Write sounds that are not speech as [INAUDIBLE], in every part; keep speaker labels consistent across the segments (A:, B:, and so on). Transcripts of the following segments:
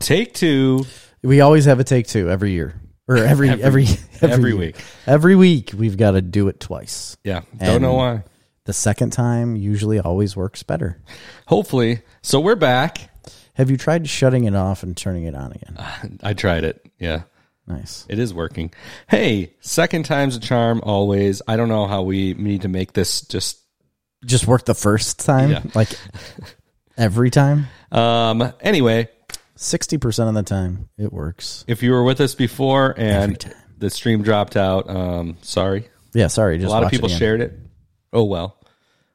A: Take two.
B: We always have a take two every year
A: [LAUGHS]
B: or every every every,
A: every
B: year.
A: week.
B: Every week we've got to do it twice.
A: Yeah. Don't know
B: And-
A: why.
B: The second time usually always works better.
A: Hopefully. So we're back.
B: Have you tried shutting it off and turning it
A: [SIGHS]
B: on again?
A: I tried it. Yeah.
B: Nice.
A: It is working. Hey, second time's a charm always. I don't know how we need to make this just
B: Just work the first time,
A: Yeah. [LAUGHS]
B: like every time.
A: um anyway,
B: Sixty percent of the time, it works.
A: if you were with us before and
B: time.
A: the stream dropped out, um sorry.
B: Yeah, sorry. Just
A: A lot of
B: watch it
A: people
B: again.
A: shared it. Oh well.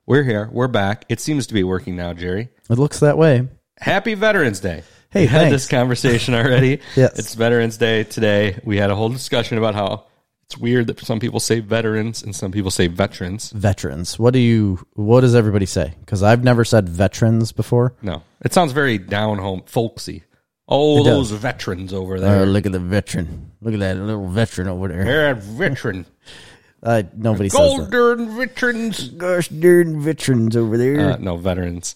A: We're here. We're back. It seems to be working now, Jerry.
B: It looks that way.
A: Happy Veterans Day.
B: Hey,
A: we had
B: thanks.
A: this conversation already.
B: [LAUGHS] Yes.
A: It's Veterans Day today. We had a whole discussion about how it's weird that some people say veterans and some people say veterans.
B: Veterans. What do you? What does everybody say? Because I've never said veterans before.
A: No, it sounds very down home, folksy. Oh,
B: It
A: those
B: does.
A: veterans over there.
B: Oh, look at the veteran. Look at that little veteran over there.
A: They're a veteran.
B: Uh, nobody says that.
A: Golden veterans.
B: Gosh darn veterans over there.
A: Uh, no, veterans.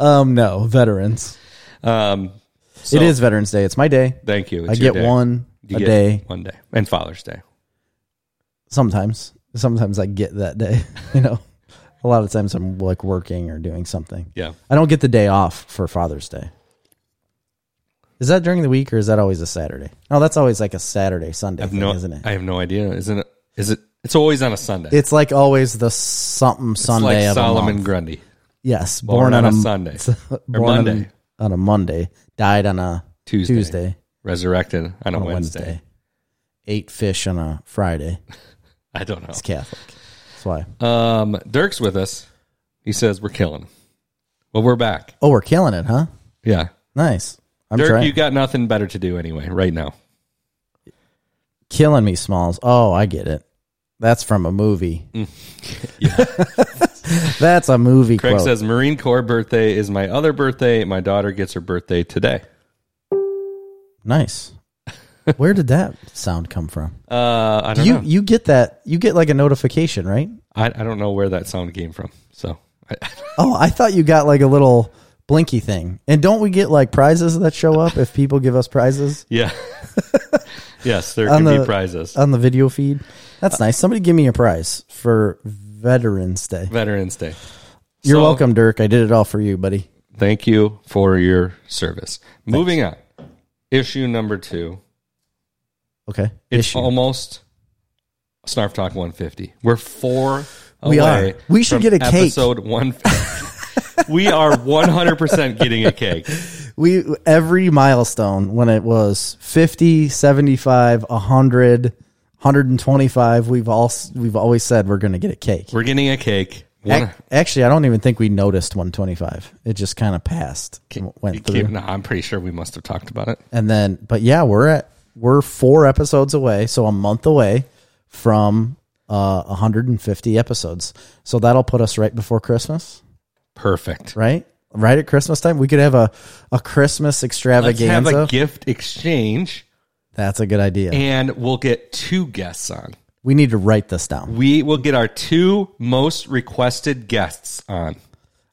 B: um, no veterans.
A: Um, so-
B: it is Veterans Day. It's my day.
A: Thank you.
B: I
A: It's your
B: get
A: day.
B: one
A: You
B: a
A: get
B: day.
A: One day. And Father's Day.
B: Sometimes, sometimes I get that day. [LAUGHS] You know, a lot of times I'm like working or doing something.
A: Yeah.
B: I don't get the day off for Father's Day. Is that during the week or is that always a Saturday? No, that's always like a Saturday Sunday thing,
A: No,
B: isn't it?
A: I have no idea. Isn't it? Is it? It's always on a Sunday.
B: it's like always the something
A: It's
B: Sunday
A: like
B: of a
A: Solomon
B: month.
A: Grundy.
B: yes,
A: Born, on, a,
B: m-
A: Sunday.
B: [LAUGHS] born on a-
A: Monday.
B: on a, Monday, died on a
A: Tuesday.
B: Tuesday,
A: Resurrected on a,
B: on a
A: Wednesday.
B: Wednesday. ate fish on a Friday.
A: I don't
B: It's
A: know.
B: Catholic. That's why.
A: Um, Dirk's with us. He says we're killing. 'em. Well, we're back.
B: Oh, we're killing it, huh?
A: Yeah,
B: Nice. I'm
A: Dirk,
B: trying.
A: you got nothing better to do anyway, right now.
B: killing me, Smalls. Oh, I get it. That's from a movie.
A: Mm.
B: [LAUGHS] That's a movie
A: Craig
B: quote.
A: says Marine Corps birthday is my other birthday. My daughter gets her birthday today.
B: Nice. Where did that sound come from?
A: Uh, I don't
B: You
A: know.
B: you get that you get like a notification, right?
A: I, I don't know where that sound came from. So I, [LAUGHS]
B: Oh, I thought you got like a little blinky thing. And don't we get like prizes that show up if people give us prizes
A: yeah,
B: [LAUGHS]
A: yes, there
B: On
A: can be
B: the-
A: prizes.
B: on the video feed? That's
A: Uh,
B: nice. Somebody give me a prize for Veterans Day.
A: Veterans Day.
B: You're
A: So-
B: welcome, Dirk. I did it all for you, buddy.
A: Thank you for your service. Moving on. Issue number two.
B: Okay.
A: It's
B: Issue.
A: almost Snarf Talk 150. We're four
B: We
A: away.
B: are. We should
A: from
B: get a cake.
A: Episode 150. [LAUGHS] we are 100% getting a cake.
B: we every milestone when it was 50 75 100 125 we've all we've always said we're going to get a cake
A: We're getting a cake. One,
B: Ac- actually i don't even think we noticed 125 it just kind of passed w- went through
A: no, I'm pretty sure we must have talked about it.
B: and then but yeah we're at we're four episodes away so a month away from uh 150 episodes so that'll put us right before christmas
A: Perfect.
B: right right at christmas time we could have a a christmas
A: Let's have
B: extravaganza
A: a gift exchange
B: that's a good idea
A: and we'll get two guests on.
B: we need to write this down
A: We will get our two most requested guests on.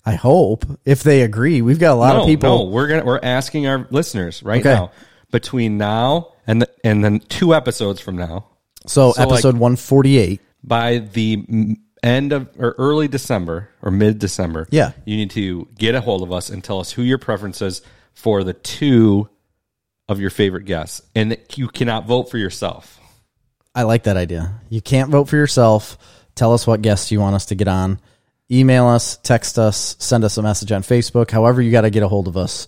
B: I hope if they agree, we've got a lot
A: no,
B: of people.
A: No, we're gonna we're asking our listeners right
B: Okay.
A: now between now and the, and then two episodes from now
B: So,
A: like-
B: episode one forty eight.
A: by the m- end of or early December or mid December.
B: Yeah.
A: you need to get a hold of us and tell us who your preferences for the two of your favorite guests, and that you cannot vote for yourself.
B: I like that idea. You can't vote for yourself. Tell us what guests you want us to get on. Email us, text us, send us a message on Facebook. However, you got to get a hold of us.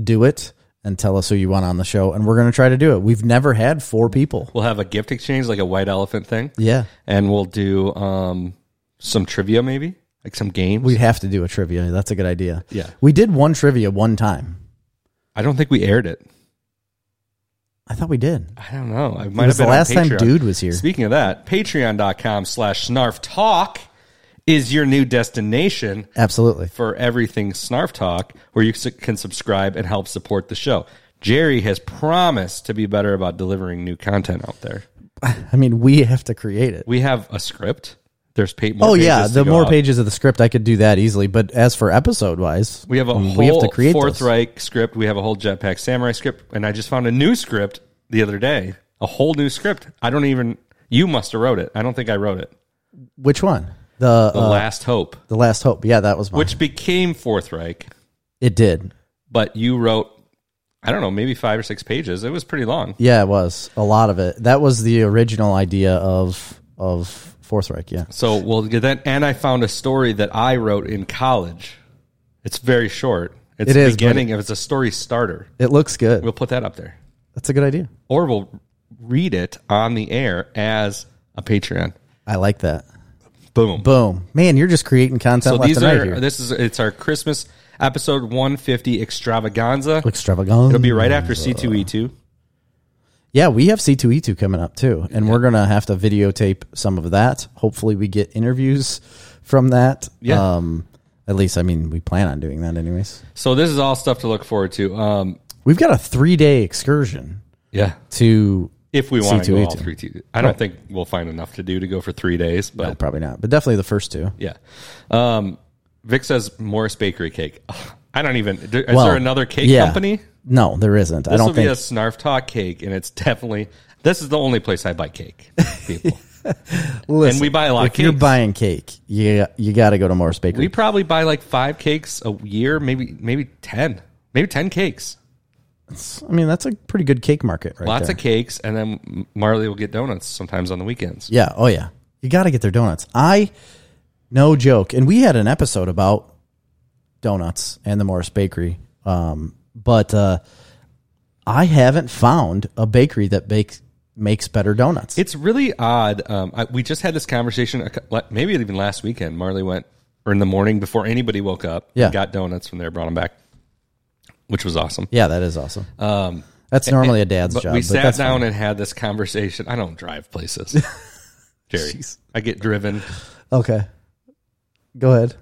B: Do it and tell us who you want on the show, and we're going to try to do it. We've never had four people.
A: We'll have a gift exchange like a white elephant thing,
B: Yeah,
A: and we'll do um some trivia maybe like some games.
B: we have to do a trivia. That's a good idea.
A: Yeah.
B: we did one trivia one time.
A: I don't think we aired it.
B: I thought we did.
A: I don't know. I might
B: It was
A: have
B: the
A: been
B: last
A: on
B: time
A: Patreon.
B: Dude was here.
A: Speaking of that, patreon.com slash snarf talk is your new destination
B: Absolutely.
A: for everything snarf talk, where you su- can subscribe and help support the show. Jerry has promised to be better about delivering new content out there.
B: I mean, we have to create it.
A: We have a script There's pay, more
B: Oh yeah,
A: pages to
B: the
A: go
B: more
A: up.
B: pages of the script, I could do that easily. But as for episode wise,
A: We have a
B: I mean,
A: whole
B: we have to create
A: Fourth
B: those.
A: Reich script. We have a whole Jetpack Samurai script, and I just found a new script the other day. A whole new script. I don't even. You must have wrote it. I don't think I wrote it.
B: Which one? The
A: The
B: uh,
A: Last Hope,
B: the last hope. Yeah, that was mine.
A: which became Fourth Reich,
B: it did.
A: but you wrote. I don't know, maybe five or six pages. It was pretty long.
B: Yeah, it was a lot of it. That was the original idea of of Fourth Reich. Yeah,
A: So we'll get that. And I found a story that I wrote in college. It's very short. It's
B: It
A: the
B: is, but
A: beginning. It's a story starter.
B: it looks good.
A: We'll put that up there.
B: That's a good idea.
A: Or we'll read it on the air as a Patreon.
B: I like that.
A: Boom.
B: Boom, man, you're just creating content
A: so
B: left
A: these
B: and right
A: are
B: here.
A: this is it's our Christmas episode 150 extravaganza.
B: Extravaganza.
A: It'll be right after E C2E2.
B: Yeah, we have C2E2 coming up too, and we're going to have to videotape some of that. Hopefully, we get interviews from that.
A: Yeah.
B: Um, at least, I mean, we plan on doing that anyways.
A: So this is all stuff to look forward to. Um
B: We've got a three day excursion
A: yeah.
B: to.
A: If we want to go all
B: C2E2.
A: three, two, I don't think we'll find enough to do to go for three days, but
B: No, probably not, but definitely the first two.
A: yeah. Um, Vic says Morris Bakery cake. Ugh, I don't even. Is
B: Well,
A: there another cake
B: yeah.
A: company?
B: No, there isn't. I
A: This will
B: don't
A: be
B: think.
A: a Snarf Talk cake, and it's definitely this is the only place I buy cake.
B: [LAUGHS]
A: People,
B: Listen,
A: and we buy a lot
B: if
A: of
B: you're
A: cakes.
B: buying cake, you you got to go to Morris Bakery.
A: we probably buy like five cakes a year, maybe maybe ten, maybe ten cakes.
B: I mean, that's a pretty good cake market, right?
A: Lots
B: there.
A: of cakes, and then Marley will get donuts sometimes on the weekends.
B: Yeah. Oh yeah. You got to get their donuts. I no joke. And we had an episode about donuts and the Morris Bakery. Um, but uh, I haven't found a bakery that bakes makes better donuts.
A: It's really odd. Um, I, we just had this conversation, a cou- like, maybe even last weekend. Marley went, or in the morning before anybody woke up,
B: Yeah.
A: got donuts from there, brought them back, which was awesome.
B: yeah, that is awesome.
A: Um,
B: That's normally a dad's
A: but
B: job.
A: we
B: but
A: sat
B: that's
A: down
B: fine.
A: and had this conversation. I don't drive places,
B: [LAUGHS]
A: Jerry. I get driven.
B: Okay. Go ahead.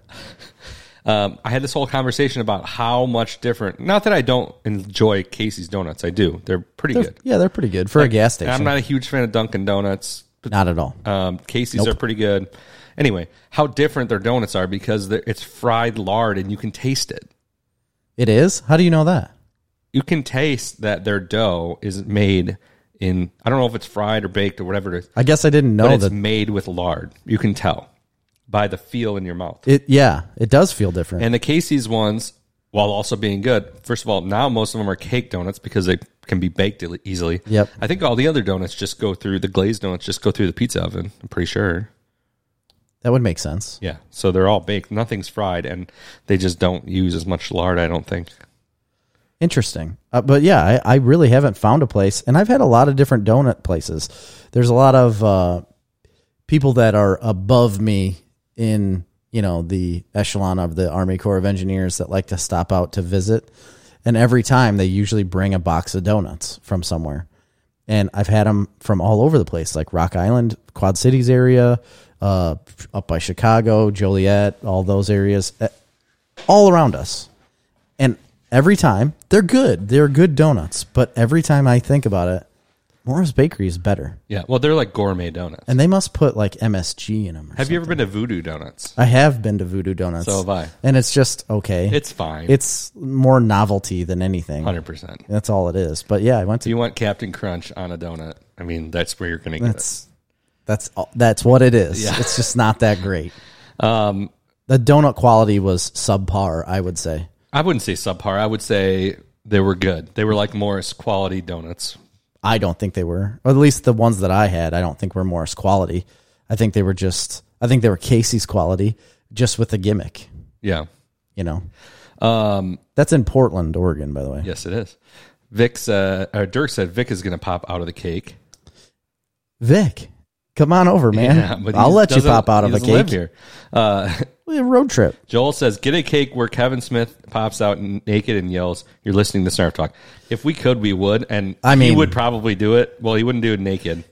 A: Um, I had this whole conversation about how much different. Not that I don't enjoy Casey's donuts. I do. They're pretty good.
B: Yeah, they're pretty good for a gas
A: And I'm
B: station.
A: not a huge fan of Dunkin' Donuts.
B: Not at all.
A: Um, Casey's are pretty good. Anyway, how different their donuts are because they're- it's fried lard and you can taste it.
B: It is. How do you know that?
A: You can taste that their dough is made in. I don't know if it's fried or baked or whatever it is,
B: I guess I didn't
A: but
B: know
A: it's
B: that.
A: made with lard. You can tell by the feel in your mouth.
B: It yeah, it does feel different.
A: And the Casey's ones, while also being good, first of all, now most of them are cake donuts because they can be baked e- easily.
B: Yep.
A: I think all the other donuts just go through the glazed donuts just go through the pizza oven. I'm pretty sure.
B: that would make sense.
A: Yeah. So they're all baked. Nothing's fried, and they just don't use as much lard. I don't think.
B: Interesting. Uh, but yeah, I, I really haven't found a place. And I've had a lot of different donut places. There's a lot of uh, people that are above me in, you know, the echelon of the Army Corps of Engineers that like to stop out to visit. And every time they usually bring a box of donuts from somewhere. And I've had them from all over the place, like Rock Island, Quad Cities area, uh, up by Chicago, Joliet, all those areas, uh, all around us and every time they're good. They're good donuts, but every time I think about it, Morris Bakery is better.
A: Yeah. Well, they're like gourmet donuts.
B: And they must put like MSG in them.
A: Have you ever been to Voodoo Donuts?
B: I have been to Voodoo Donuts.
A: So have I.
B: And it's just okay. It's,
A: It's fine.
B: more novelty than anything.
A: hundred percent.
B: That's all it is. But yeah, I went to
A: You want Captain Crunch on a donut? I mean, that's where you're going to get it.
B: that's that's all, that's what it is. It's just not that great.
A: [LAUGHS] Um,
B: The donut quality was subpar, I would say.
A: I wouldn't say subpar. I would say they were good. They were like Morris quality donuts.
B: I don't think they were, or at least the ones that I had, I don't think were Morris quality. I think they were just, I think they were Casey's quality, just with the gimmick,
A: Yeah.
B: you know?
A: Um,
B: That's in Portland, Oregon, by the way.
A: yes, it is. Vic's uh, or Dirk said Vic is going to pop out of the cake.
B: Vic, come on over, man.
A: Yeah, but he
B: [LAUGHS] I'll let you
A: doesn't-
B: pop out
A: he
B: of the
A: doesn't live
B: cake.
A: here. Uh, [LAUGHS]
B: We have a road trip.
A: Joel says, "Get a cake where Kevin Smith pops out n- naked and yells, "You're listening to Snarf Talk." If we could, we would, and
B: I
A: he
B: mean-
A: would probably do it. Well, he wouldn't do it naked,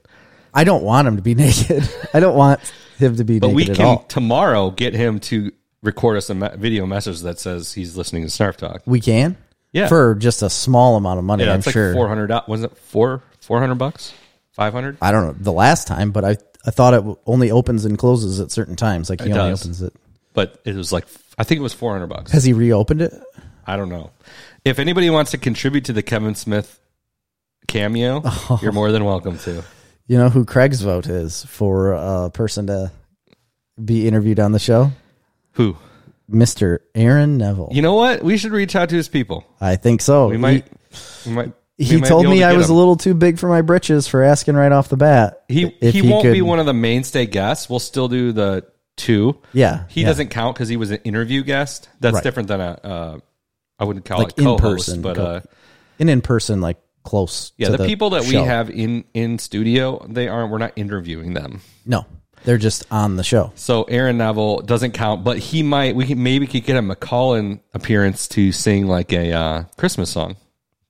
B: I don't want him to be [LAUGHS] naked. I don't want him to be
A: but
B: naked
A: we
B: at
A: can
B: all.
A: tomorrow get him to record us a me- video message that says he's listening to Snarf Talk.
B: We can?
A: Yeah.
B: For just a small amount of money,
A: Yeah,
B: I'm
A: it's like
B: sure.
A: four hundred. Wasn't it four four hundred bucks? Five hundred.
B: I don't know the last time, but I I thought it w- only opens and closes at certain times. Like he
A: It
B: only
A: does.
B: opens it.
A: But it was like I think it was four hundred bucks.
B: Has he reopened it?
A: I don't know. If anybody wants to contribute to the Kevin Smith
B: [LAUGHS]
A: cameo,
B: Oh.
A: you're more than welcome to.
B: You know who Craig's vote is for a person to be interviewed on the show?
A: Who?
B: Mr. Aaron Neville.
A: You know what? We should reach out to his people.
B: I think so.
A: We might. we might.
B: He,
A: we
B: he
A: might
B: told
A: be able
B: me
A: to
B: I
A: get
B: was
A: him.
B: a little too big for my britches for asking right off the bat.
A: He
B: if
A: he, won't be
B: could-
A: one of the mainstay guests. We'll still do the two.
B: Yeah,
A: He
B: yeah.
A: doesn't count because he was an interview guest. That's
B: Right.
A: different than a. Uh, I wouldn't call
B: Like
A: it co-host,
B: in-person
A: but
B: co-
A: uh,
B: and in person, like close.
A: yeah,
B: to
A: the, people that
B: show.
A: we have in in studio, they aren't. We're not interviewing them.
B: No, they're just on the show.
A: So Aaron Neville doesn't count, but he might. We can, maybe could get him a call-in appearance to sing like a uh, Christmas song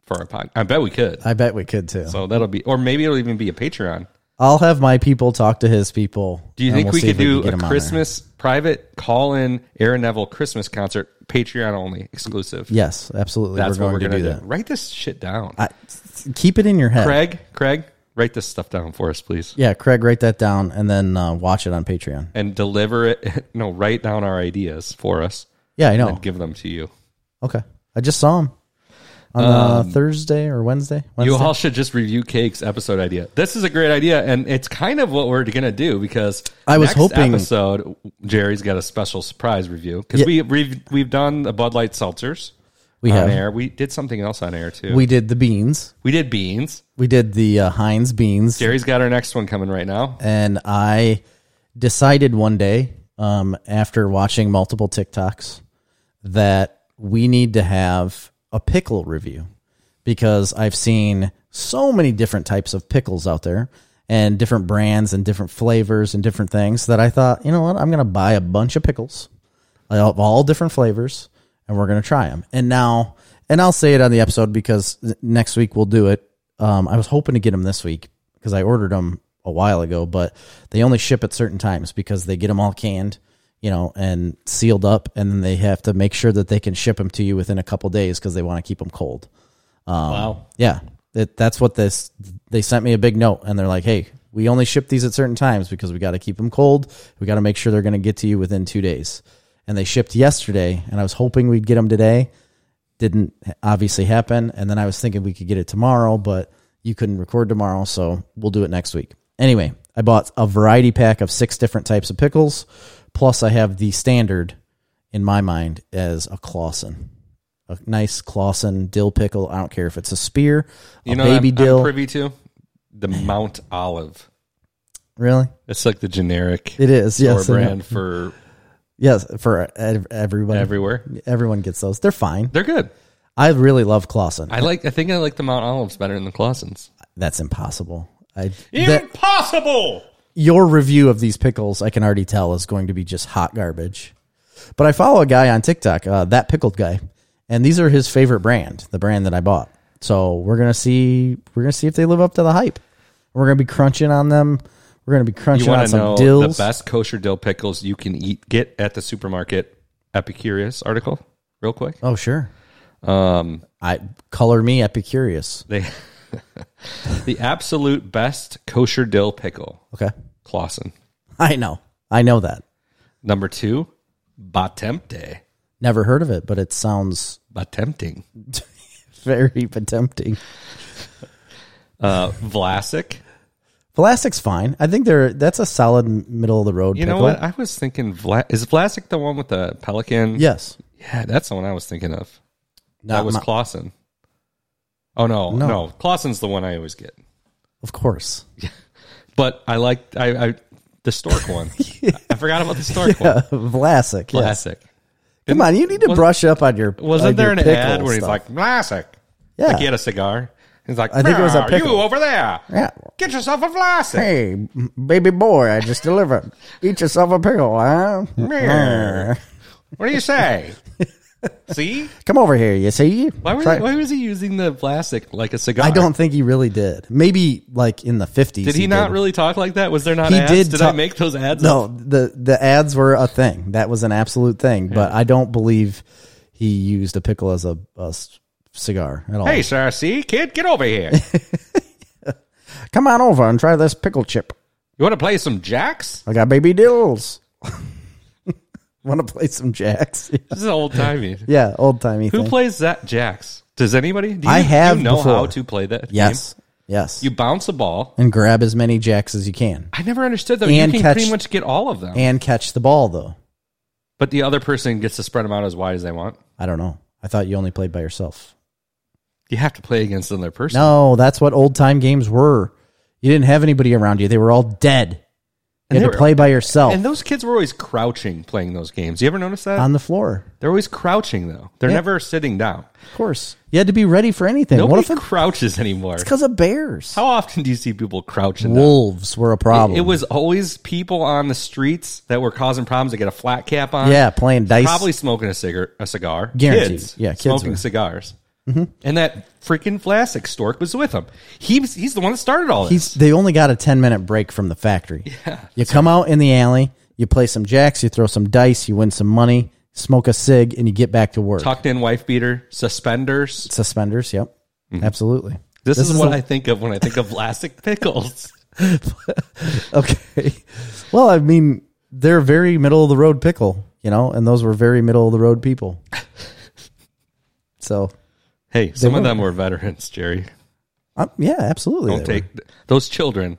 A: for our podcast. I bet we could.
B: I bet we could too.
A: So that'll be, or maybe it'll even be a Patreon.
B: I'll have my people talk to his people.
A: Do you
B: and
A: think
B: we'll
A: we
B: see
A: could
B: if can
A: do a
B: get him on there.
A: Christmas private call-in Aaron Neville Christmas concert, Patreon only, exclusive?
B: Yes, absolutely.
A: That's
B: we're
A: what we're
B: going
A: gonna
B: to
A: do.
B: do that.
A: Write this shit down,
B: I, keep it in your head.
A: Craig. Craig, write this stuff down for us, please,
B: Yeah, Craig, write that down and then uh, watch it on Patreon.
A: and deliver it. [LAUGHS] No, write down our ideas for us
B: Yeah, I know.
A: and give them to you.
B: Okay, I just saw him on uh, Thursday or Wednesday. Wednesday.
A: You all should just review Cake's episode idea. This is a great idea, and it's kind of what we're gonna do because
B: I was
A: next
B: hoping-
A: episode Jerry's got a special surprise review because
B: Yeah.
A: we we've we've done the Bud Light seltzers
B: we
A: on
B: have
A: air. We did something else on air too.
B: we did the beans.
A: We did beans.
B: We did the uh, Heinz beans,
A: Jerry's got our next one coming right now.
B: and I decided one day um, after watching multiple TikToks that we need to have a pickle review because I've seen so many different types of pickles out there and different brands and different flavors and different things that I thought, you know what, I'm going to buy a bunch of pickles of all different flavors and we're going to try them. And now, and I'll say it on the episode because next week we'll do it. Um, I was hoping to get them this week because I ordered them a while ago, but they only ship at certain times because they get them all canned you know, and sealed up, and then they have to make sure that they can ship them to you within a couple days because they want to keep them cold.
A: wow.
B: Yeah, that that's what this. They sent me a big note, and they're like, "Hey, we only ship these at certain times because we got to keep them cold. We got to make sure they're going to get to you within two days." And they shipped yesterday, and I was hoping we'd get them today. Didn't obviously happen, and then I was thinking we could get it tomorrow, but you couldn't record tomorrow, so we'll do it next week. Anyway, I bought a variety pack of six different types of pickles, plus I have the standard in my mind as a Clausen a nice Clausen dill pickle. I don't care if it's a spear,
A: You
B: a
A: know, baby
B: baby
A: I'm,
B: dill.
A: I'm privy to the Mount Olive.
B: really,
A: It's like the generic
B: it is.
A: store
B: Yes, and-
A: brand for
B: yes, for ev- everyone.
A: everywhere.
B: Everyone gets those. They're fine.
A: They're good.
B: I really love Clausen.
A: I like. I think I like the Mount Olives better than the Clausens.
B: That's impossible. I that,
A: Impossible.
B: your review of these pickles, I can already tell, is going to be just hot garbage. But I follow a guy on TikTok, uh, that pickled guy, and these are his favorite brand, the brand that I bought. So we're gonna see, we're gonna see if they live up to the hype. We're gonna be crunching on them. We're gonna be
A: You
B: crunching on
A: want to
B: some
A: know
B: dills.
A: the best kosher dill pickles you can eat? Get at the supermarket Epicurious article, real quick.
B: Oh sure.
A: Um,
B: I color me Epicurious.
A: they [LAUGHS] the absolute best kosher dill pickle,
B: Okay, [LAUGHS]
A: Clausen.
B: I know, I know that.
A: Number two, Batemte,
B: Never heard of it, but it sounds [LAUGHS]
A: Batempting.
B: very tempting.
A: Uh, Vlasic.
B: Plastic's fine. I think they're that's a solid middle of the road.
A: You know what? I was thinking Vla- is Vlasic the one with the pelican?
B: Yes.
A: Yeah, that's the one I was thinking of.
B: Not
A: that was
B: my-
A: Clausen. Oh no,
B: No.
A: no, Clausen's the one I always get.
B: Of course. [LAUGHS]
A: But I like I, I the stork one. [LAUGHS] I forgot about the stork one.
B: Vlasic. Yes.
A: Classic.
B: Come on, you need to
A: Was-
B: brush up on your.
A: Wasn't
B: on
A: there
B: your
A: an
B: pickle
A: ad where he's
B: stuff.
A: like classic?
B: Yeah.
A: Like he had a cigar. He's like,
B: I think it was a
A: "Meow,
B: pickle."
A: you over there.
B: Yeah.
A: Get yourself a Vlasic.
B: "Hey, m- baby boy, I just delivered. Eat yourself a
A: [LAUGHS]
B: pickle, huh?
A: Meow. What do you
B: [LAUGHS]
A: say? See?
B: Come over here. You see?
A: Why, were
B: Try-
A: why was he using the plastic like a cigar?
B: I don't think he really did. Maybe like in the fifties.
A: Did he, not really talk like that? Was there not
B: He
A: ads?
B: did
A: Did, I
B: talk-
A: make those ads? up?
B: No, the the ads were a thing. That was an absolute thing. But I don't believe he used a pickle as a, a s- cigar at
A: [LAUGHS]
B: all.
A: Hey, sir, see, kid, get over here.
B: Come on over and try this pickle chip.
A: You want to play some jacks?
B: I got baby dills. [LAUGHS] Want to play some jacks? [LAUGHS]
A: This is old timey.
B: Yeah, old timey.
A: Who
B: thing.
A: plays that jacks? Does anybody? Do you,
B: I have
A: do you know
B: before.
A: how to play that.
B: Yes, yes.
A: game? you bounce a ball.
B: and grab as many jacks as you can,
A: I never understood that. You
B: And
A: can
B: catch-
A: pretty much get all of them,
B: and catch the ball though.
A: but the other person gets to spread them out as wide as they want.
B: I don't know. I thought you only played by yourself.
A: You have to play against another person.
B: No, that's what old time games were. You didn't have anybody around you. They were all dead. You
A: And they
B: had
A: were-
B: to play by yourself
A: And those kids were always crouching playing those games. You ever notice that?
B: on the floor.
A: They're always crouching though. They're
B: Um, Yeah.
A: never sitting down.
B: Of course, you had to be ready for anything.
A: Nobody
B: what if it's
A: crouches anymore.
B: because of bears?
A: How often do you see people crouching? down?
B: Wolves were a problem.
A: It was always people on the streets that were causing problems. They get a flat cap on.
B: yeah, playing dice.
A: Probably smoking a cigar, a cigar.
B: Guaranteed. Yeah, kids
A: smoking
B: were.
A: cigars. And that freaking Vlasic stork was with him. He's he's the one that started all this.
B: He's, they only got a 10 minute break from the factory.
A: [LAUGHS]
B: Yeah, you come out in the alley, you play some jacks, you throw some dice, you win some money, smoke a cig, and you get back to work.
A: Tucked in wife beater, suspenders.
B: Suspenders, yep.
A: Mm-hmm.
B: Absolutely. [LAUGHS]
A: This, is,
B: is
A: what
B: the-
A: I think of when I think of Vlasic [LAUGHS] pickles.
B: Okay. well, I mean, they're very middle of the road pickle, you know, and those were very middle of the
A: [LAUGHS]
B: road people. so,
A: Hey, some of
B: were.
A: them were veterans, Jerry.
B: um, yeah, absolutely.
A: Don't
B: they were.
A: take those [LAUGHS] children.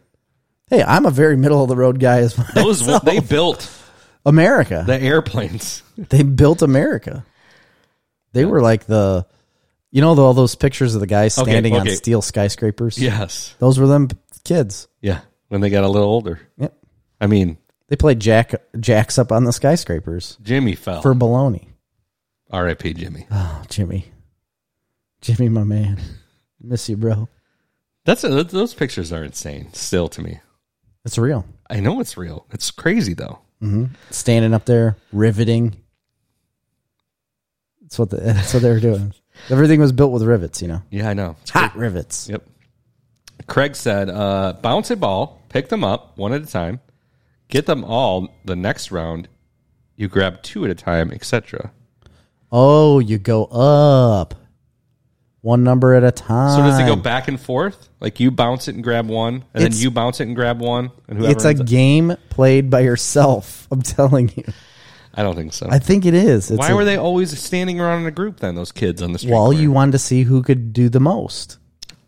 B: Hey, I'm a very middle of the road guy as well.
A: Those they built
B: [LAUGHS] America.
A: the airplanes.
B: they built America. They were like the, you know, the, all those pictures of the guys
A: Okay,
B: standing
A: okay.
B: on steel
A: [LAUGHS]
B: skyscrapers.
A: Yes.
B: those were them kids.
A: Yeah. When they got a little older.
B: Yep.
A: I mean,
B: They played jack jacks up on the skyscrapers
A: Jimmy fell.
B: for baloney.
A: R.I.P. Jimmy.
B: Oh, Jimmy, Jimmy, my man, miss you, bro.
A: That's those pictures are insane still to me.
B: It's real.
A: I know it's real. It's crazy though.
B: Standing up there, riveting. That's what the, [LAUGHS] that's what they were doing. Everything was built with rivets, you know,
A: Yeah, I know. It's
B: hot rivets.
A: Yep. Craig said, uh, bounce a ball, pick them up one at a time, get them all the next round. You grab two at a time, etc.
B: Oh, you go up. One number at a time.
A: So does it go back and forth? Like you bounce it and grab one, and then
B: It's-
A: you bounce it and grab one, and whoever.
B: It's a
A: ends up-
B: game played by yourself. [LAUGHS] I'm telling you.
A: I don't think so.
B: I think it is. It's
A: Why
B: a-
A: were they always standing around in a group then? Those kids on the street.
B: Well,
A: corner?
B: you wanted to see who could do the most.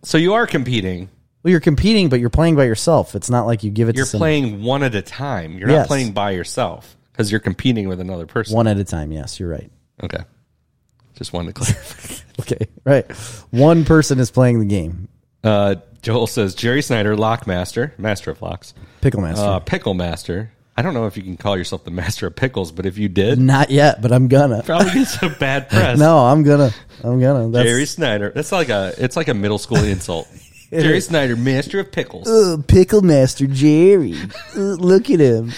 A: so you are competing.
B: Well, you're competing, but you're playing by yourself. It's not like you give it
A: You're
B: to some-
A: playing one at a time. You're not
B: Yes.
A: playing by yourself because you're competing with another person.
B: one at a time. Yes, you're right. [LAUGHS]
A: Okay, just wanted to [LAUGHS] clarify.
B: Okay, right. One person is playing the game.
A: Uh, Joel says Jerry Snyder, lockmaster, master of locks,
B: Pickle Master.
A: uh, pickle master. I don't know if you can call yourself the master of pickles, but if you did,
B: not yet, but I'm gonna.
A: probably gets a bad press.
B: No, I'm gonna. I'm gonna. That's
A: Jerry Snyder. That's like a it's like a middle school insult. Jerry Snyder, master of pickles.
B: Uh, Pickle Master Jerry. Uh, look at him.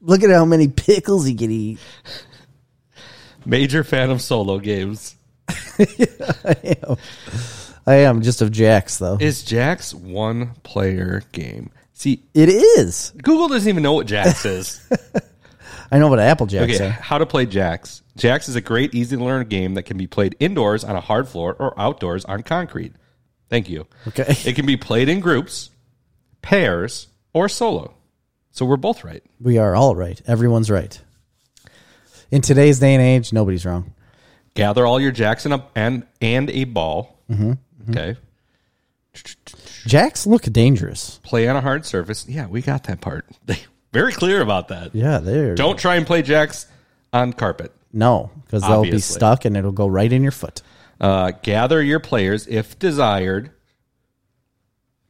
B: Look at how many pickles he can eat. [LAUGHS]
A: Major fan of solo games.
B: I am just of Jax though.
A: Is Jack's one player game? See,
B: It is.
A: Google doesn't even know what Jax is.
B: I know what Apple Jacks
A: Okay,
B: are.
A: how to play Jax. Jax is a great, easy to learn game that can be played indoors on a hard floor or outdoors on concrete. Thank you.
B: Okay. [LAUGHS]
A: It can be played in groups, pairs, or solo. So we're both right.
B: We are all right. Everyone's right. In today's day and age, nobody's wrong.
A: Gather all your jacks and a, and, and a ball. Okay.
B: Jacks look dangerous.
A: Play on a hard surface. Yeah, we got that part. [LAUGHS] Very clear about that.
B: Yeah, they're
A: Don't try and play Jax on carpet.
B: no, because they'll be
A: Obviously.
B: stuck and it'll go right in your foot.
A: Uh, gather your players if desired.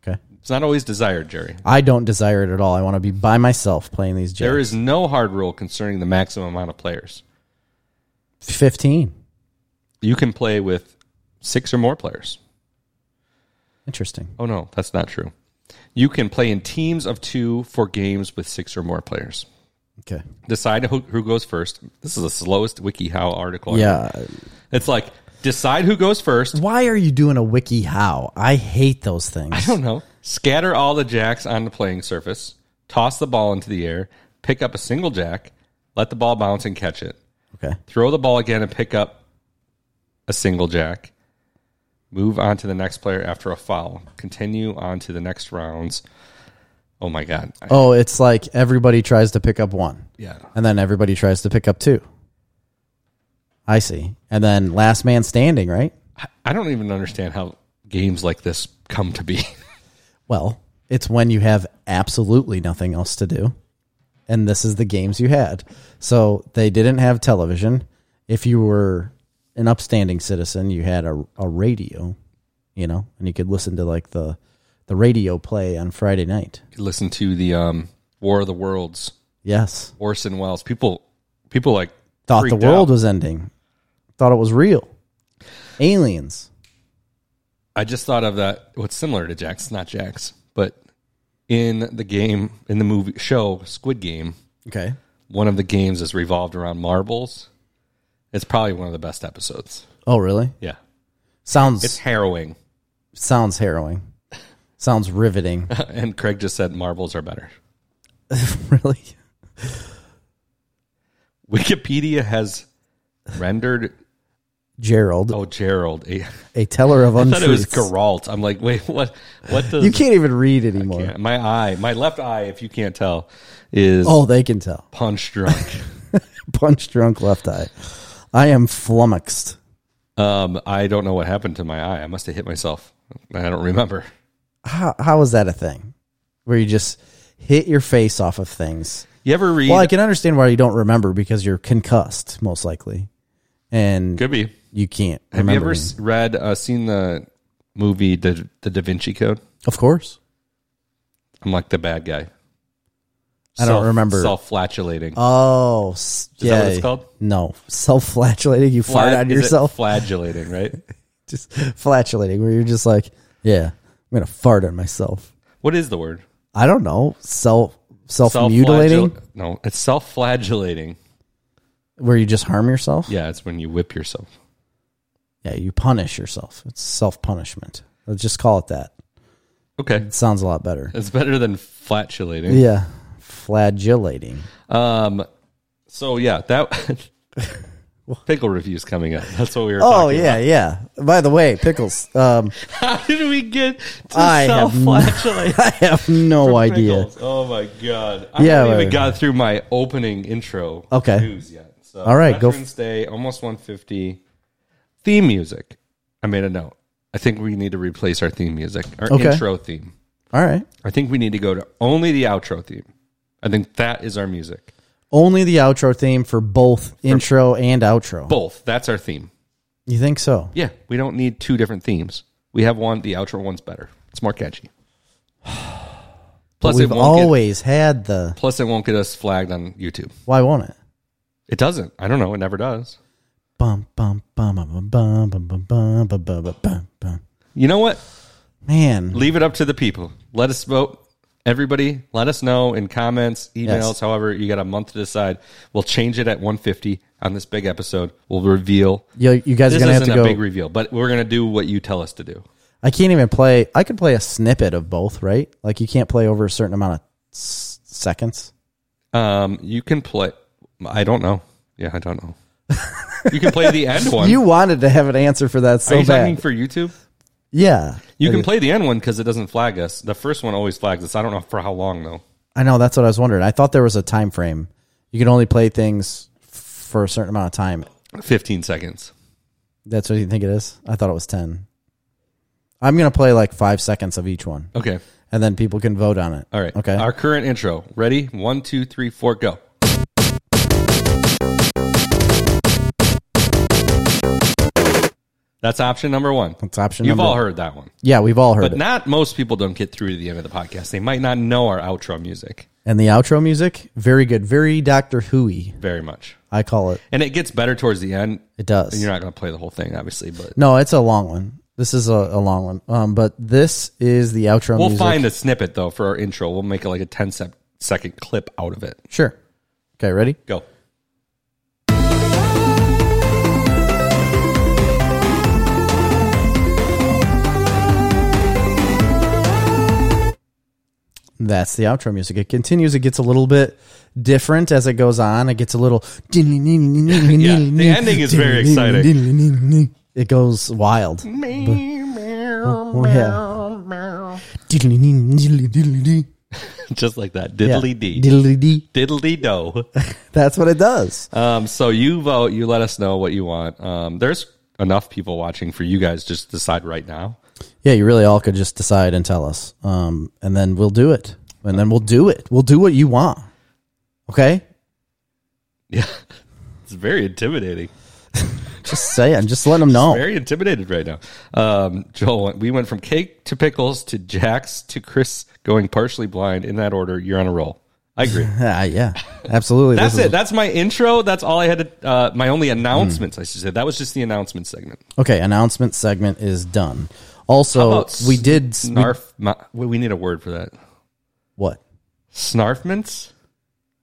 B: Okay,
A: It's not always desired, Jerry.
B: I don't desire it at all. I want to be by myself playing these
A: There
B: jacks.
A: is no hard rule concerning the maximum amount of players.
B: Fifteen.
A: You can play with six or more players.
B: Interesting.
A: Oh, no, that's not true. You can play in teams of two for games with six or more players.
B: Okay.
A: Decide who, who goes first. This is the slowest WikiHow article.
B: Yeah.
A: It's like, decide who goes first.
B: Why are you doing a wiki how? I hate those
A: [LAUGHS] I
B: things.
A: don't know. Scatter all the jacks on the playing surface. Toss the ball into the air. Pick up a single jack. Let the ball bounce and catch it.
B: Okay.
A: throw the ball again and pick up a single jack. Move on to the next player after a foul. Continue on to the next rounds. Oh my god. I-
B: Oh, it's like everybody tries to pick up one,
A: yeah.
B: and then everybody tries to pick up two. I see. And then last man standing, right?
A: I- I don't even understand how games like this come to be. [LAUGHS]
B: Well, it's when you have absolutely nothing else to do. And this is the games you had. So they didn't have television. If you were an upstanding citizen, you had a, a radio, you know, and you could listen to like the the radio play on Friday night.
A: Listen to the um, War of the Worlds,
B: Yes.
A: Orson Welles. People, people like
B: Thought
A: freaked
B: the world
A: out.
B: was ending. Thought it was real. Aliens.
A: I just thought of that. What's similar to Jax, not Jax, but in the game, in the movie show Squid Game,
B: Okay.
A: one of the games is revolved around marbles. It's probably one of the best episodes.
B: Oh, really?
A: Yeah,
B: Sounds
A: it's harrowing. [LAUGHS]
B: sounds harrowing. Sounds riveting.
A: [LAUGHS] and Craig just said marbles are better.
B: really?
A: Wikipedia has rendered
B: Gerald,
A: oh Gerald. A,
B: a teller of
A: I thought it was
B: untruths.
A: Geralt. I'm like, wait, [LAUGHS] what? What does
B: You can't even read anymore.
A: Yeah, my eye, my left eye, if you can't tell, is
B: Oh, they can tell.
A: punch
B: [LAUGHS]
A: drunk.
B: Punch drunk left eye. I am flummoxed.
A: um, I don't know what happened to my eye. I must have hit myself. I don't remember.
B: How, how is that a thing? Where you just hit your face off of things.
A: You ever read?
B: Well, I can understand why you don't remember because you're concussed, most likely. And
A: could be.
B: you can't
A: Have
B: remember.
A: you ever
B: things.
A: s read, uh, seen the movie the, the Da Vinci Code?
B: of course.
A: I'm like the bad guy.
B: I don't remember.
A: Self-flatulating.
B: Oh, s-
A: Is
B: yeah.
A: that what it's called?
B: No. Self flatulating. You fart
A: Flat-
B: on
A: is it
B: yourself.
A: Flagellating,
B: [LAUGHS]
A: right?
B: just flatulating, where you're just like, yeah, I'm going to fart on myself.
A: What is the word?
B: I don't know. Self self
A: Self-flagell-
B: mutilating,
A: No, it's self-flagellating.
B: where you just harm yourself.
A: Yeah, it's when you whip yourself.
B: Yeah, you punish yourself. It's self punishment. Let's just call it that.
A: Okay,
B: It sounds a lot better.
A: it's better than flatulating.
B: Yeah. Flagellating.
A: Um. So yeah, that
B: [LAUGHS]
A: pickle reviews coming up. That's what we were.
B: Oh
A: talking
B: yeah, yeah. By the way, pickles.
A: [LAUGHS]
B: Um
A: About. How did we get to
B: I have no
A: self-flagellate
B: I have [LAUGHS] no idea.
A: pickles? Oh my god! I
B: Yeah,
A: haven't
B: right,
A: even
B: right.
A: got through my opening intro.
B: Okay.
A: News yet? So
B: All right, go f-
A: Veterans Day, almost 150. Theme music. I made a note. I think we need to replace our theme music, our
B: Okay.
A: intro theme.
B: All right.
A: I think we need to go to only the outro theme. I think that is our music.
B: Only the outro theme for both intro and outro.
A: Both. That's our theme.
B: You think so?
A: Yeah, we don't need two different themes. We have one. The outro one's better. It's more catchy. [SIGHS] Plus, it
B: We've
A: won't get,
B: always had the
A: plus it won't get us flagged on YouTube.
B: why won't it?
A: It doesn't. I don't know. It never does.
B: Bum bum bum bum bum bum bum bum bum bum bum bum bum.
A: You know what?
B: Man.
A: Leave it up to the people. Let us vote. Everybody, let us know in comments, emails,
B: Yes.
A: however. You got a month to decide. We'll change it at 150 on this big episode. We'll reveal.
B: You, you guys are
A: This
B: gonna have
A: isn't
B: to
A: a
B: go.
A: big reveal, but we're going to do what you tell us to do.
B: I can't even play. I could play a snippet of both, right? Like you can't play over a certain amount of s- seconds.
A: Um, you can play. I don't know. Yeah, I don't know. you can play
B: [LAUGHS]
A: the end one.
B: You wanted to have an answer for that
A: Are
B: so
A: you talking
B: bad.
A: for YouTube?
B: yeah,
A: You can play the end one because it doesn't flag us. The first one always flags us. I don't know for how long though.
B: I know. That's what I was wondering. I thought there was a time frame. You can only play things f- for a certain amount of time.
A: Fifteen seconds.
B: That's what you think it is. I thought it was ten. I'm gonna play like five seconds of each one,
A: Okay.
B: and then people can vote on it.
A: All right.
B: Okay.
A: Our current intro. Ready? One, two, three, four, go. That's option number one.
B: That's option.
A: You've
B: number.
A: all heard that one.
B: Yeah, we've all heard
A: But
B: it.
A: not most people don't get through to the end of the podcast. They might not know our outro music
B: and the outro music, very good, very Doctor Whoey.
A: very much.
B: I call it.
A: And it gets better towards the end.
B: It does.
A: You're not going to play the whole thing, obviously, but
B: No, it's a long one. This is a, a long one. Um, but this is the outro
A: we'll
B: music.
A: find a snippet, though, for our intro. We'll make it like a 10 sec- second clip out of it.
B: sure. Okay, ready?
A: Go.
B: That's the outro music. It continues. It gets a little bit different as it goes on. It gets a little. Yeah,
A: the ending is very exciting.
B: It goes wild.
A: Meow,
B: Oh, yeah. Diddly-dee,
A: [LAUGHS] Just like that. Diddly
B: dee.
A: dee.
B: Diddly dee.
A: Diddly do.
B: That's what it does.
A: [LAUGHS] Um, so you vote. You let us know what you want. Um, there's enough people watching for you guys to just decide right now.
B: Yeah, you really all could just decide and tell us. Um, and then we'll do it. And then we'll do it. We'll do what you want. Okay?
A: [LAUGHS] Yeah, it's very intimidating.
B: Just say it. Just let them know.
A: Very intimidated right now. Um, Joel, we went from cake to pickles to Jax to Chris going partially blind. In that order, you're on a roll. I [LAUGHS] agree.
B: Yeah, Ah, yeah. Absolutely.
A: That's
B: This is-
A: it. That's my intro. That's all I had to, uh, my only announcements,
B: Hmm.
A: I should say. That was just the announcement segment.
B: Okay, announcement segment is done. Also,
A: about
B: we did we,
A: Snarf. ma- we, we need a word for that.
B: what?
A: Snarfments?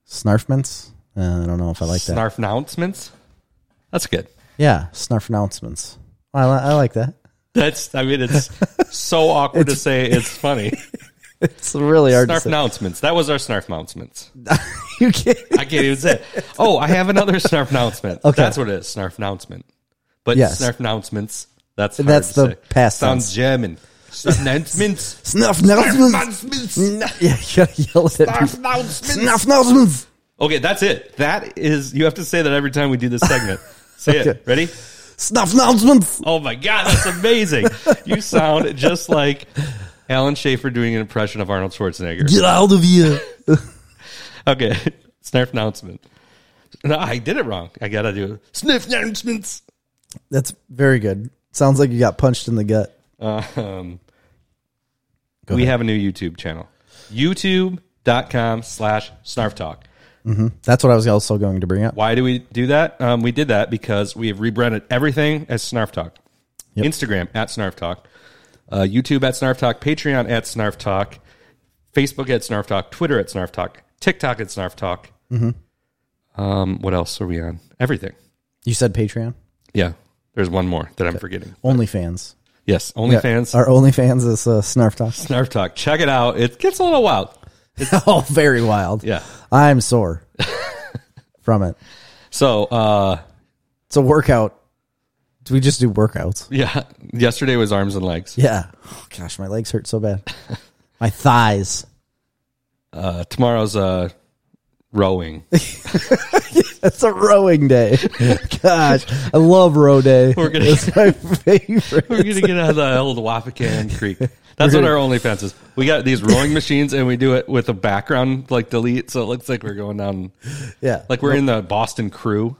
B: Snarfments? Uh, I don't know if I like that.
A: Snarf announcements? That's good.
B: Yeah, snarf announcements. I, li- I like that.
A: That's, I mean,
B: [LAUGHS]
A: it's so awkward to say. It's funny.
B: It's really [LAUGHS] hard
A: Snarf
B: to say.
A: announcements. That was our snarf announcements.
B: You kidding?
A: I can't even say. It. Oh, I have
B: [LAUGHS]
A: another snarf announcement. That's what it is. Snarf announcement. But
B: Yes.
A: snarf announcements. That's hard
B: That's
A: to
B: the
A: say.
B: past
A: Sounds
B: tense. [LAUGHS]
A: German. Snarf announcements.
B: Snuff announcements. No- [LAUGHS] Yeah, you gotta yell it at people. Snuff announcements.
A: Okay, that's it. That is. You have to say that every time we do this segment. Say
B: Okay.
A: it. Ready?
B: Snuff announcements.
A: Oh my god, that's amazing! you sound just like Alan Schaefer doing an impression of Arnold Schwarzenegger.
B: Get out of here.
A: Okay, [LAUGHS] snarf announcement. No, I did it wrong. I gotta do sniff announcements.
B: That's very good. Sounds like you got punched in the gut.
A: Um, we have a new YouTube channel, youtube.com slash snarf talk.
B: That's what I was also going to bring up.
A: Why do we do that? Um, we did that because we have rebranded everything as Snarf Talk. Instagram at Snarf Talk, uh, YouTube at Snarf Talk, Patreon at Snarf Talk, Facebook at Snarf Talk, Twitter at Snarf Talk, TikTok at Snarf Talk. Um, what else are we on? Everything.
B: You said Patreon?
A: Yeah. There's one more that I'm forgetting.
B: OnlyFans.
A: Yes, OnlyFans,
B: Our OnlyFans is uh, Snarf Talk.
A: Snarf Talk. Check it out. It gets a little wild.
B: [LAUGHS] oh, very wild.
A: Yeah.
B: I'm
A: [LAUGHS]
B: sore from it.
A: So, uh, [LAUGHS]
B: It's a workout. Do we just do workouts?
A: yeah, yesterday was arms and legs.
B: Yeah. Oh, gosh, my legs hurt so bad. My thighs.
A: Uh, tomorrow's uh, rowing.
B: It's a
A: [LAUGHS]
B: rowing day. Gosh, I love row day.
A: We're gonna-
B: it's my favorite.
A: We're gonna get out of the old Wapakan
B: [LAUGHS]
A: Creek. That's what our OnlyFans is. We got these rowing machines, and we do it with a background like delete, so it looks like we're going down,
B: Yeah.
A: [LAUGHS] like we're in the Boston crew,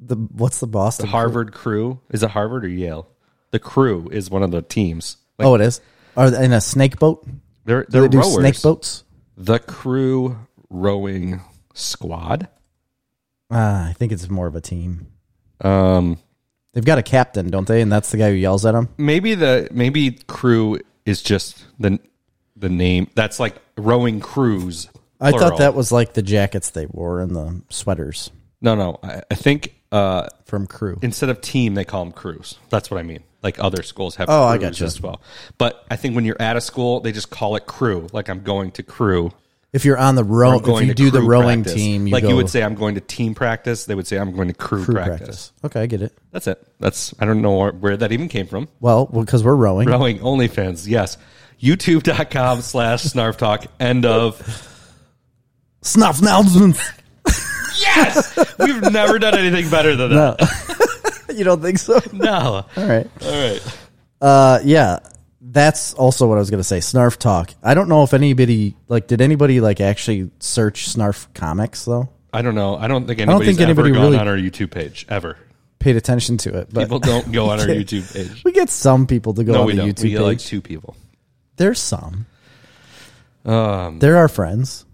B: the what's the Boston?
A: Harvard crew. Is it Harvard or Yale? The crew is one of the teams. Like
B: oh, it is. Are they in a snake boat?
A: they're they're
B: They do
A: rowers.
B: snake boats.
A: The crew rowing squad.
B: Ah, I think it's more of a team.
A: Um,
B: They've got a captain, don't they? And that's the guy who yells at them.
A: maybe the maybe crew is just the the name. That's like rowing crews.
B: I
A: plural.
B: thought that was like the jackets they wore and the sweaters
A: no no. I, I think. Uh,
B: from crew.
A: instead of team, they call them crews. That's what I mean. Like other schools have
B: Oh, I
A: crews
B: gotcha.
A: as well. But I think when you're at a school, they just call it crew. Like I'm going to crew.
B: If you're on the row,
A: I'm going
B: if you
A: to
B: do the
A: crew
B: rowing
A: practice.
B: team, you
A: like
B: go
A: you would say, I'm going to team practice. They would say, I'm going to crew,
B: crew
A: practice.
B: practice. Okay, I get it.
A: That's it. That's I don't know where, where that even came from.
B: Well, because we're rowing.
A: Rowing OnlyFans, yes. YouTube.com slash snarf talk. End of.
B: Snuff [LAUGHS] announcements.
A: Yes, we've never done anything better than
B: [LAUGHS]
A: that.
B: No. you don't think so?
A: No.
B: All right.
A: All right.
B: Uh, yeah, that's also what I was gonna say. Snarf talk. I don't know if anybody like did anybody like actually search Snarf comics though.
A: I don't know. I don't think anybody's
B: don't think anybody
A: ever gone
B: really-
A: on our YouTube page ever.
B: Paid attention to it, but
A: People don't go
B: [LAUGHS]
A: on our YouTube page.
B: we get some people to go
A: No,
B: on
A: we
B: the
A: don't.
B: YouTube
A: we
B: page.
A: get like two people.
B: There's some.
A: Um,
B: They're our friends.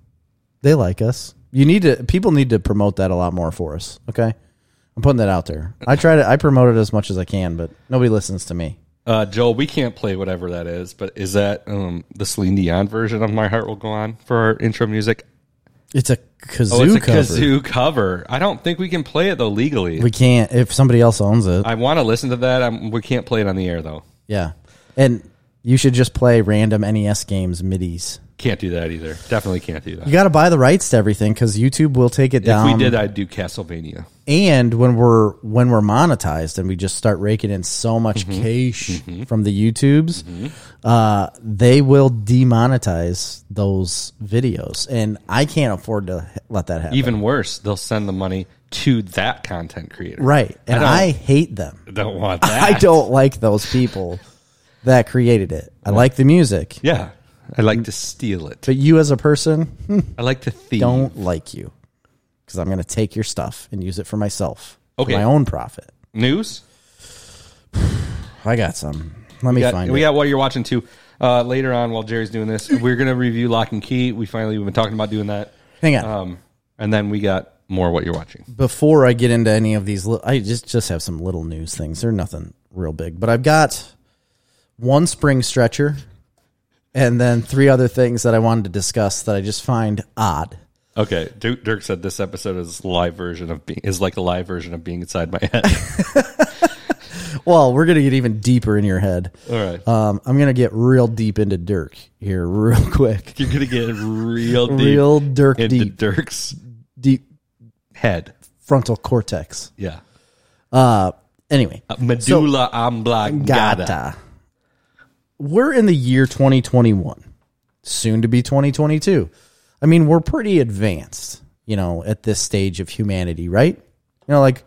B: They like us. You need to. People need to promote that a lot more for us. Okay, I'm putting that out there. I try to. I promote it as much as I can, but nobody listens to me.
A: uh, Joel, we can't play whatever that is, but is that um, the Celine Dion version of "My Heart Will Go On" for our intro music?
B: It's a kazoo
A: Oh, it's a
B: cover.
A: kazoo cover. I don't think we can play it though legally.
B: We can't if somebody else owns it.
A: I want to listen to that. i we can't play it on the air though.
B: Yeah, and You should just play random NES games midis.
A: Can't do that either. Definitely can't do that.
B: You got to buy the rights to everything because YouTube will take it down.
A: If we did, I'd do Castlevania.
B: and when we're when we're monetized and we just start raking in so much
A: Mm-hmm.
B: cash from the YouTubes, uh, they will demonetize those videos, and I can't afford to h- let that happen.
A: Even worse, they'll send the money to that content creator.
B: right, and
A: don't-
B: I, hate them.
A: Don't want that.
B: [LAUGHS] I don't like those
A: [LAUGHS]
B: people that created it. I like the music,
A: Yeah. I like to steal it.
B: but you as a person, [LAUGHS] hmm,
A: I like to thieve.
B: don't like you because I'm going to take your stuff and use it for myself, for
A: Okay.
B: my own profit.
A: News?
B: I got some. Let me
A: got-
B: find
A: we
B: it.
A: got what you're watching too. Uh, later on, while Jerry's doing this, we're gonna review Lock and Key. We finally we've been talking about doing that,
B: Hang on.
A: um, and then we got more what you're watching.
B: before I get into any of these, li- I just just have some little news things. They're nothing real big, but I've got one spring stretcher, and then three other things that I wanted to discuss that I just find odd.
A: Okay, Dirk, Dirk said this episode is live version of being is like a live version of being inside my head.
B: Well, we're gonna get even deeper in your head.
A: [LAUGHS] All right,
B: Um, I'm gonna get real deep into Dirk here, [LAUGHS] real quick,
A: [LAUGHS] you're gonna get real deep
B: real Dirk
A: into
B: deep,
A: Dirk's
B: deep
A: head.
B: frontal cortex.
A: Yeah,
B: Uh, anyway,
A: Uh, medulla oblongata.
B: Gata. We're in the year 2021, soon to be 2022. I mean, we're pretty advanced, you know, at this stage of humanity, right? You know, like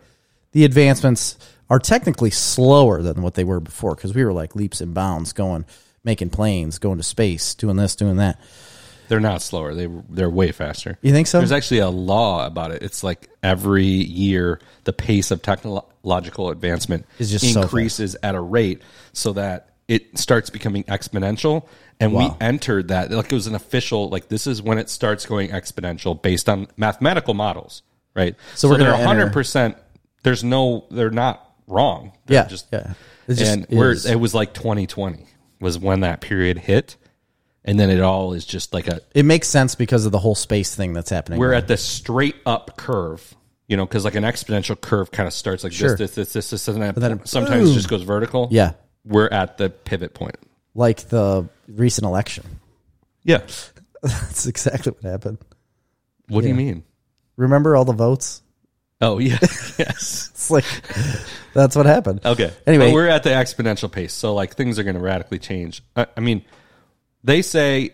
B: the advancements are technically slower than what they were before because we were like leaps and bounds going, making planes, going to space, doing this, doing that.
A: They're not slower. They they're way faster.
B: You think so?
A: There's actually a law about it. It's like every year the pace of technological advancement
B: It's just so
A: increases at a rate so that it starts becoming exponential. And we entered that like it was an official like this is when it starts going exponential based on mathematical models, right? So,
B: we're
A: they're
B: gonna enter-
A: 100. percent There's no, they're not wrong. They're
B: Yeah,
A: just
B: yeah. It's just
A: and we're,
B: is.
A: it was like 2020 was when that period hit, and then it all is just like a
B: It makes sense because of the whole space thing that's happening.
A: we're at the straight up curve, you know, because like an exponential curve kind of starts like
B: Sure.
A: this, this, this, this, this, and that
B: then
A: sometimes
B: boom.
A: just goes vertical.
B: yeah,
A: We're at the pivot point.
B: like the recent election. [LAUGHS]
A: Yeah.
B: That's exactly what happened.
A: What do you mean?
B: Remember all the votes? [LAUGHS]
A: Oh, yeah. yes.
B: It's like [LAUGHS] that's what happened.
A: [LAUGHS] Okay.
B: [LAUGHS] Anyway.
A: But we're at the exponential pace. So like things are going to radically change. I, I mean, they say,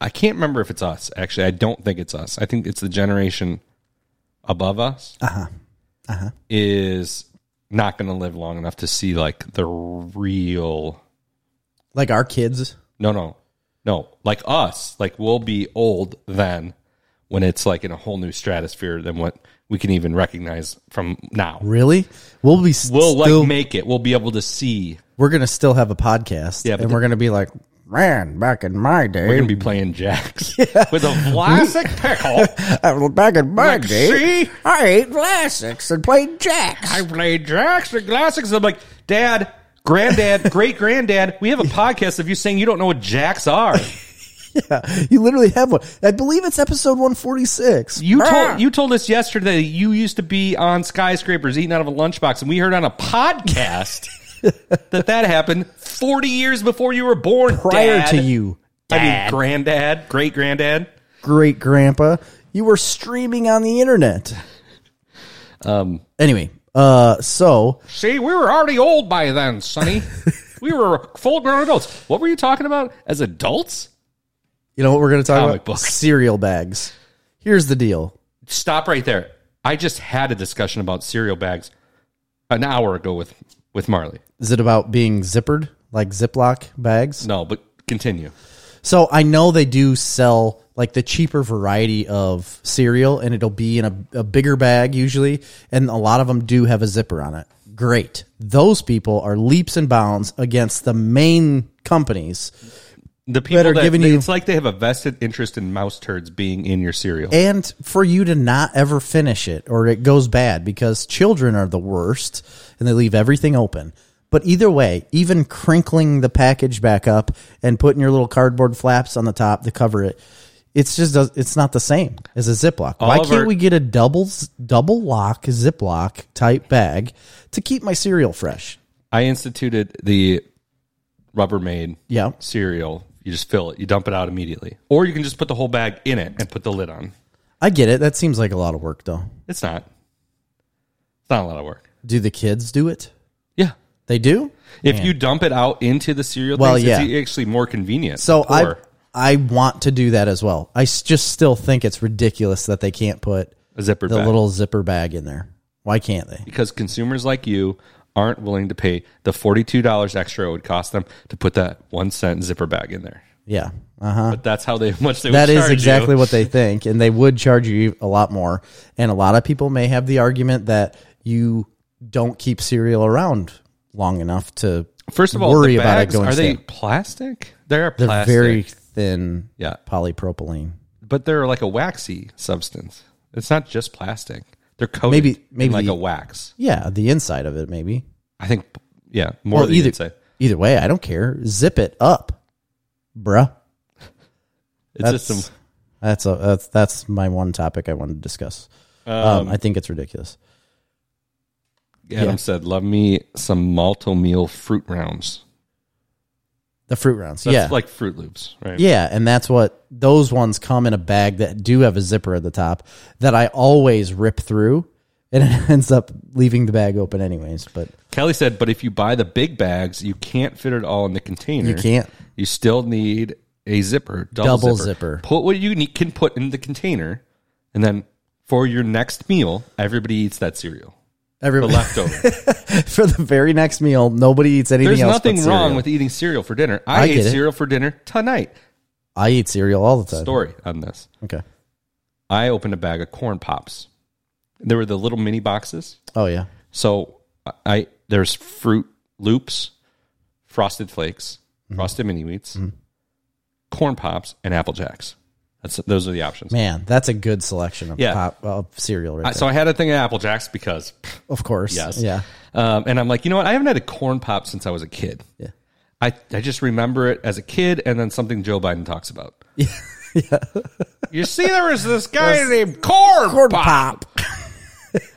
A: I can't remember if it's us, actually. I don't think it's us. I think it's the generation above us. Uh huh.
B: Uh-huh.
A: Uh huh. Is not going to live long enough to see like the real
B: Like our kids.
A: No, no, no. Like us, like we'll be old then when it's like in a whole new stratosphere than what we can even recognize from now.
B: Really? We'll be s-
A: We'll
B: still.
A: like make it. We'll be able to see.
B: we're gonna still have a podcast.
A: Yeah, but
B: and
A: the-
B: we're gonna be like, man, back in my
A: We're
B: day,
A: gonna be playing jacks with a classic pickle.
B: uh, back in my day,
A: see?
B: I ate classics and played jacks. [LAUGHS]
A: I play jacks with classics. I'm like, Dad, Granddad, Great Granddad. We have a podcast of you saying you don't know what jacks are.
B: you literally have one. I believe it's episode one Ah, forty six.
A: You told you told us yesterday that you used to be on skyscrapers eating out of a lunchbox, and we heard on a
B: [LAUGHS]
A: podcast that that happened forty years before you were born.
B: prior
A: Dad.
B: to you,
A: I mean, granddad, great granddad.
B: great grandpa. You were streaming on the internet.
A: Um,
B: Anyway, uh, so
A: See, we were already old by then,
B: [LAUGHS]
A: Sonny. we were full grown adults. What were you talking about as adults?
B: you know what we're gonna talk
A: Comic
B: about?
A: books.
B: Cereal bags. Here's the deal.
A: Stop right there. I just had a discussion about cereal bags an hour ago with with Marley.
B: Is it about being zippered, like Ziploc bags?
A: No, but continue.
B: So I know they do sell like the cheaper variety of cereal, and it'll be in a, a bigger bag usually, and a lot of them do have a zipper on it. Great. Those people are leaps and bounds against the main companies
A: the people
B: are
A: that,
B: giving you-
A: it's like they have a vested interest in mouse turds being in your cereal.
B: and for you to not ever finish it or it goes bad because children are the worst and they leave everything open. But either way, even crinkling the package back up and putting your little cardboard flaps on the top to cover it, it's just does- it's not the same as a Ziploc. Why
A: of
B: can't
A: our-
B: we get a double s- double lock Ziploc type bag to keep my cereal fresh?
A: I instituted the Rubbermaid
B: Yeah.
A: cereal. You just fill it. You dump it out immediately, or you can just put the whole bag in it and put the lid on.
B: I get it. That seems like a lot of work, though.
A: It's not. It's not a lot of work.
B: Do the kids do it?
A: Yeah.
B: They do?
A: If you dump it out into the cereal,
B: Well,
A: things, it's
B: yeah.
A: actually more convenient.
B: So
A: to
B: I
A: pour.
B: I want to do that as well. I s- just still think it's ridiculous that they can't put
A: a zipper
B: the
A: bag.
B: little zipper bag in there. Why can't they?
A: because consumers like you aren't willing to pay the forty-two dollars extra it would cost them to put that one-cent zipper bag in there.
B: Yeah. Uh huh.
A: But that's how they [LAUGHS] much they
B: That
A: would
B: is
A: charge
B: exactly
A: you.
B: what they think, and they would charge you a lot more. And a lot of people may have the argument that you don't keep cereal around long enough to
A: First of all,
B: worry
A: the
B: about it
A: bags,
B: going
A: are they
B: stale.
A: plastic? They're
B: They're
A: plastic,
B: very thin
A: Yeah.
B: polypropylene.
A: but they're like a waxy substance. It's not just plastic. They're coated
B: Maybe-
A: in
B: maybe
A: like
B: the-
A: a wax.
B: Yeah, the inside of it maybe.
A: I think yeah, more
B: well,
A: than either.
B: either
A: Inside.
B: either way, I don't care. Zip it up, bruh.
A: It's
B: That's
A: just some
B: that's a that's that's my one topic I wanted to discuss. Um, I think it's ridiculous.
A: Adam
B: yeah.
A: said, "Love me some malto meal fruit rounds."
B: The fruit rounds,
A: That's
B: yeah,
A: like Fruit Loops, right?
B: yeah, and that's what those ones come in a bag that do have a zipper at the top that I always rip through, and it [LAUGHS] ends up leaving the bag open anyways. But
A: Kelly said, "But if you buy the big bags, you can't fit it all in the container.
B: you can't.
A: You still need a zipper, double,
B: Double zipper.
A: Put what you need, can put in the container, and then for your next meal, everybody eats that cereal, the
B: Everybody
A: leftover.
B: [LAUGHS] for the very next meal, nobody eats anything
A: There's
B: else. but
A: nothing
B: cereal.
A: wrong with eating cereal for dinner. I,
B: I
A: ate
B: get it.
A: cereal for dinner tonight.
B: I eat cereal all the time.
A: Story on this:
B: Okay.
A: I opened a bag of corn pops. There were the little mini boxes.
B: Oh yeah.
A: So I- I there's fruit loops, frosted flakes,
B: Mm-hmm.
A: frosted mini wheats, corn pops, and apple jacks. That's those are the options.
B: Man, that's a good selection of
A: Yeah.
B: pop of cereal right
A: I- so I had a thing of apple jacks because,
B: there. Of course.
A: Yes.
B: Yeah.
A: um, and I'm like, you know what? I haven't had a corn pop since I was a kid.
B: Yeah.
A: I, I just remember it as a kid, and then something Joe Biden talks
B: [LAUGHS]
A: about. Yeah. you see, there was this guy named Corn, Pop,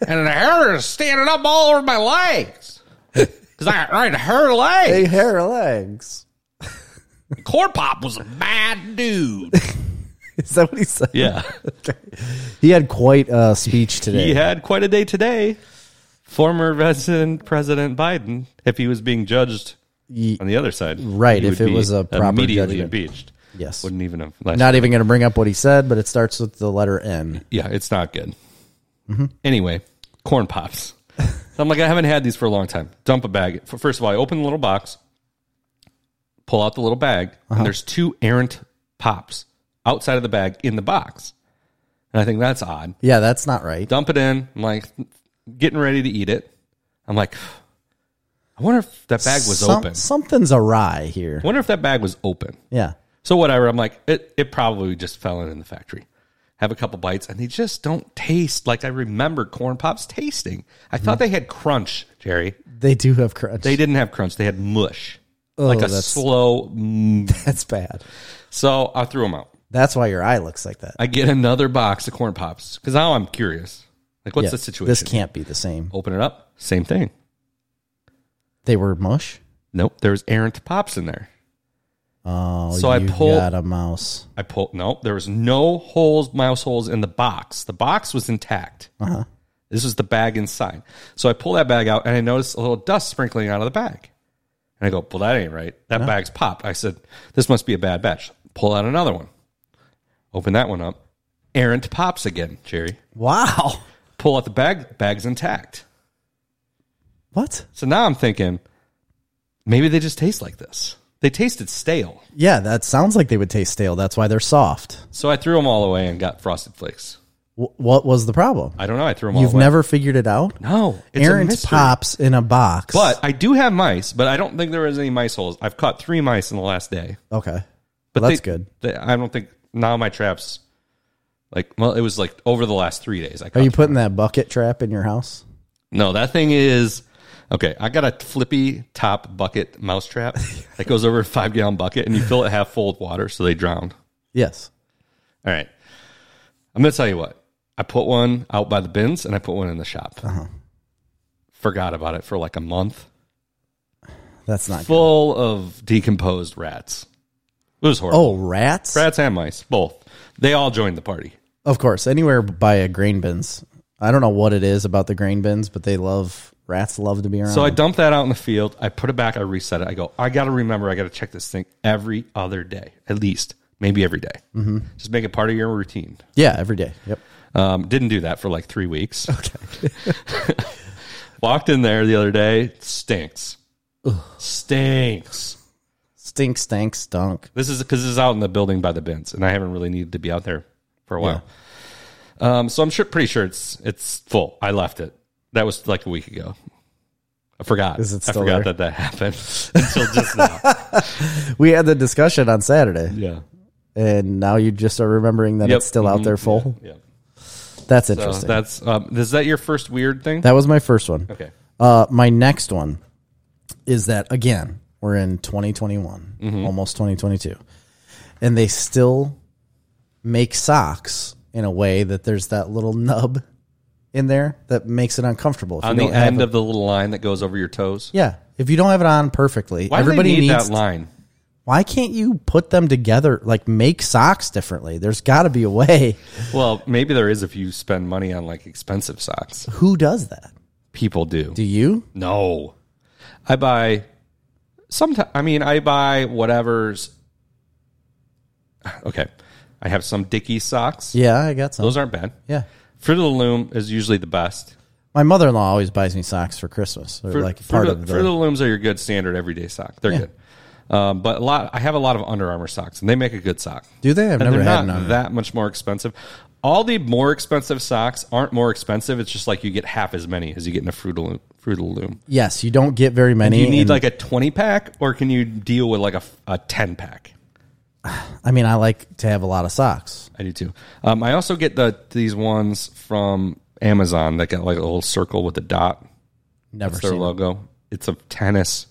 A: and the hair is standing up all over my
B: [LAUGHS]
A: legs because I I had her legs.
B: They hair legs.
A: Corn Pop was a bad dude.
B: [LAUGHS] Is that what he said?
A: [LAUGHS] Yeah.
B: He had quite a speech today.
A: he had quite a day today. Former President President Biden, if he was being judged
B: Ye-
A: on the other side,
B: Right,
A: he
B: if
A: would
B: it
A: be
B: was a proper
A: immediately
B: judgment.
A: impeached,
B: Yes.
A: wouldn't even have.
B: Not even going to bring up what he said, but it starts with the letter N.
A: yeah, it's not good. Anyway, corn pops. So I'm like, I haven't had these for a long time. Dump a bag. F- First of all, I open the little box, pull out the little bag, and there's two errant pops outside of the bag in the box, and I think that's odd.
B: Yeah, that's not right.
A: dump it in. I'm like getting ready to eat it. I'm like, I wonder if that bag was
B: Some-
A: open.
B: Something's awry here.
A: I wonder if that bag was open.
B: Yeah.
A: So whatever. I'm like, it it probably just fell in in the factory. Have a couple bites, and they just don't taste like I remember corn pops tasting. I thought they had crunch, Jerry.
B: They do have crunch.
A: They didn't have crunch. They had mush, like a
B: Oh, that's-
A: slow. mm.
B: that's bad.
A: so I threw them out.
B: That's why your eye looks like that.
A: I get another box of corn pops because now I'm curious. Like, what's
B: Yeah,
A: the situation?
B: This can't be the same.
A: Open it up. Same thing.
B: They were mush.
A: Nope, there was errant pops in there.
B: Oh,
A: So I
B: you
A: pull-
B: got a mouse.
A: I pulled. Nope, there was no holes, mouse holes in the box. The box was intact.
B: Uh-huh.
A: This was the bag inside. So I pull that bag out and I notice a little dust sprinkling out of the bag. And I go, well, that ain't right. That bag's popped. I said, this must be a bad batch. Pull out another one. Open that one up. Errant pops again, Jerry.
B: Wow.
A: Pull out the bag. Bag's intact.
B: What?
A: So now I'm thinking, maybe they just taste like this. They tasted stale.
B: Yeah, that sounds like they would taste stale. That's why they're soft.
A: So I threw them all away and got frosted flakes.
B: W- what was the problem?
A: I don't know. I threw them all
B: You've
A: away.
B: never figured it out?
A: No, it's a
B: Aaron's
A: mystery.
B: pops in a box.
A: But I do have mice, but I don't think there was any mice holes. I've caught three mice in the last day.
B: okay,
A: But
B: well, that's
A: they-
B: good.
A: they- I don't think now my traps, like well, it was like over the last three days. I
B: Are
A: caught,
B: you putting that bucket trap in your house?
A: no, that thing is okay. I got a flippy top bucket mouse
B: [LAUGHS]
A: trap that goes over a five gallon bucket, and you fill it half full of water, so they drown.
B: Yes.
A: All right, I'm gonna tell you what. I put one out by the bins,
B: Uh-huh.
A: and I put one in the shop. Forgot about it for like a month.
B: That's not good.
A: full of decomposed rats. It was horrible.
B: Oh, rats?
A: Rats and mice, both. They all joined the party.
B: Of course, anywhere by a grain bins. I don't know what it is about the grain bins, but they love rats love to be around.
A: So I dumped that out in the field. I put it back. I reset it. I go, I got to remember, I got to check this thing every other day, at least, maybe every day. Just make it part of your routine.
B: yeah, every day. Yep.
A: Um, didn't do that for like three weeks. [LAUGHS] Okay. Walked in there the other day. Stinks. Stinks.
B: Stink, stank, stunk.
A: This is because this is out in the building by the bins, and I haven't really needed to be out there for a while. Um, so I'm sure, pretty sure it's it's full. I left it. That was like a week ago. I forgot.
B: Is it
A: I
B: still
A: forgot
B: there?
A: that that happened [LAUGHS] until just now.
B: [LAUGHS] We had the discussion on Saturday,
A: Yeah.
B: and now you just are remembering that
A: Yep.
B: it's still out there full.
A: Yeah.
B: That's
A: So
B: interesting.
A: that's um, is that your first weird thing?
B: that was my first one.
A: okay.
B: Uh, my next one is that again we're in 2021,
A: Mm-hmm.
B: almost 2022, and they still make socks in a way that there's that little nub in there that makes it uncomfortable. If
A: On
B: you
A: the
B: don't have
A: end
B: it-
A: of the little line that goes over your toes.
B: yeah, if you don't have it on perfectly,
A: Why
B: everybody
A: do they need
B: needs.
A: that line?
B: why can't you put them together? Like make socks differently. There's got to be a way. [LAUGHS]
A: Well, maybe there is if you spend money on like expensive socks.
B: Who does that?
A: People do.
B: Do you?
A: No. I buy sometimes I mean I buy whatever's [SIGHS] Okay. I have some Dickie socks.
B: Yeah, I got some.
A: Those aren't bad.
B: yeah.
A: Fruit of the Loom is usually the best.
B: My mother in law always buys me socks for Christmas. They're
A: Fruit,
B: like
A: Fruit
B: part
A: of,
B: of
A: Fruit of
B: the.
A: the Looms are your good standard everyday sock. They're good. Um, but a lot I have a lot of Under Armour socks and they make a good sock.
B: Do they? I've
A: And
B: never
A: they're
B: had
A: not
B: none.
A: that much more expensive. All the more expensive socks aren't more expensive. It's just like you get half as many as you get in a Fruit of the Loom. Fruit of the Loom.
B: Yes, you don't get very many.
A: Do you need
B: and-
A: like a 20 pack or can you deal with like a, a 10 pack?
B: I mean, I like to have a lot of socks.
A: I do too. Um, I also get the these ones from Amazon that got like a little circle with a dot.
B: Never
A: It's their
B: seen.
A: logo. It's a tennis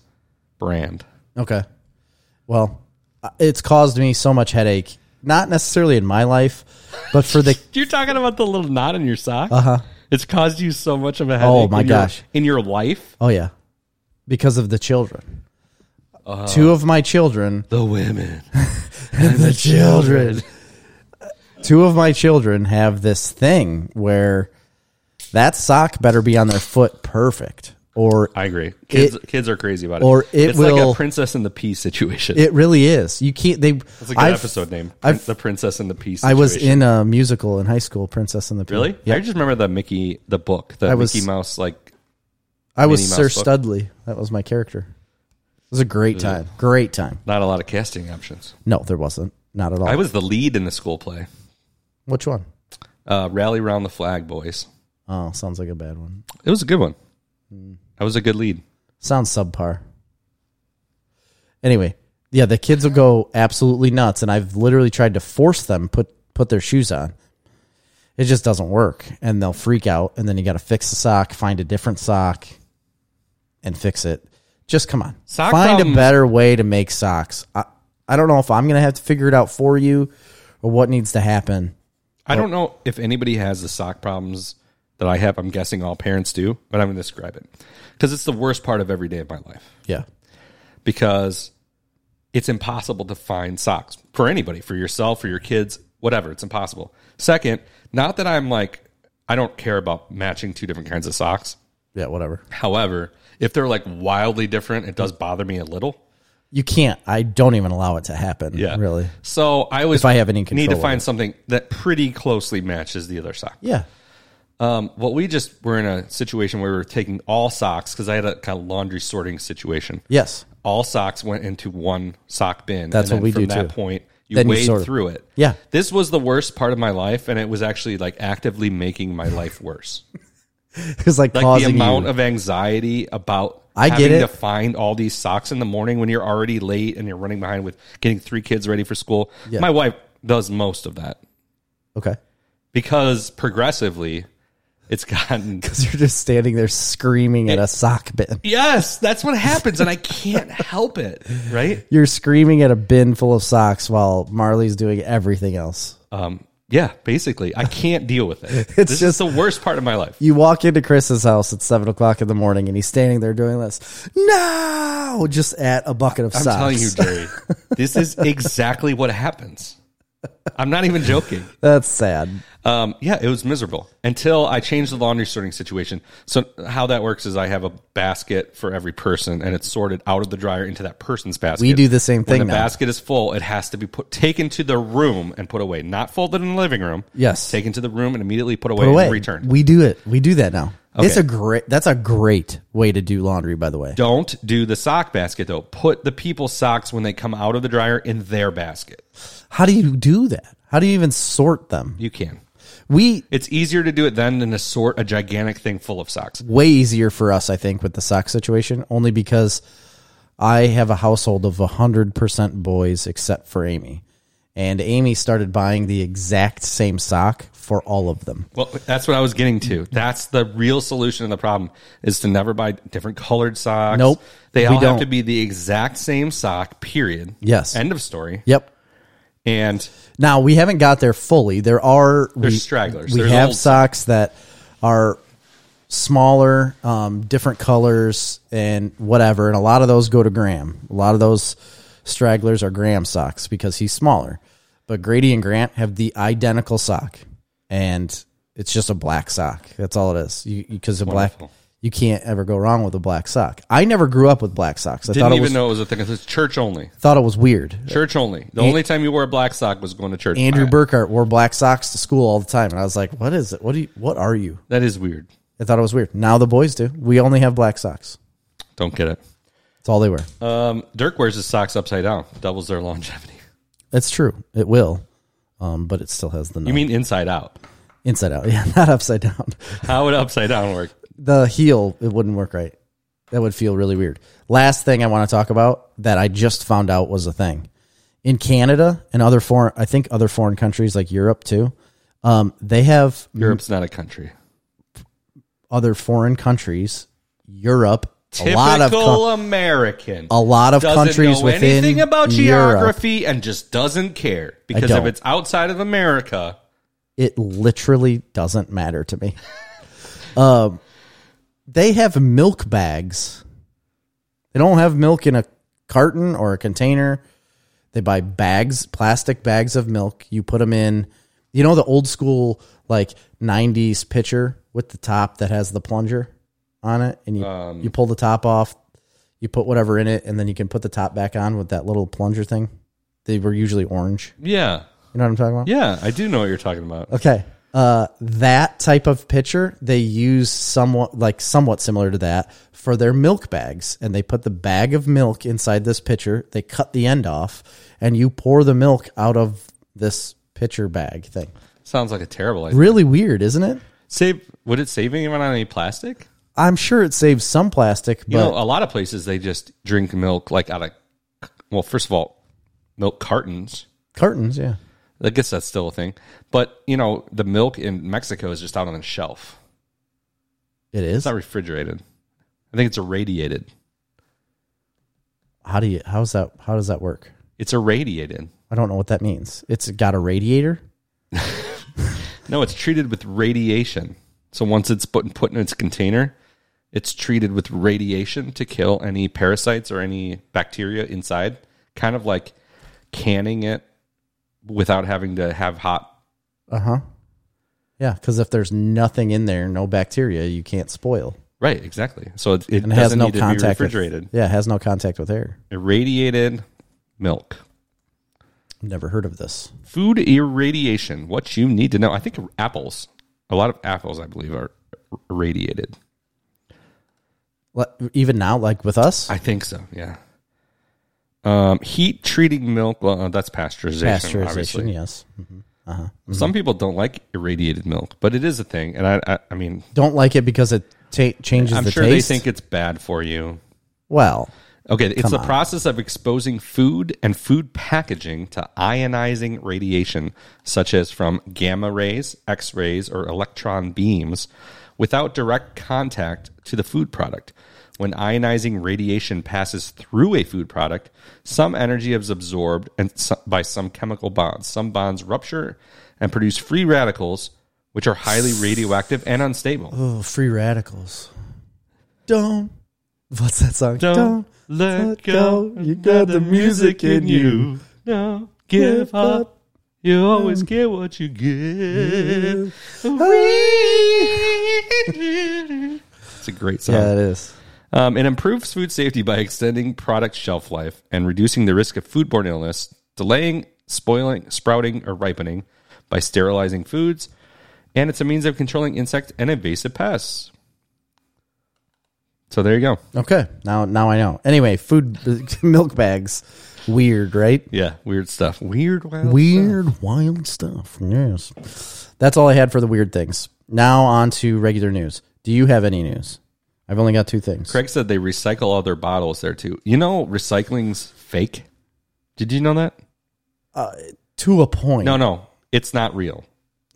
A: brand.
B: Okay. Well, uh, it's caused me so much headache. Not necessarily in my life, but for the [LAUGHS]
A: You're talking about the little knot in your sock? Uh huh. It's caused you so much of a headache.
B: Uh-huh. Oh my
A: in your-
B: gosh.
A: in your life,
B: oh yeah, because of the children.
A: Uh-huh.
B: Two of
A: [LAUGHS]
B: my children,
A: the women.
B: the children. [LAUGHS] Two of my children have this thing where that sock better be on their foot perfect, or
A: I agree. Kids, kids are crazy about it.
B: or it
A: it's
B: will-
A: like a princess and the pea situation.
B: it really is. You can't. They.
A: That's a good
B: I've-
A: episode name.
B: I've-
A: the princess and the pea. Situation.
B: I was in a musical in high school, Princess and the Pea.
A: Really? I just remember the Mickey, the book, the
B: I was-
A: Mickey Mouse. Like,
B: I was
A: Minnie
B: Sir
A: Mouse book.
B: Studley. That was my character. It was a great time. Great time.
A: not a lot of casting options.
B: No, there wasn't. Not at all.
A: I was the lead in the school play.
B: Which one?
A: Uh, Rally round the flag, boys.
B: Oh, sounds like a bad one.
A: It was a good one. I was a good lead.
B: Sounds subpar. Anyway, yeah, the kids will go absolutely nuts, and I've literally tried to force them put put their shoes on. It just doesn't work, and they'll freak out, and then you got to fix the sock, find a different sock, and fix it. Just come on,
A: Sock
B: find a
A: problems-
B: better way to make socks. I, I don't know if I'm gonna have to figure it out for you, or what needs to happen.
A: I don't know if anybody has the sock problems that I have. I'm guessing all parents do, but I'm going to describe it because it's the worst part of every day of my life
B: Yeah,
A: because it's impossible to find socks for anybody, for yourself, for your kids, whatever. It's impossible. Second, not that I'm like, I don't care about matching two different kinds of socks.
B: yeah, whatever.
A: However, if they're like wildly different, it does bother me a little.
B: You can't. I don't even allow it to happen.
A: Yeah.
B: really.
A: So I always
B: If I have any
A: need
B: control
A: to
B: of
A: find something that pretty closely matches the other sock.
B: Yeah,
A: Um, well, we just were in a situation where we were taking all socks because I had a kind of laundry sorting situation.
B: yes,
A: All socks went into one sock bin.
B: That's
A: and
B: what we
A: then
B: do,
A: From that
B: too.
A: point, you
B: Then you
A: wade
B: sort 'em.
A: through it.
B: Yeah.
A: this was the worst part of my life, and it was actually like actively making my life worse.
B: it's
A: [LAUGHS]
B: like,
A: Like
B: causing
A: the amount
B: you.
A: of anxiety about
B: I get
A: having
B: it.
A: to find all these socks in the morning when you're already late and you're running behind with getting three kids ready for school.
B: Yeah.
A: My wife does most of that
B: [LAUGHS] okay.
A: because progressively, it's gotten
B: Because you're just standing there screaming at a sock bin.
A: [LAUGHS] Yes, that's what happens, and I can't help it. Right?
B: You're screaming at a bin full of socks while Marley's doing everything else.
A: Um, Yeah, basically, I can't deal with it. [LAUGHS] it's this
B: just-
A: is the worst part of my life.
B: You walk into Chris's house at seven o'clock in the morning, and he's standing there doing this. No, just at a bucket of
A: I'm
B: socks.
A: telling you, Jerry, this is exactly what happens. I'm not even joking.
B: That's sad.
A: Um, yeah, it was miserable until I changed the laundry sorting situation. So how that works is I have a basket for every person, and it's sorted out of the dryer into that person's basket.
B: We do the same
A: When
B: thing
A: the
B: now.
A: basket is full, it has to be put taken to the room and put away, not folded in the living room.
B: Yes.
A: taken to the room and immediately put away,
B: But wait,
A: and returned.
B: We do it. We do that now. It's
A: Okay.
B: a great. That's a great way to do laundry. By the way,
A: Don't do the sock basket though. Put the people's socks when they come out of the dryer in their basket.
B: how do you do that? How do you even sort them?
A: You can.
B: We
A: It's easier to do it then than to sort a gigantic thing full of socks.
B: way easier for us, I think, with the sock situation, only because I have a household of 100% boys except for Amy. And Amy started buying the exact same sock for all of them.
A: Well, that's what I was getting to. That's the real solution to the problem is to never buy different colored socks.
B: Nope.
A: They
B: We
A: all
B: don't.
A: have to be the exact same sock, period.
B: Yes.
A: End of story.
B: Yep.
A: And
B: Now, we haven't got there fully. There are
A: There's stragglers.
B: We
A: There's
B: have
A: old
B: socks that are smaller, um, different colors, and whatever. And a lot of those go to Graham. A lot of those stragglers are Graham socks because he's smaller. But Grady and Grant have the identical sock, and it's just a black sock. That's all it is. Because a black,
A: Wonderful.
B: you can't ever go wrong with a black sock. I never grew up with black socks. I
A: didn't
B: thought it
A: even
B: was
A: know it was a thing. It was church only.
B: thought it was weird.
A: Church only. The only time you wore a black sock was going to church. All
B: Andrew
A: right.
B: Burkhart wore black socks to school all the time, and I was like, "What is it? What do you? What are you?"
A: That is weird.
B: I thought it was weird. Now the boys do. We only have black socks.
A: Don't get it.
B: That's all they wear.
A: Um, Dirk wears his socks upside down. Doubles their longevity.
B: That's true. It will, um, but it still has the
A: You
B: nut.
A: mean inside out?
B: inside out. [LAUGHS] Yeah, not upside down.
A: How would upside down work?
B: The heel it wouldn't work right. That would feel really weird. Last thing I want to talk about that I just found out was a thing in Canada and other foreign. I think other foreign countries like Europe too. Um, they have
A: Europe's not a country.
B: other foreign countries. Europe.
A: Typical
B: a lot of co-
A: American.
B: a lot of countries
A: know
B: within
A: anything about
B: Europe,
A: geography and just doesn't care because if
B: don't.
A: it's outside of America,
B: It literally doesn't matter to me. [LAUGHS] um, they have milk bags. They don't have milk in a carton or a container. They buy bags, plastic bags of milk. You put them in, you know, the old school like '90s pitcher with the top that has the plunger on it, and you you pull the top off, you put whatever in it, and then you can put the top back on with that little plunger thing. They were usually orange.
A: yeah,
B: You know what I'm talking about?
A: yeah, I do know what you're talking about.
B: Okay. Uh, that type of pitcher they use somewhat like somewhat similar to that for their milk bags, and they put the bag of milk inside this pitcher. They cut the end off, and you pour the milk out of this pitcher bag thing.
A: Sounds like a terrible idea.
B: Really weird, isn't it?
A: Save would it save anyone on any plastic?
B: I'm sure it saves some plastic,
A: You
B: but
A: know, a lot of places they just drink milk like out of well, first of all, milk cartons.
B: cartons, yeah.
A: I guess that's still a thing, but you know, the milk in Mexico is just out on the shelf.
B: It
A: It's
B: is.
A: not refrigerated. I think it's irradiated.
B: How do you? How's that? How does that work?
A: It's irradiated.
B: I don't know what that means. It's got a radiator.
A: No, it's treated with radiation. So once it's put, put in its container, it's treated with radiation to kill any parasites or any bacteria inside, kind of like canning it without having to have hot.
B: Uh huh. Yeah, because if there's nothing in there, no bacteria, you can't spoil.
A: Right, exactly. So it, it
B: and it has
A: doesn't
B: no
A: need to be
B: contact with-
A: refrigerated.
B: yeah, it has no contact with air.
A: Irradiated milk.
B: Never heard of this.
A: Food irradiation, what you need to know. I think apples, a lot of apples, I believe, are irradiated.
B: What- Even now, like with us,
A: I think so. Yeah. Um, heat treating milk. Well, uh, that's pasteurization.
B: pasteurization.
A: Obviously,
B: Yes, Mhm. uh-huh.
A: some people don't like irradiated milk, but it is a thing. And I, I, I mean,
B: don't like it because it ta- changes
A: I'm
B: the
A: sure
B: taste.
A: they think it's bad for you.
B: well,
A: Okay, it's the process of exposing food and food packaging to ionizing radiation, such as from gamma rays, X rays, or electron beams, without direct contact to the food product. When ionizing radiation passes through a food product, some energy is absorbed and so- by some chemical bonds. Some bonds rupture and produce free radicals, which are highly radioactive and unstable.
B: Oh, free radicals. Don't. What's that song?
A: Don't, let, go. You got the music in you. Don't give up. You always get what you give. [LAUGHS] It's a great song.
B: Yeah, it is.
A: Um, it improves food safety by extending product shelf life and reducing the risk of foodborne illness, delaying, spoiling, sprouting, or ripening by sterilizing foods, and it's a means of controlling insect and invasive pests. So there you go.
B: Okay. Now now I know. Anyway, food [LAUGHS] milk bags. Weird, right?
A: Yeah, weird stuff. Weird, wild
B: Weird, wild stuff. Yes. That's all I had for the weird things. Now on to regular news. Do you have any news? I've only got two things.
A: Craig said they recycle all their bottles there too. You know, recycling's fake. Did you know that?
B: Uh, To a point.
A: No, no, it's not real.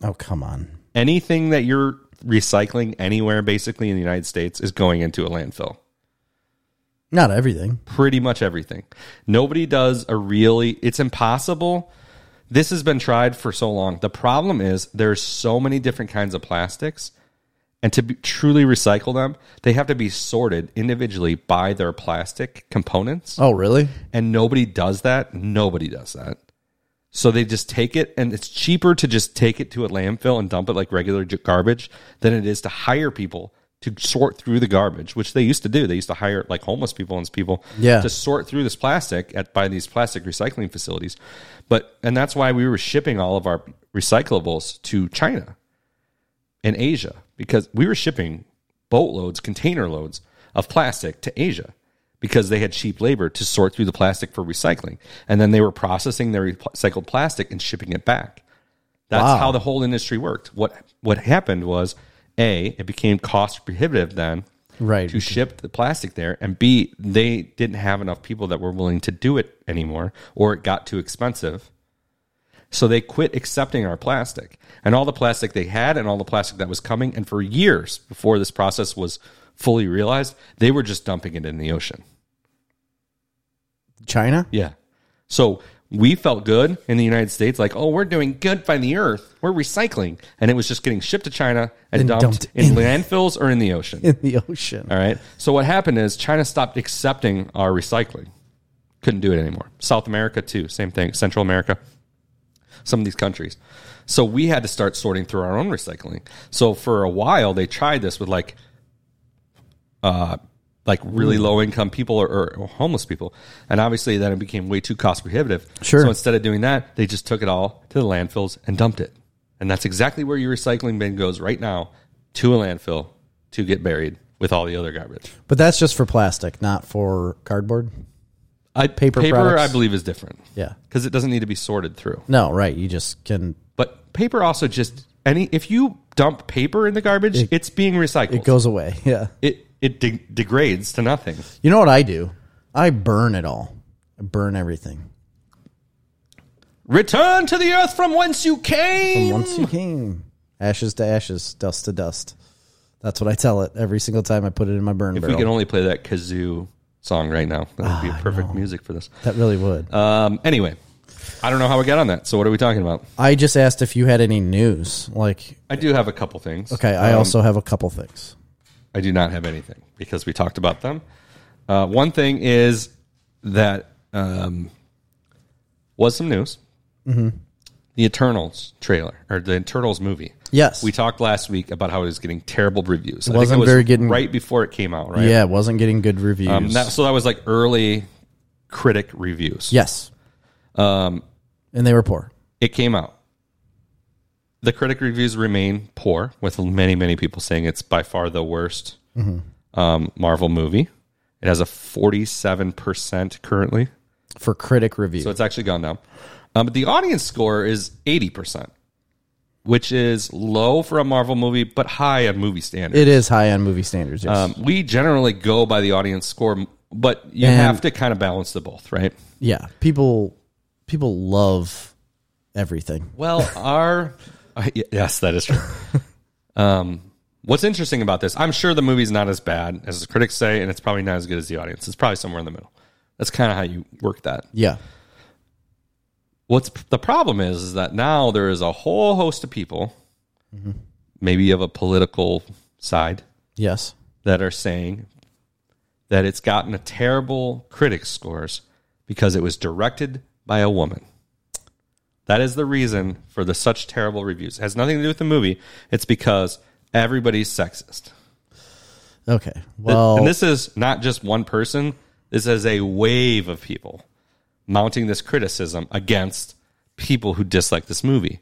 B: Oh, come on.
A: Anything that you're recycling anywhere, basically in the United States, is going into a landfill.
B: Not everything.
A: Pretty much everything. Nobody does a really. It's impossible. This has been tried for so long. The problem is there's so many different kinds of plastics, and to be, truly recycle them, they have to be sorted individually by their plastic components.
B: Oh, really?
A: and nobody does that. Nobody does that. So they just take it, and it's cheaper to just take it to a landfill and dump it like regular j- garbage than it is to hire people to sort through the garbage, which they used to do. They used to hire like homeless people and people
B: Yeah.
A: to sort through this plastic at by these plastic recycling facilities. But and that's why we were shipping all of our recyclables to China and Asia because we were shipping boatloads, container loads of plastic to Asia because they had cheap labor to sort through the plastic for recycling. And then they were processing their recycled plastic and shipping it back. That's
B: Wow.
A: how the whole industry worked. What what happened was A, it became cost prohibitive then
B: Right.
A: to ship the plastic there, and B, they didn't have enough people that were willing to do it anymore, or it got too expensive. So they quit accepting our plastic and all the plastic they had and all the plastic that was coming. And for years before this process was fully realized, they were just dumping it in the ocean.
B: China?
A: Yeah. So we felt good in the United States, like, oh, we're doing good by the earth. We're recycling. And it was just getting shipped to China and,
B: And
A: dumped,
B: dumped
A: in,
B: in-
A: landfills or in the ocean.
B: [LAUGHS] In the ocean.
A: All right. So what happened is China stopped accepting our recycling. Couldn't do it anymore. South America too, same thing. Central America, some of these countries. So we had to start sorting through our own recycling. So for a while they tried this with like uh like really low income people or, or, or homeless people. And obviously then it became way too cost prohibitive.
B: Sure.
A: So instead of doing that, they just took it all to the landfills and dumped it. And that's exactly where your recycling bin goes right now to a landfill to get buried with all the other garbage.
B: But that's just for plastic, not for cardboard.
A: I, paper,
B: Paper
A: paper
B: products.
A: I believe, is different
B: Yeah.
A: because it doesn't need to be sorted through.
B: No, right. You just can
A: But paper also just any if you dump paper in the garbage, it's being recycled. It,
B: it goes away. [LAUGHS] Yeah.
A: it de- degrades to nothing.
B: You know what I do? I burn it all. I burn everything.
A: Return to the earth from whence you came.
B: Once you came. Ashes to ashes, dust to dust. That's what I tell it every single time I put it in my burn
A: if we
B: barrel. Ah,
A: could only play that kazoo song right now, that would be perfect music for this.
B: that really would.
A: Um, anyway, I don't know how we got on that. So what are we talking about?
B: I just asked if you had any news. Like,
A: I do have a couple things.
B: okay, I also have a couple things.
A: I do not have anything because we talked about them. Uh, one thing is that um, was some news.
B: Mm-hmm.
A: The Eternals trailer or the Eternals movie.
B: Yes.
A: We talked last week about how it was getting terrible reviews. It
B: wasn't very getting-
A: right before it came out, right?
B: Yeah, it wasn't getting good reviews.
A: Um, that- so that was like early critic reviews.
B: yes.
A: Um,
B: And they were poor.
A: it came out. The critic reviews remain poor, with many, many people saying it's by far the worst um, Marvel movie. It has a 47% currently,
B: For critic review.
A: so it's actually gone down. Um, but the audience score is 80%, which is low for a Marvel movie, but high on movie standards.
B: it is high on movie standards, yes.
A: Um, we generally go by the audience score, but you
B: And-
A: have to kind of balance the both, right?
B: yeah. People people love everything.
A: [LAUGHS] Uh, Well, our yes, that is true. [LAUGHS] Um, What's interesting about this, I'm sure the movie's not as bad as the critics say, and it's probably not as good as the audience. It's probably somewhere in the middle. That's kind of how you work that.
B: Yeah.
A: What's the problem is, is that now there is a whole host of people, maybe of a political side,
B: Yes.
A: that are saying that it's gotten a terrible critics scores because it was directed by a woman. That is the reason for the such terrible reviews. It has nothing to do with the movie. It's because everybody's sexist.
B: Okay. Well,
A: and this is not just one person. This is a wave of people mounting this criticism against people who dislike this movie.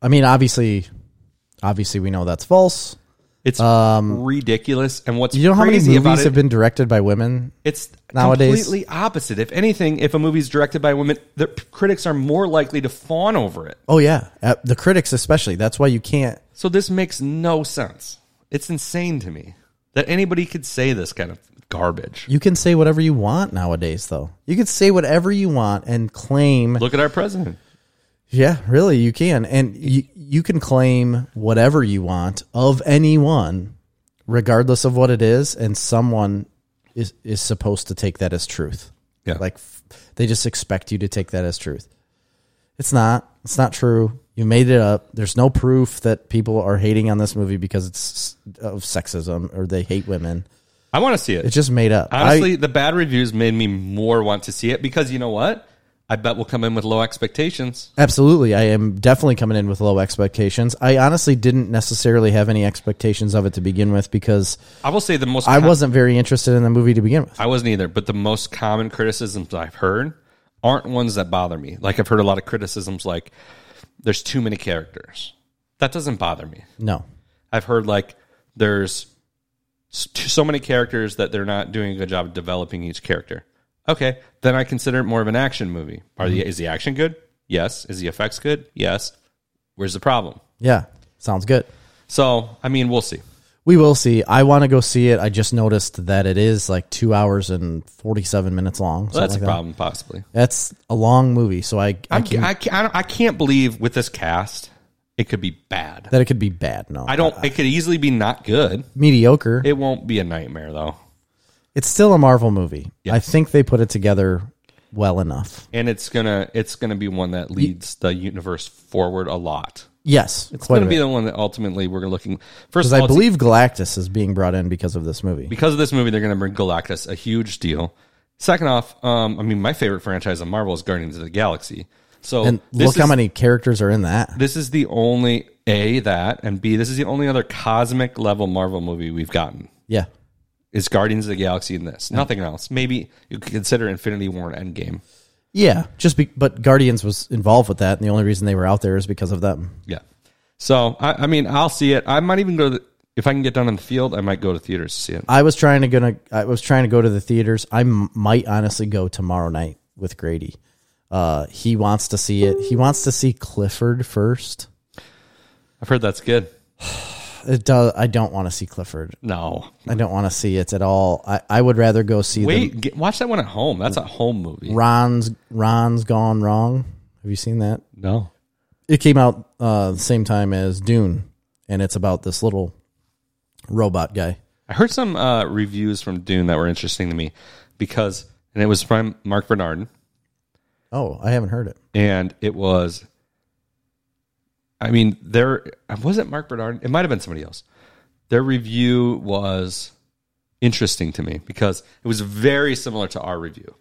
B: I mean, obviously, obviously, we know that's false.
A: It's ridiculous. And what's
B: Um, You know how many
A: crazy about
B: movies
A: it,
B: have been directed by women?
A: It's
B: Nowadays-
A: completely opposite. If anything, if a movie's directed by women, the p- critics are more likely to fawn over it.
B: Oh yeah, Uh, the critics especially. That's why you can't.
A: So this makes no sense. It's insane to me that anybody could say this kind of garbage.
B: You can say whatever you want nowadays, though. You can say whatever you want and claim.
A: Look at our president.
B: Yeah, really, you can, and you you can claim whatever you want of anyone, regardless of what it is, and someone is is supposed to take that as truth.
A: Yeah.
B: like f- they just expect you to take that as truth. It's not. It's not true. You made it up. There's no proof that people are hating on this movie because it's of sexism or they hate women.
A: I want to see it.
B: It's just made up. I-
A: Honestly, the bad reviews made me more want to see it because you know what? I bet we'll come in with low expectations.
B: Absolutely. I am definitely coming in with low expectations. I honestly didn't necessarily have any expectations of it to begin with because
A: I will say the most
B: I wasn't very interested in the movie to begin with.
A: I wasn't either, but the most common criticisms I've heard aren't ones that bother me. Like I've heard a lot of criticisms like there's too many characters. That doesn't bother me.
B: No.
A: I've heard like there's s- t- so many characters that they're not doing a good job of developing each character. Okay, then I consider it more of an action movie. Are
B: Mm-hmm.
A: the is the action good? Yes. Is the effects good? Yes. Where's the problem?
B: Yeah. Sounds good.
A: So I mean, we'll see.
B: We will see. I want to go see it. I just noticed that it is like two hours and 47 minutes long.
A: That's a
B: something like that. Mm-hmm.
A: problem, possibly.
B: That's a long movie. So I, I
A: I'm,
B: can,
A: I, can't, I, don't, I can't believe with this cast, it could be bad.
B: that it could be bad. No,
A: I don't. It could easily be not good.
B: mediocre.
A: It won't be a nightmare though,
B: it's still a Marvel movie. I think they put it together well enough.
A: and it's gonna it's gonna be one that leads the universe forward a lot.
B: Yes.
A: It's
B: quite a
A: gonna be
B: bit.
A: the one that ultimately we're looking. First of
B: I
A: all, it's-
B: believe Galactus is being brought in because of this movie.
A: because of this movie, they're gonna bring Galactus a huge deal. Second off, um, I mean, my favorite franchise of Marvel is Guardians of the Galaxy. So
B: And
A: this
B: look how
A: is-
B: many characters are in that.
A: This is the only a that and b. This is the only other cosmic level Marvel movie we've gotten.
B: Yeah.
A: Is Guardians of the Galaxy in this? Nothing else. Maybe you could consider Infinity War and Endgame.
B: Yeah. Just be, but Guardians was involved with that and the only reason they were out there is because of them.
A: Yeah. So I, I mean, I'll see it. I might even go to the, if I can get down in the field. I might go to theaters to see it.
B: I was trying to gonna I was trying to go to the theaters. I m- might honestly go tomorrow night with Grady. Uh he wants to see it. He wants to see Clifford first.
A: I've heard that's good.
B: It does I don't want to see Clifford.
A: No,
B: I don't want to see it at all. I, I would rather go see the
A: wait, get, watch that one at home. That's a home movie.
B: Ron's Ron's Gone Wrong. Have you seen that?
A: No,
B: it came out uh, the same time as Dune, and it's about this little robot guy.
A: I heard some uh, reviews from Dune that were interesting to me because, and it was from Mark Bernardin,
B: Oh, I haven't heard it.
A: and it was. I mean, there was it Mark Bernardin. It might have been somebody else. Their review was interesting to me because it was very similar to our review,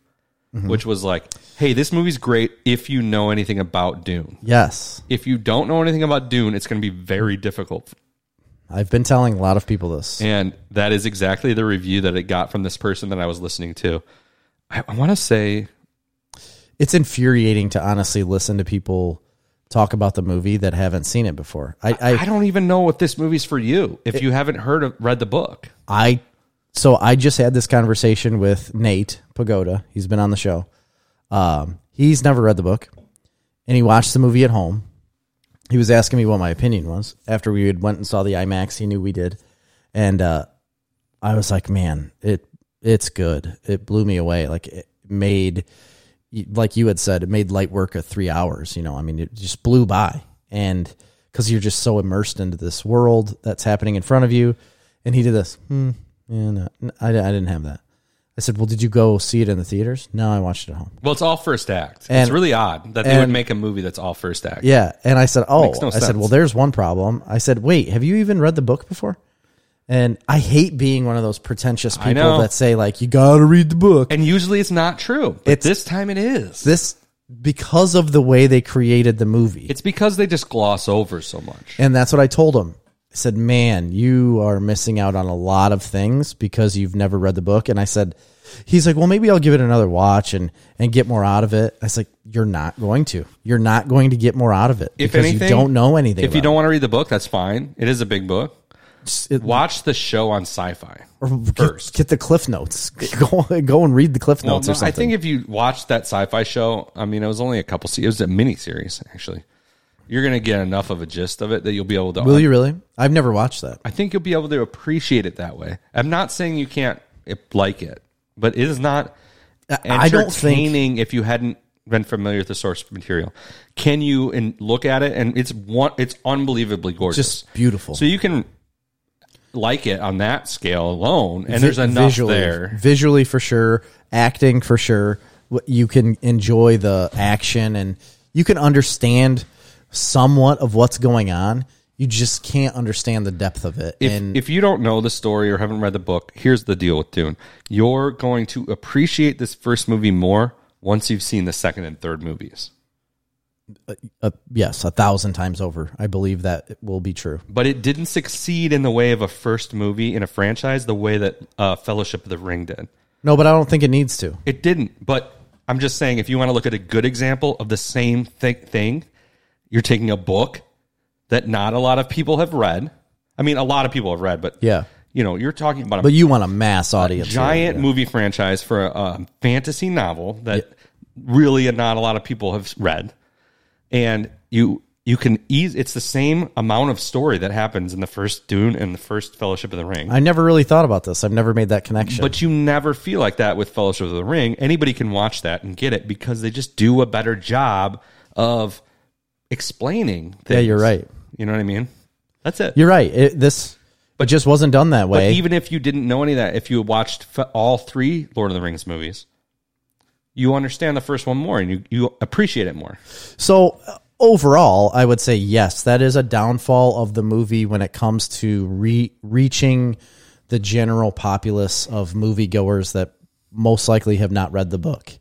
A: which was like, "Hey, this movie's great if you know anything about Dune.
B: Yes,
A: If you don't know anything about Dune, it's going to be very difficult."
B: I've been telling a lot of people this.
A: And that is exactly the review that it got from this person that I was listening to. I, I want to say,
B: It's infuriating to honestly listen to people talk about the movie that haven't seen it before. I I,
A: I don't even know if this movie's for you if you haven't heard of read the book.
B: I so I just had this conversation with Nate Pagoda. He's been on the show. Um, he's never read the book, and he watched the movie at home. He was asking me what my opinion was after we had went and saw the IMAX. He knew we did, and uh, I was like, "Man, it it's good. It blew me away. Like it made, like you had said, it made light work of three hours. You know, I mean, it just blew by. And because you're just so immersed into this world that's happening in front of you. And he did this. Hmm, yeah, no, n- I, I didn't have that. I said, well, did you go see it in the theaters? No, I watched it at home.
A: Well, it's all first act.
B: And-
A: it's really odd that they would
B: and-
A: make a movie that's all first act.
B: Yeah. And I said, oh,
A: Makes no
B: I said,
A: sense.
B: well, there's one problem. I said, wait, have you even read the book before? And I hate being one of those pretentious people
A: know.
B: that say like, you got to read the book.
A: And usually it's not true. But
B: It's-
A: this time it is.
B: this because of the way they created the movie.
A: It's because they just gloss over so much.
B: and that's what I told him. I said, "Man, you are missing out on a lot of things because you've never read the book." And I said, "He's like, well, maybe I'll give it another watch and and get more out of it." I was like, "You're not going to. You're not going to get more out of it
A: If
B: because
A: anything,
B: you don't know anything.
A: If you
B: about
A: don't want to read the book, that's fine. It is a big book.
B: it. It-
A: Watch the show on sci-fi.
B: get-
A: first.
B: get, the cliff notes. [LAUGHS] go go and read the cliff
A: Well,
B: notes
A: no,
B: or something.
A: I think if you watch that sci-fi show, I mean, it was only a couple. se- It was a mini series actually. You're gonna get enough of a gist of it that you'll be able to.
B: Will you really? I've never watched that.
A: I think you'll be able to appreciate it that way. I'm not saying you can't eh, like it, but it is not entertaining
B: I don't think.
A: if you hadn't been familiar with the source material. Can you and look at it and it's one it's unbelievably gorgeous.
B: Just beautiful.
A: so you can like it on that scale alone and there's enough
B: visually,
A: there.
B: Visually for sure, acting for sure. What- You can enjoy the action and you can understand somewhat of what's going on. You just can't understand the depth of it.
A: If,
B: and
A: if you don't know the story or haven't read the book, here's the deal with Dune. You're going to appreciate this first movie more once you've seen the second and third movies.
B: uh, yes, a thousand times over, I believe that it will be true.
A: but it didn't succeed in the way of a first movie in a franchise the way that uh, Fellowship of the Ring did.
B: No, but I don't think it needs to.
A: It didn't. But I'm just saying, if you want to look at a good example of the same thi- thing, you're taking a book that not a lot of people have read. I mean, a lot of people have read, but
B: Yeah.
A: you know, you're talking about a
B: But you want a mass audience. here.
A: giant movie franchise for a, a fantasy novel that really not a lot of people have read, and you you can ease. It's the same amount of story that happens in the first Dune and the first Fellowship of the Ring,
B: I never really thought about this. I've never made that connection.
A: but you never feel like that with Fellowship of the Ring. Anybody can watch that and get it because they just do a better job of explaining. Things.
B: yeah, you're right.
A: You know what I mean? That's it.
B: You're right. It, this but just wasn't done that
A: But
B: way.
A: even if you didn't know any of that, if you watched f- all three Lord of the Rings movies, you understand the first one more and you, you appreciate it more.
B: So uh, overall, I would say yes, that is a downfall of the movie when it comes to re- reaching the general populace of moviegoers that most likely have not read the book.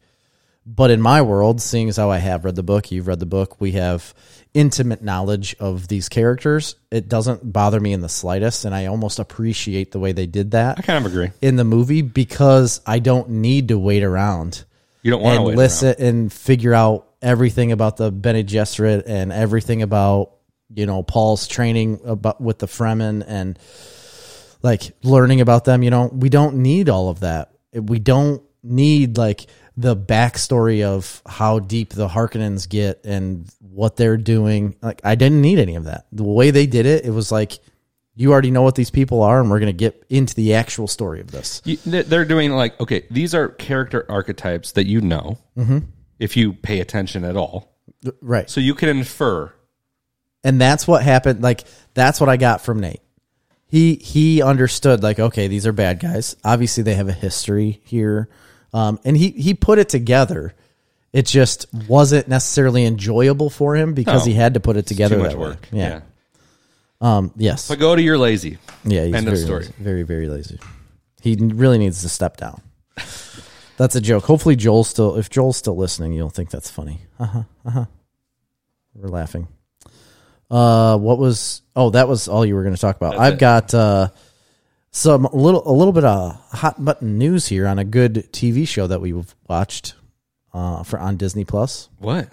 B: But in my world, seeing as how I have read the book, you've read the book, we have intimate knowledge of these characters. It doesn't bother me in the slightest, and I almost appreciate the way they did
A: I
B: that
A: kind of agree.
B: in the movie because I don't need to wait around
A: You don't want to
B: and
A: wait. around.
B: listen and figure out everything about the Bene Gesserit and everything about you know Paul's training about with the Fremen and like learning about them. You know, we don't need all of that. We don't need like the backstory of how deep the Harkonnens get and what they're doing. Like, I didn't need any of that. The way they did it, it was like. You already know what these people are, and we're going to get into the actual story of this.
A: You- they- They're doing like, okay, these are character archetypes that you know if you pay attention at all.
B: Right.
A: So you can infer.
B: and that's what happened like that's what i got from nate he he understood like okay these are bad guys obviously they have a history here um, and he he put it together it just wasn't necessarily enjoyable for him because
A: No.
B: he had to put it together
A: Too much
B: that way.
A: work.
B: yeah, Um, yes
A: But go to your lazy.
B: yeah he's
A: End of
B: very,
A: story.
B: lazy- very very lazy he really needs to step down [LAUGHS] that's a joke hopefully joel's still if joel's still listening you'll think that's funny uh-huh uh-huh we're laughing uh what was oh that was all you were going to talk about i've
A: it.
B: got uh some little a little bit of hot button news here on a good tv show that we've watched uh for on disney plus
A: What?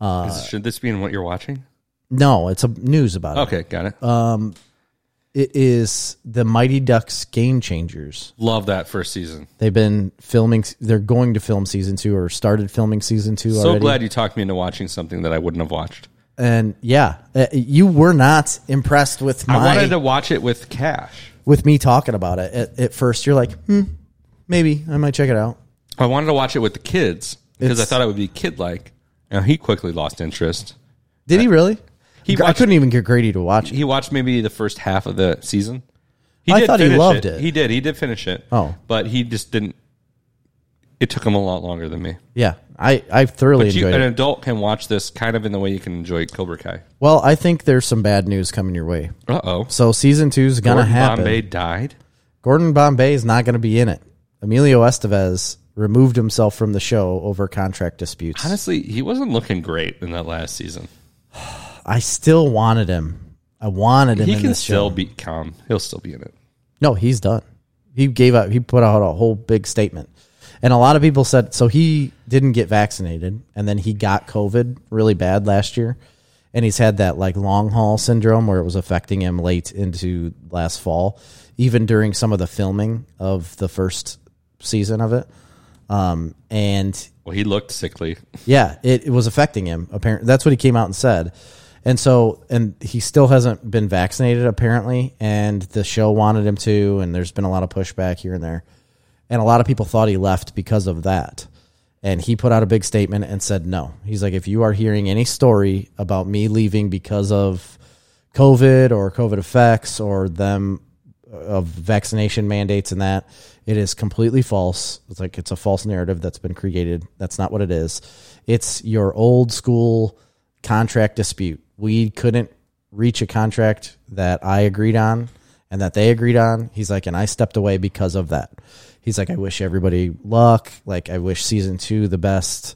A: Is- should this be in what you're watching?
B: no it's a news about
A: Okay, got it.
B: it it is the mighty ducks game changers
A: Love that first season.
B: They've been filming. They're going to film season two or started filming season two
A: So
B: already.
A: glad you talked me into watching something that I wouldn't have watched.
B: And yeah, uh, you were not impressed with
A: I
B: my
A: wanted to watch it with Cash.
B: with me talking about it at, at first. You're like, hmm, maybe I might check it out.
A: I wanted to watch it with the kids because I
B: It's-
A: thought it would be kid like. Now he quickly lost interest.
B: Did he really?
A: He
B: I
A: watched,
B: couldn't even get Grady to watch it.
A: he watched maybe the first half of the season. He
B: I thought he
A: finish
B: loved it.
A: He did. He did finish it.
B: Oh.
A: but he just didn't. It took him a lot longer than me.
B: Yeah, I I thoroughly
A: But you,
B: enjoyed
A: an
B: it.
A: adult can watch this kind of in the way you can enjoy Cobra Kai.
B: Well, I think there's some bad news coming your way.
A: Uh oh.
B: So season two's gonna
A: Gordon
B: happen.
A: Bombay died.
B: Gordon Bombay is not gonna be in it. Emilio Estevez removed himself from the show over contract disputes.
A: Honestly, he wasn't looking great in that last season.
B: I still wanted him. I wanted him
A: He
B: in
A: can
B: this
A: still
B: show.
A: be calm. He'll still be in it.
B: No, he's done. He gave up. He put out a whole big statement. And a lot of people said, so he didn't get vaccinated. And then he got COVID really bad last year. And he's had that like long haul syndrome where it was affecting him late into last fall, even during some of the filming of the first season of it. Um, and
A: Well, he looked sickly.
B: yeah, it, it was affecting him. Apparently, that's what he came out and said. And so, and he still hasn't been vaccinated apparently. And the show wanted him to, and there's been a lot of pushback here and there. And a lot of people thought he left because of that. And he put out a big statement and said no. He's like, if you are hearing any story about me leaving because of COVID or COVID effects or them uh, of vaccination mandates and that it is completely false. It's like it's a false narrative that's been created. That's not what it is. It's your old school contract dispute. We couldn't reach a contract that I agreed on and that they agreed on. He's like, and I stepped away because of that. He's like, I wish everybody luck. Like, I wish season two the best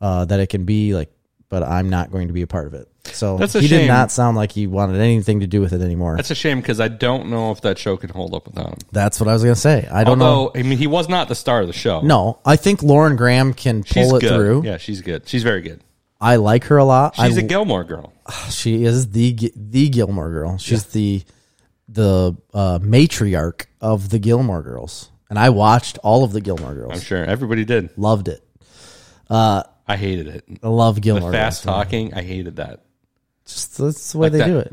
B: uh, that it can be. Like, but I'm not going to be a part of it. So
A: That's a
B: he did
A: shame.
B: not sound like he wanted anything to do with it anymore.
A: That's a shame because I don't know if that show can hold up without him.
B: That's what I was gonna say. I don't know.
A: Although, I mean, he was not the star of the show.
B: Oh, No, I think Lauren Graham can
A: she's
B: pull it
A: good.
B: through.
A: Yeah, she's good. She's very good.
B: I like her a lot. I,
A: She's a Gilmore girl.
B: she is the G- the Gilmore Girl. She's the the uh, matriarch of the Gilmore Girls, and I watched all of the Gilmore
A: I'm
B: Girls.
A: sure everybody did.
B: Loved it.
A: I hated it.
B: I love Gilmore.
A: Fast
B: Girls.
A: talking. I hated that.
B: Just, that's the way they do it.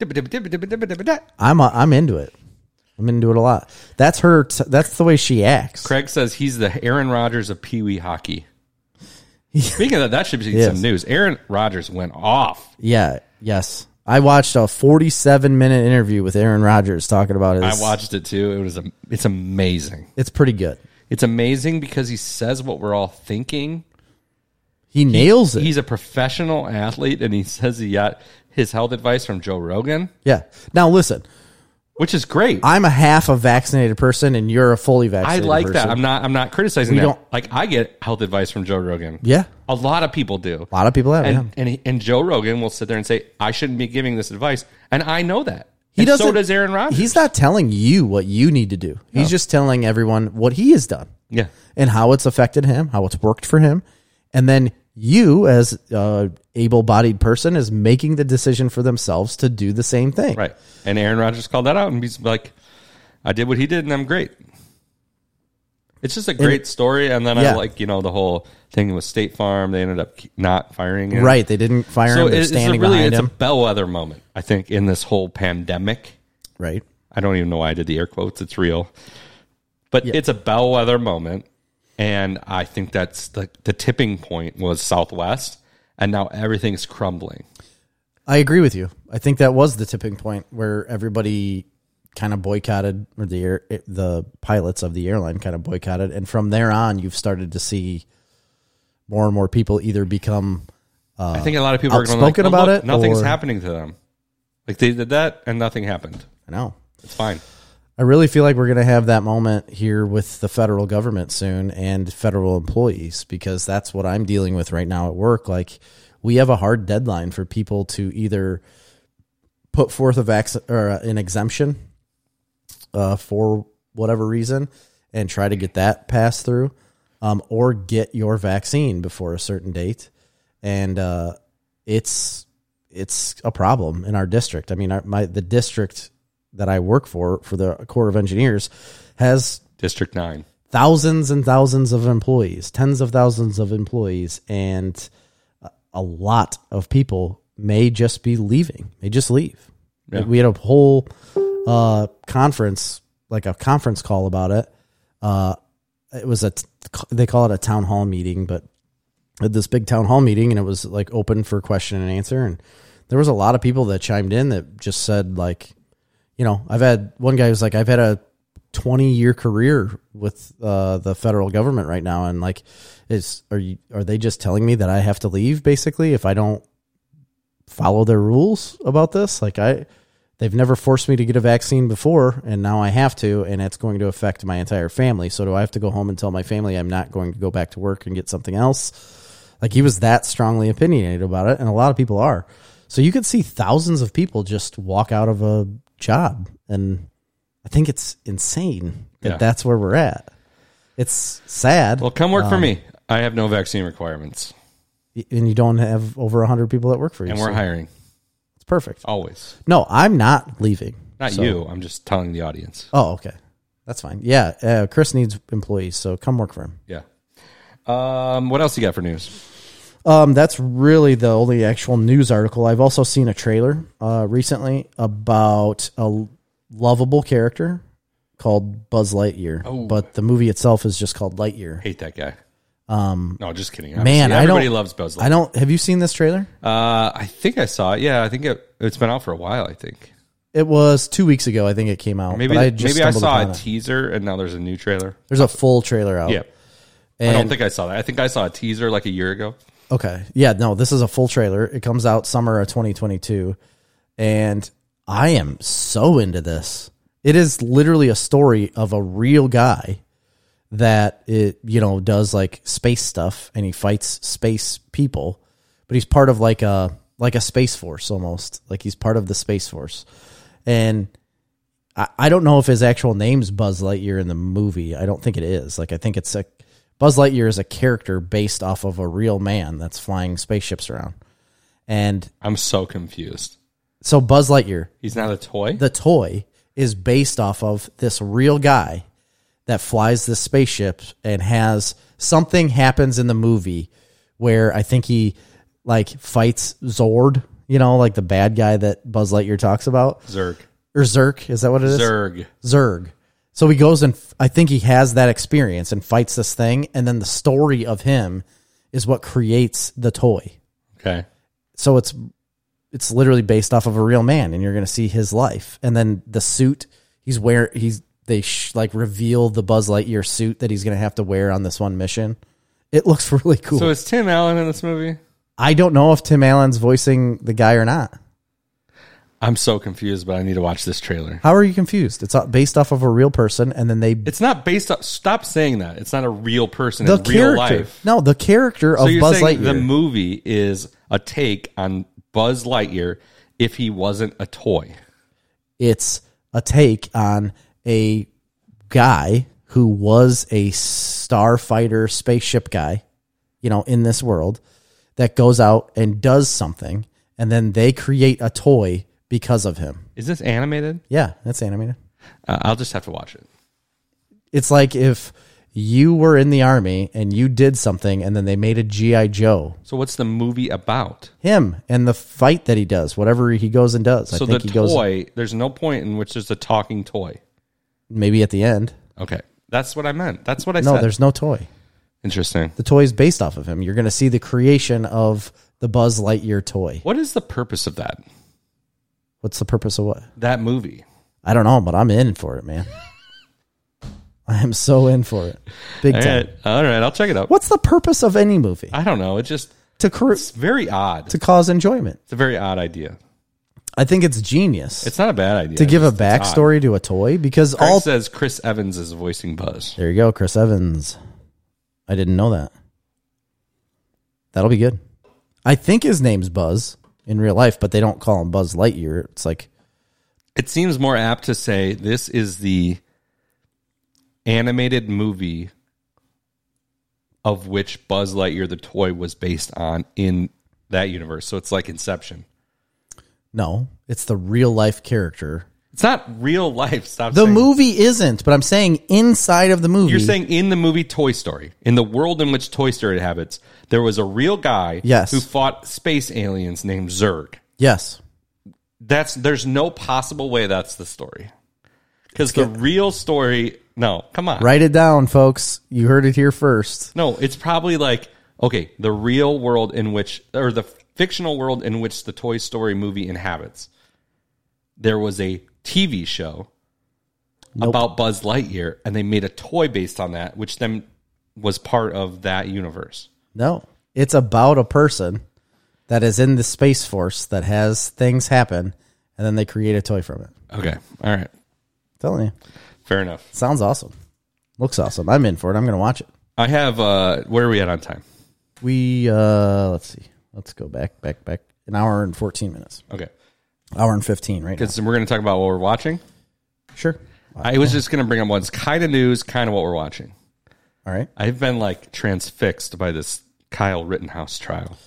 A: Yeah.
B: I'm i I'm into it. I'm into it a lot. That's her. T- that's the way she acts.
A: Craig says he's the Aaron Rodgers of Pee Wee
B: [LAUGHS]
A: hockey. Speaking of that, that should be some
B: Yes.
A: news. Aaron Rodgers went off.
B: Yeah. Yes. I watched a 47 minute interview with Aaron Rodgers talking about his.
A: I watched it too. It was a, it's amazing.
B: It's pretty good.
A: It's amazing because he says what we're all thinking.
B: He nails it.
A: He's a professional athlete, and he says he got his health advice from Joe Rogan,
B: Yeah. Now listen,
A: which is great. I,
B: I'm a half a vaccinated person, and you're a fully vaccinated.
A: like
B: person.
A: that. I'm not. I'm not criticizing that.
B: don't-
A: Like I get health advice from Joe Rogan.
B: yeah,
A: a lot of people do.
B: a lot of people have. yeah.
A: and and, he, and Joe Rogan will sit there and say, "I shouldn't be giving this advice," and I know that.
B: He
A: and
B: doesn't.
A: So does Aaron Rodgers.
B: He's not telling you what you need to do. He's just telling everyone what he has done
A: yeah,
B: and how it's affected him, how it's worked for him, and then you, as a able-bodied person, is making the decision for themselves to do the same thing.
A: right. And Aaron Rodgers called that out, and he's like, "I did what he did, and I'm great." It's just a great story, and then
B: Yeah.
A: I like you know the whole thing with State Farm. They ended up not firing him.
B: Right. They didn't fire
A: So
B: him.
A: it-
B: They're
A: it's a
B: standing
A: really
B: behind
A: it's
B: him.
A: a bellwether moment, I think, in this whole pandemic.
B: right.
A: I don't even know why I did the air quotes. It's real. But it's a bellwether moment. And I think that's the, the tipping point was Southwest. And now everything's crumbling.
B: I agree with you. I think that was the tipping point where everybody kind of boycotted, or the air, the pilots of the airline kind of boycotted, and from there on, you've started to see more and more people either become
A: I think a lot of people are going like,
B: Uh, outspoken
A: "Well,
B: about
A: look,
B: it,
A: Nothing's
B: or-
A: happening to them. Like they did that and nothing happened.
B: I know.
A: It's fine.
B: I really feel like we're going to have that moment here with the federal government soon and federal employees because that's what I'm dealing with right now at work. Like, we have a hard deadline for people to either put forth a vaccine or an exemption uh, for whatever reason and try to get that passed through um, or get your vaccine before a certain date. And uh, it's it's a problem in our district. I mean, our, my the district that I work for for the Corps of Engineers has
A: District 9.
B: thousands and thousands of employees, tens of thousands of employees, and a lot of people may just be leaving. They just leave. We had a whole uh, conference, like a conference call about it. Uh, it was a t- they call it a town hall meeting, but at this big town hall meeting and it was like open for question and answer and there was a lot of people that chimed in that just said like you know i've had one guy who's like i've had a 20 year career with uh, the federal government right now and like is are you are they just telling me that i have to leave basically if i don't follow their rules about this like i they've never forced me to get a vaccine before and now i have to and it's going to affect my entire family so do i have to go home and tell my family i'm not going to go back to work and get something else like he was that strongly opinionated about it and a lot of people are so you could see thousands of people just walk out of a job and i think it's insane that
A: Yeah.
B: that's where we're at it's sad
A: Well, come
B: Um,
A: work for me. I have no vaccine requirements,
B: and you don't have over 100 people that work for you
A: and we're
B: so
A: hiring
B: it's perfect
A: always.
B: no i'm not leaving
A: Not
B: So-
A: you. I'm just telling the audience.
B: Oh, okay. That's fine. Yeah. Uh, Chris needs employees, so come work for him.
A: Yeah. Um, what else you got for news?
B: Um, that's really the only actual news article. I've also seen a trailer uh, recently about a lovable character called Buzz Lightyear,
A: Oh.
B: but the movie itself is just called Lightyear.
A: Hate that guy.
B: Um,
A: No, just kidding.
B: Man,
A: Obviously,
B: I
A: everybody
B: don't-
A: loves Buzz
B: I
A: Lightyear.
B: don't. Have you seen this trailer?
A: Uh, I think I saw it. Yeah, I think it, it's been out for a while. I think
B: It was two weeks ago. I think it came out.
A: maybe
B: but I just
A: maybe I
B: stumbled
A: saw
B: upon
A: a
B: it.
A: teaser, and now there's a new trailer.
B: There's a full trailer out.
A: Yeah,
B: and
A: I don't think I saw that. I think I saw a teaser like a year ago.
B: Okay. Yeah, no, this is a full trailer. It comes out summer of 2022 and I am so into this. It is literally a story of a real guy that it, you know, does like space stuff and he fights space people, but he's part of like a like a space force almost. Like he's part of the space force. And I, I don't know if his actual name's Buzz Lightyear in the movie. I don't think it is. Like I think it's a Buzz Lightyear is a character based off of a real man that's flying spaceships around. And
A: I'm so confused.
B: so Buzz Lightyear,
A: He's not a toy.
B: the toy, is based off of this real guy that flies this spaceship and has something happens in the movie where I think he like fights Zord, you know, like the bad guy that Buzz Lightyear talks about.
A: Zerg.
B: Or Zerk, is that what it is?
A: Zerg.
B: Zerg. So he goes and I think he has that experience and fights this thing. And then the story of him is what creates the toy.
A: Okay.
B: So it's it's literally based off of a real man, and you're going to see his life. And then the suit he's wear he's they sh- like reveal the Buzz Lightyear suit that he's going to have to wear on this one mission. It looks [LAUGHS] really cool.
A: So is Tim Allen in this movie?
B: I don't know if Tim Allen's voicing the guy or not.
A: I'm so confused, but I need to watch this trailer.
B: How are you confused? It's uh, based off of a real person, and then they
A: It's not based up. Stop saying that. It's not a real person
B: the
A: in real
B: character.
A: life.
B: No, the character
A: So
B: of
A: you're
B: Buzz
A: saying
B: Lightyear.
A: the movie is a take on Buzz Lightyear if he wasn't a toy.
B: it's a take on a guy who was a starfighter spaceship guy, you know, in this world that goes out and does something, and then they create a toy because of him.
A: Is this animated?
B: Yeah, that's animated.
A: Uh, I'll just have to watch it.
B: It's like if you were in the army and you did something, and then they made a GI Joe
A: So what's the movie about?
B: him and the fight that he does, whatever he goes and does.
A: so
B: I
A: the
B: think he goes
A: toy, there's no point in which there's a talking toy.
B: maybe at the end.
A: Okay, that's what I meant. That's what I
B: No,
A: said.
B: there's no toy.
A: Interesting.
B: the toy is based off of him. You're going to see the creation of the Buzz Lightyear toy.
A: What is the purpose of that?
B: What's the purpose of what?
A: That movie.
B: I don't know, but I'm in for it, man. [LAUGHS] I am so in for it. Big
A: All
B: time.
A: right, all right. I'll check it out.
B: What's the purpose of any movie?
A: I don't know. It just
B: To cr-
A: it's very odd.
B: to cause enjoyment.
A: It's a very odd idea.
B: I think it's genius
A: It's not a bad idea.
B: to give a backstory to a toy because
A: Craig
B: all
A: says Chris Evans is voicing Buzz.
B: There you go, Chris Evans. I didn't know that. That'll be good. I think his name's Buzz in real life, but they don't call him Buzz Lightyear. It's like
A: It seems more apt to say this is the animated movie of which Buzz Lightyear the toy was based on in that universe. So it's like Inception.
B: No, it's the real life character.
A: It's not real life. Stop
B: The
A: saying-
B: movie isn't, but I'm saying inside of the movie.
A: You're saying in the movie Toy Story, in the world in which Toy Story inhabits, there was a real guy
B: Yes.
A: who fought space aliens named Zurg.
B: yes.
A: That's there's no possible way that's the story. Because the real story, no, come on,
B: Write it down, folks. You heard it here first.
A: No, it's probably like Okay, the real world in which, or the fictional world in which the Toy Story movie inhabits. There was a TV show about Buzz Lightyear, and they made a toy based on that, which then was part of that universe.
B: No, it's about a person that is in the space force that has things happen, and then they create a toy from it.
A: Okay, all right,
B: telling you,
A: fair enough.
B: sounds awesome, looks awesome. I'm in for it. I'm gonna watch it.
A: I have. uh Where are we at on time?
B: We uh let's see, let's go back, back, back. An hour and fourteen minutes.
A: Okay,
B: Hour and fifteen, right? Now.
A: because we're going to talk about what we're watching.
B: Sure.
A: I was just going to bring up what's kind of news, kind of what we're watching.
B: All right,
A: I've been like transfixed by this Kyle Rittenhouse trial.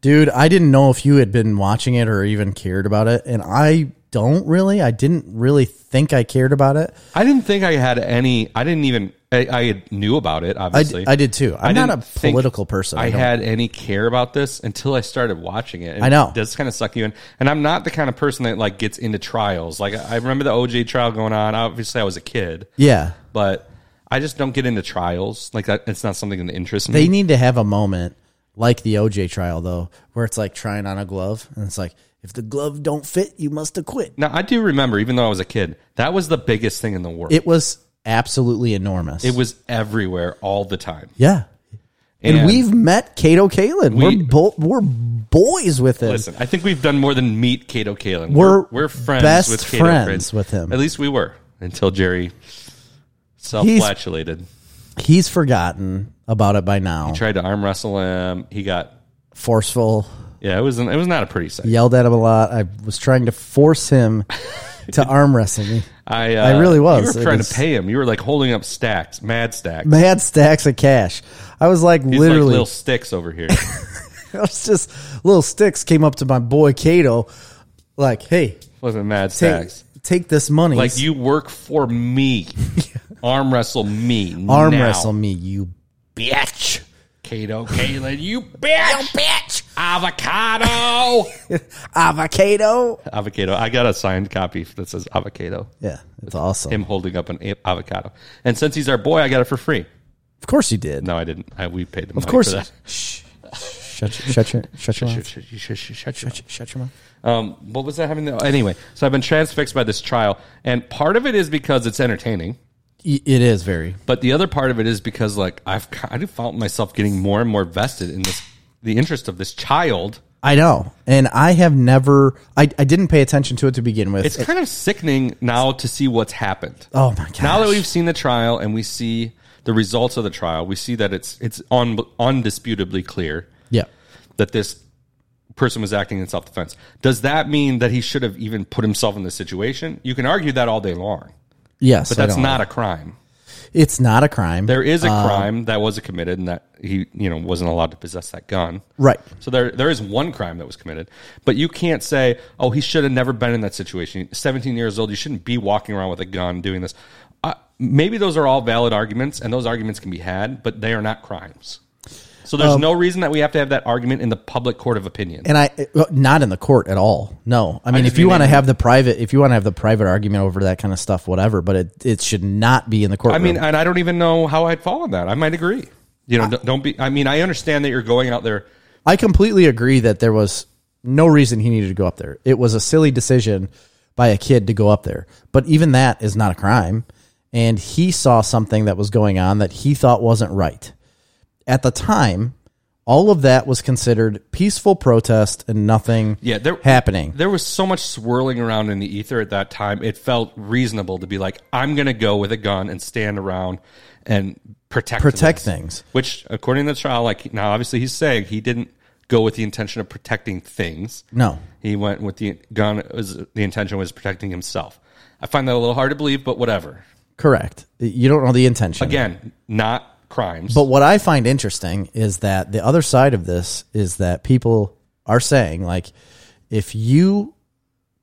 B: dude. I didn't know if you had been watching it or even cared about it, and I don't really. I didn't really think I cared about it.
A: I didn't think I had any. I didn't even. I, I knew about it.
B: I,
A: Obviously,
B: d- I did too. I'm
A: I
B: not a
A: didn't think
B: political person.
A: I,
B: don't-
A: had any care about this until I started watching it. And
B: I know.
A: it does kind of suck you in. And I'm not the kind of person that like gets into trials. Like I I remember the OJ trial going on. Obviously, I was a kid,
B: Yeah,
A: but I just don't get into trials. Like that, it's not something that interests me.
B: They need to have a moment like the OJ trial though, where it's like trying on a glove and it's like if the glove don't fit, you must acquit.
A: Now, I do remember, even though I was a kid, that was the biggest thing in the world. It,
B: It was absolutely enormous.
A: was everywhere all the time.
B: yeah. And, we've met Cato Kalin. We,
A: We-
B: are bo- we're boys with him.
A: listen. I think we've done more than meet Cato Kalin.
B: We're
A: we're friends
B: best
A: with Cato
B: friends
A: Kalin.
B: with him.
A: At least we were until Jerry self-flatulated.
B: He's forgotten about it by now.
A: Tried to arm wrestle him. He got
B: Forceful,
A: yeah. It was an, it was not a pretty sight.
B: yelled at him a lot. I was trying to
A: [LAUGHS]
B: force him to arm wrestle me.
A: I uh,
B: I really was.
A: You
B: It
A: were trying
B: was-
A: to pay him. You were like holding up stacks, mad stacks,
B: Mad stacks of cash. I was like
A: It's like
B: literally
A: little sticks over here.
B: [LAUGHS] I was just little sticks came up to my boy Cato, like, "Hey,
A: Wasn't mad
B: take,
A: stacks.
B: take this money,
A: Like you work for
B: [LAUGHS]
A: me. Arm wrestle me.
B: arm
A: now.
B: wrestle me, you bitch."
A: Kato, Kaylin, you bitch, bitch, avocado,
B: Avocado.
A: avocado. I got a signed copy that says avocado.
B: Yeah, it's awesome.
A: Him holding up an a- avocado, and since he's our boy, I got it for free.
B: Of course you did.
A: No, I didn't. I, we paid him.
B: of course.
A: for
B: You.
A: that.
B: [LAUGHS] Shh. Shut, your- shut your shut your mouth.
A: Shut- shut- shut- shut- shut- shut-
B: Shut, shut your mouth.
A: Um, what was that having? There? Anyway, so I've been transfixed by this trial, and part of it is because it's entertaining,
B: Y- It is very.
A: but the other part of it is because like I've kind of found myself getting more and more vested in this, the interest of this child.
B: I know, and I have never. I, I didn't pay attention to it to begin with.
A: It's kind of sickening now to see what's happened.
B: oh my god!
A: now that we've seen the trial and we see the results of the trial, we see that it's it's un, undisputably clear
B: yeah,
A: that this person was acting in self defense. Does that mean that he should have even put himself in this situation? You can argue that all day long,
B: yes,
A: but
B: I
A: that's
B: don't-
A: not a crime.
B: It's not a crime.
A: There is a
B: Um,
A: crime that was committed, and that he you know wasn't allowed to possess that gun.
B: right.
A: So there, there is one crime that was committed, but you can't say, "Oh, he should have never been in that situation." Seventeen years old, you shouldn't be walking around with a gun doing this. Uh, maybe those are all valid arguments, and those arguments can be had, but they are not crimes. So there's no reason that we have to have that argument in the public court of opinion.
B: Um, and I uh, not in the court at all. No, I mean
A: just
B: if you
A: mean
B: want to
A: in-
B: have the private, if you want to have the private argument over that kind of stuff, whatever. But it it should not be in the court.
A: I mean, and I don't even know how I'd fall on that. I might agree. You know, don't- don't be. I mean, I understand that you're going out there.
B: I completely agree that there was no reason he needed to go up there. It was a silly decision by a kid to go up there. But even that is not a crime. And he saw something that was going on that he thought wasn't right. At the time, all of that was considered peaceful protest and nothing
A: Yeah, there
B: happening.
A: There was so much swirling around in the ether at that time. It felt reasonable to be like, I'm going to go with a gun and stand around and protect
B: Protect
A: this.
B: things.
A: Which, according to the trial, like now, obviously he's saying he didn't go with the intention of protecting things.
B: No.
A: He went with the gun. it Was the intention was protecting himself? I find that a little hard to believe, but whatever.
B: Correct. You don't know the intention.
A: Again, not crimes.
B: But what I find interesting is that the other side of this is that people are saying, like, if you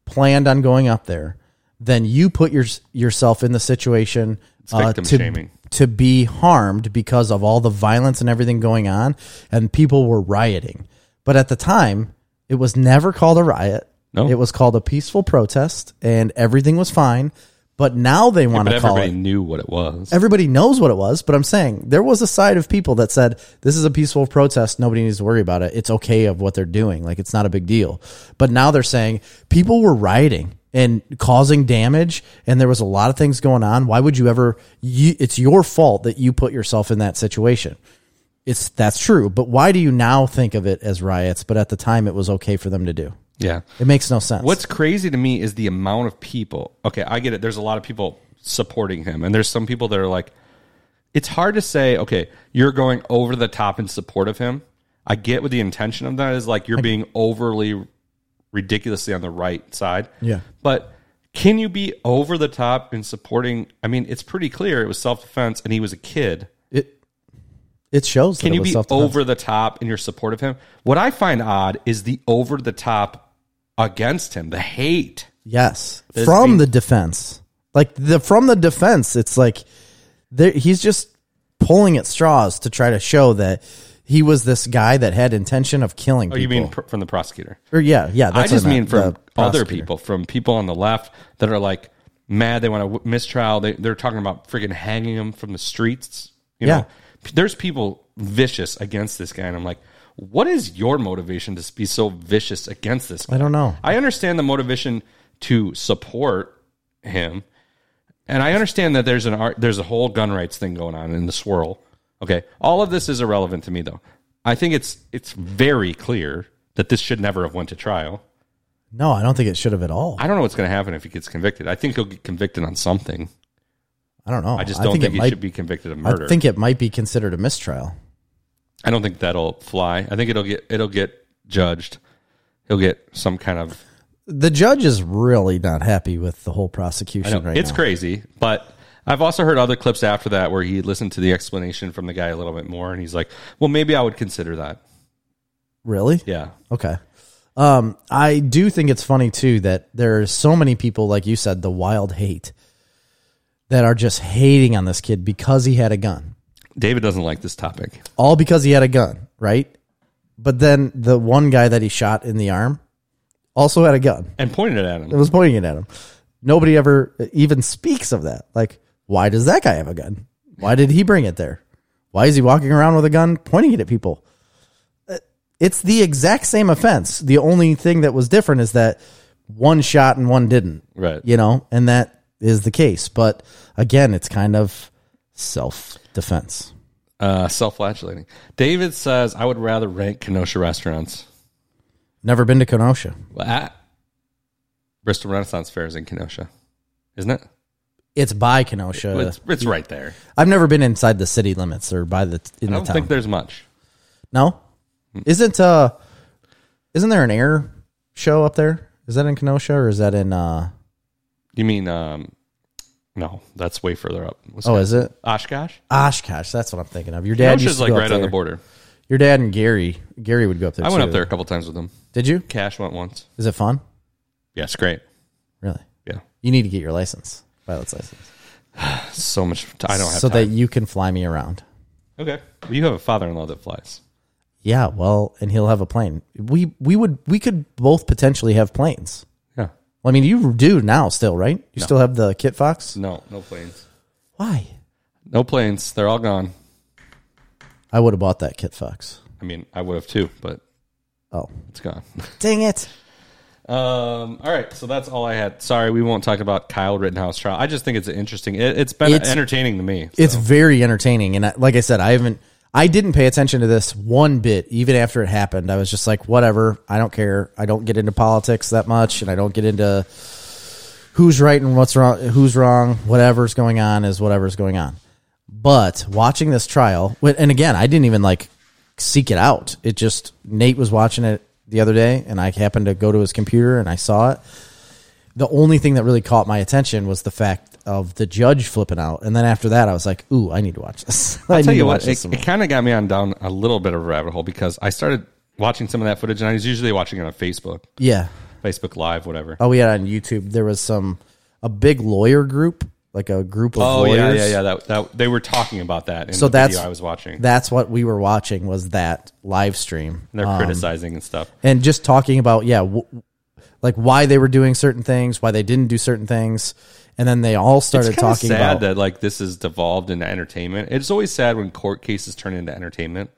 B: planned on going up there, then you put your, yourself in the situation uh,
A: victim
B: to,
A: shaming.
B: to be harmed because of all the violence and everything going on, and people were rioting. But at the time, it was never called a riot.
A: No.
B: It was called a peaceful protest, and everything was fine. But now they want
A: But
B: to call
A: everybody
B: it.
A: knew what it was.
B: Everybody knows what it was, but I'm saying there was a side of people that said this is a peaceful protest. Nobody needs to worry about it. It's okay of what they're doing. Like it's not a big deal. But now they're saying people were rioting and causing damage, and there was a lot of things going on. Why would you ever? You, it's your fault that you put yourself in that situation. It's that's true, but why do you now think of it as riots? But at the time, it was okay for them to do.
A: yeah.
B: It makes no sense.
A: What's crazy to me is the amount of people. Okay, I get it. There's a lot of people supporting him, and there's some people that are like, it's hard to say. Okay, you're going over the top in support of him. I get what the intention of that is. Like you're being overly, ridiculously on the right side.
B: Yeah.
A: but. Can you be over the top in supporting? I mean, it's pretty clear it was self defense, and he was a kid.
B: it? It shows.
A: Can
B: that
A: you
B: it was
A: be
B: self-defense.
A: over the top in your support of him? What I find odd is the over the top against him, the hate.
B: Yes, from
A: being-
B: the defense, like the from the defense, it's like there, he's just pulling at straws to try to show that he was this guy that had intention of killing.
A: Oh,
B: people.
A: you mean pr- from the prosecutor?
B: Or yeah, yeah. That's
A: I just
B: what
A: mean
B: meant,
A: from
B: the
A: other
B: prosecutor.
A: people, from people on the left that are like mad. They want to w- mistrial. They, they're talking about freaking hanging him from the streets. You
B: Yeah.
A: know, P- there's people vicious against this guy, and I'm like, what is your motivation to be so vicious against this? guy?
B: I don't know.
A: I understand the motivation to support him, and I understand that there's an art, there's a whole gun rights thing going on in the swirl. Okay, all of this is irrelevant to me though. I think it's it's very clear that this should never have went to trial.
B: No, I don't think it should have at all. I,
A: I don't know what's going to happen if he gets convicted. I think he'll get convicted on something.
B: don't know.
A: I just don't think, he
B: might,
A: should be convicted of murder.
B: I think it might be considered a mistrial.
A: I don't think that'll fly. I think it'll get it'll get judged. He'll get some kind of
B: The judge is really not happy with the whole prosecution right
A: it's
B: now.
A: crazy but i've also heard other clips after that where he listened to the explanation from the guy a little bit more and he's like well maybe i would consider that
B: really?
A: yeah
B: Okay. Um, I do think it's funny too that there are so many people, like you said, the wild hate that are just hating on this kid because he had a gun.
A: david doesn't like this topic
B: All because he had a gun, right? But then the one guy that he shot in the arm also had a gun.
A: and pointed it at him
B: It was pointing it at him. Nobody ever even speaks of that. Like, why does that guy have a gun? Why did he bring it there? Why is he walking around with a gun pointing it at people? Uh, It's the exact same offense. The only thing that was different is that one shot and one didn't.
A: Right.
B: You know, and that is the case. But again, it's kind of self defense.
A: uh, self-flagellating david says i would rather rank kenosha restaurants
B: Never been to Kenosha.
A: well, at bristol renaissance fair is in kenosha isn't it
B: It's by Kenosha.
A: it's, it's right there
B: I've never been inside the city limits or by the in
A: i
B: the
A: don't
B: town.
A: think there's much
B: No, isn't uh, isn't there an air show up there? Is that in Kenosha or is that in? uh
A: you mean um, no that's way further up
B: Oh, is it
A: oshkosh
B: Oshkosh? That's what I'm thinking of. Your dad used
A: kenosha's
B: to
A: like
B: go up
A: right on the
B: there.
A: border
B: Your dad and Gary, Gary would go up there.
A: i went
B: too.
A: up there a couple times with him
B: Did you?
A: cash went once
B: Is it fun?
A: Yeah, it's great.
B: Really?
A: Yeah,
B: You need to get your license, pilot's license,
A: so much. T- I don't have
B: so that
A: time.
B: you can fly me around.
A: okay, well, you have a father-in-law that flies.
B: Yeah, well, and he'll have a plane. We we would we could both potentially have planes.
A: Yeah.
B: Well, I mean, you do now still, right? You still have the Kit Fox.
A: No, no planes.
B: Why?
A: No planes. They're all gone.
B: I would have bought that Kit Fox.
A: I mean, I would have too, but
B: Oh,
A: it's gone.
B: dang it!
A: um. All right. So that's all I had. Sorry, we won't talk about Kyle Rittenhouse trial. I just think it's interesting. It, it's been
B: It's-
A: entertaining to me.
B: It's very entertaining, and I, like I said, I haven't, I didn't pay attention to this one bit, even after it happened. I was just like, whatever, I don't care. I don't get into politics that much, and I don't get into who's right and what's wrong, who's wrong, whatever's going on is whatever's going on. But watching this trial, wh- and again, I didn't even like seek it out. It just Nate was watching it the other day, and I happened to go to his computer and I saw it. The only thing that really caught my attention was the fact of the judge flipping out, and then after that, I was like, "Ooh, I need to watch this." [LAUGHS] I
A: I'll tell
B: need
A: you
B: to
A: what, it,
B: this some
A: it kind of got me on down a little bit of a rabbit hole because I started watching some of that footage, and I was usually watching it on Facebook,
B: more." yeah.
A: Facebook Live, whatever.
B: Oh, we had on YouTube. There was some a big lawyer group, like a group of
A: Oh
B: lawyers.
A: yeah, yeah, yeah. That, that they were talking about that in
B: So
A: the
B: that's
A: video I was watching.
B: That's what we were watching was that live stream. um,
A: And they're criticizing and stuff.
B: and just talking about yeah w- like why they were doing certain things, why they didn't do certain things, and then they all started
A: kinda
B: talking
A: sad
B: about
A: that like this is devolved into entertainment. It's always sad when court cases turn into entertainment.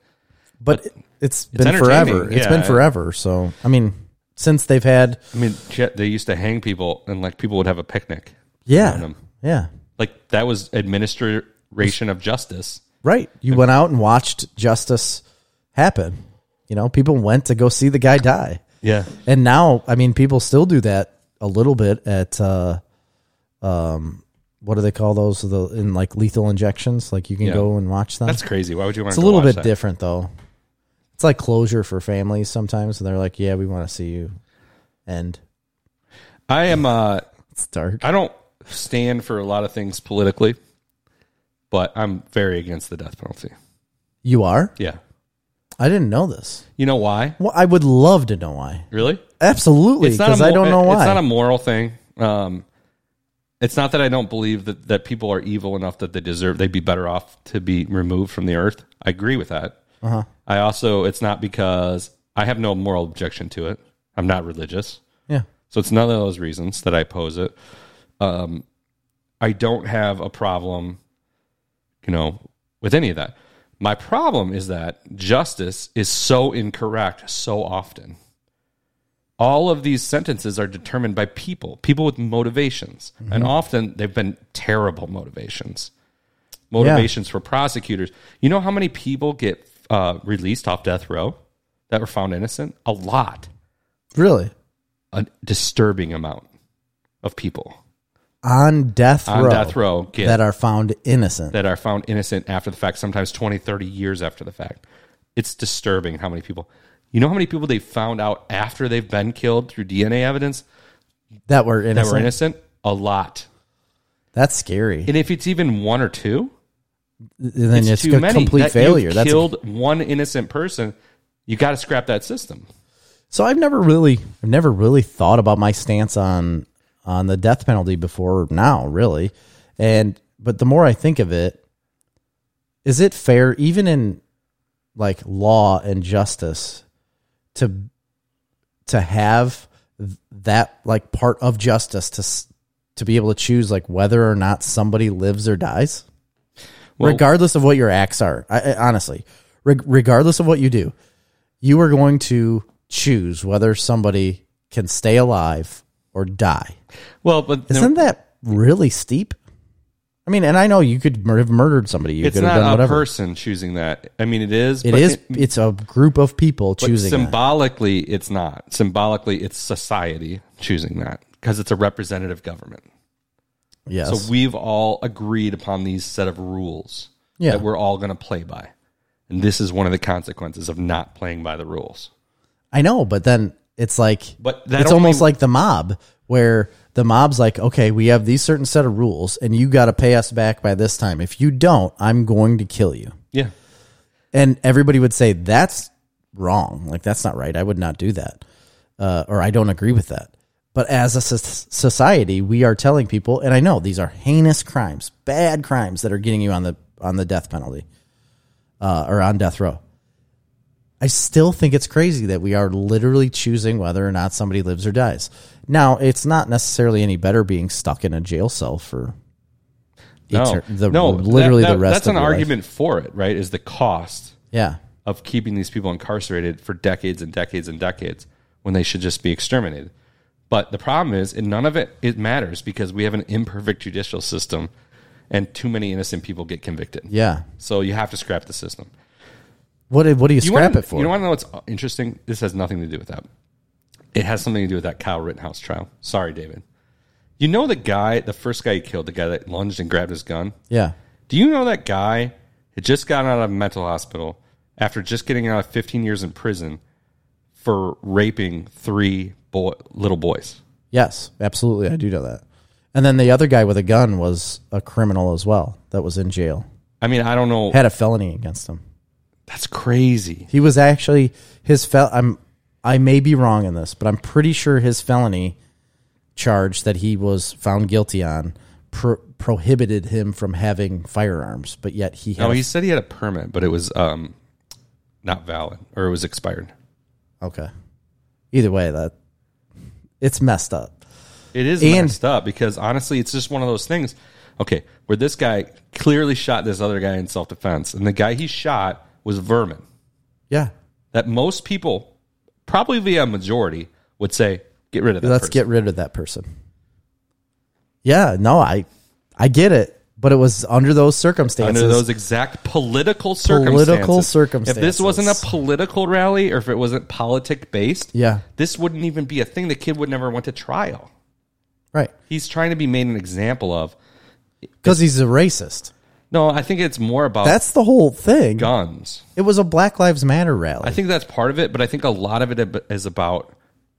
B: but it- it's been
A: entertaining,
B: forever. It's
A: yeah.
B: been forever. So I mean, since they've had
A: I mean, shit, they used to hang people, and like people would have a picnic.
B: yeah,
A: Random.
B: yeah,
A: Like that was administration of justice.
B: right. You went out and watched justice happen. You know, people went to go see the guy die,
A: Yeah,
B: and now I mean, people still do that a little bit at. uh um what do they call those? The in like lethal injections, like you can
A: Yeah.
B: go and watch them.
A: that's crazy. Why would you want?
B: It's a little bit different though. It's like closure for families sometimes, and they're like, "Yeah, we want to see you." And
A: I am. Uh,
B: it's dark.
A: I don't stand for a lot of things politically, but I'm very against the death penalty.
B: You are?
A: Yeah,
B: I didn't know this.
A: you know why?
B: Well, I would love to know why.
A: Really?
B: Absolutely,
A: It's not a
B: because I
A: mor-
B: don't know
A: it-
B: why.
A: It's not a moral thing. Um, it's not that I don't believe that, that people are evil enough that they deserve they'd be better off to be removed from the earth. I agree with that. Uh-huh. I also it's not because I have no moral objection to it. I'm not religious,
B: yeah,
A: so it's none of those reasons that I pose it. Um, I don't have a problem, you know, with any of that. My problem is that justice is so incorrect so often all of these sentences are determined by people, people with motivations. And often they've been terrible motivations. Motivations for prosecutors. You know how many people get uh, released off death row that were found innocent? A lot.
B: really.
A: A disturbing amount of people
B: On death
A: on
B: row,
A: death row get,
B: that are found innocent.
A: that are found innocent after the fact, sometimes 20, 30 years after the fact. It's disturbing how many people. You know how many people they found out after they've been killed through DNA evidence
B: that were
A: that
B: innocent.
A: were innocent? A lot.
B: That's scary.
A: And if it's even one or two,
B: and then it's,
A: too
B: a
A: many.
B: complete
A: That you
B: failure. That's a
A: killed one innocent person. You got to scrap that system.
B: So I've never really, I've never really thought about my stance on on the death penalty before now, really. And but the more I think of it, is it fair, even in like law and justice, to to have th- that like part of justice to s- to be able to choose like whether or not somebody lives or dies?
A: Well-
B: regardless of what your acts are, I, I, honestly, reg- regardless of what you do, you are going to choose whether somebody can stay alive or die.
A: Well, but then
B: Isn't that really steep? I mean, and I know you could mur- have murdered somebody. You
A: it's
B: could have done
A: not a
B: whatever.
A: person choosing that. I mean, it is.
B: it
A: but
B: is.
A: it-
B: it's a group of people
A: but
B: choosing. that.
A: symbolically, it's not. Symbolically, it's society choosing that because it's a representative government.
B: Yes.
A: So we've all agreed upon these set of rules
B: Yeah.
A: that we're all going to play by, and this is one of the consequences of not playing by the rules.
B: I know, but then it's like
A: But that
B: it's
A: only-
B: almost like the mob, where the mob's like, okay, we have these certain set of rules, and you got to pay us back by this time. If you don't, I'm going to kill you.
A: Yeah.
B: And everybody would say that's wrong. Like that's not right. I would not do that, uh, or I don't agree with that. But as a soc- society, we are telling people, and I know these are heinous crimes, bad crimes that are getting you on the on the death penalty uh, or on death row. I still think it's crazy that we are literally choosing whether or not somebody lives or dies. Now, it's not necessarily any better being stuck in a jail cell for eter- the, literally
A: that-
B: the
A: that-
B: rest
A: That's
B: of
A: an
B: your life.
A: argument for it, right? Is the cost
B: Yeah.
A: of keeping these people incarcerated for decades and decades and decades when they should just be exterminated. But the problem is, and none of it it matters because we have an imperfect judicial system, and too many innocent people get convicted.
B: Yeah.
A: So you have to scrap the system.
B: What do, what do you,
A: You
B: scrap
A: wanna,
B: it for?
A: You want to know what's interesting? This has nothing to do with that. It has something to do with that Kyle Rittenhouse trial. Sorry, David. You know the guy, the first guy he killed, the guy that lunged and grabbed his gun.
B: yeah.
A: Do you know that guy had just gotten out of a mental hospital after just getting out of 15 years in prison for raping three boy, little boys?
B: Yes, absolutely. I do know that. And then the other guy with a gun was a criminal as well that was in jail.
A: I mean, I don't know.
B: Had a felony against him.
A: That's crazy.
B: He was actually his fel I'm I may be wrong in this, but I'm pretty sure his felony charge that he was found guilty on pro- prohibited him from having firearms, but yet he had
A: No, Oh, he said he had a permit, but it was um, not valid or it was expired.
B: Okay. Either way, that It's messed up.
A: It is
B: And-
A: messed up because honestly, it's just one of those things. Okay, where this guy clearly shot this other guy in self defense, and the guy he shot was vermin.
B: Yeah.
A: That most people, probably via majority, would say, "Get rid of that."
B: Let's
A: person."
B: get rid of that person. Yeah, no, I I get it, but it was under those circumstances.
A: under those exact political circumstances.
B: Political
A: If this
B: circumstances.
A: wasn't a political rally, or if it wasn't politic based,
B: yeah.
A: this wouldn't even be a thing. The kid would never went to trial.
B: Right.
A: He's trying to be made an example of.
B: Cuz he's a racist.
A: No, I think it's more about
B: That's the whole thing.
A: guns.
B: It was a Black Lives Matter rally.
A: I think that's part of it, but I think a lot of it is about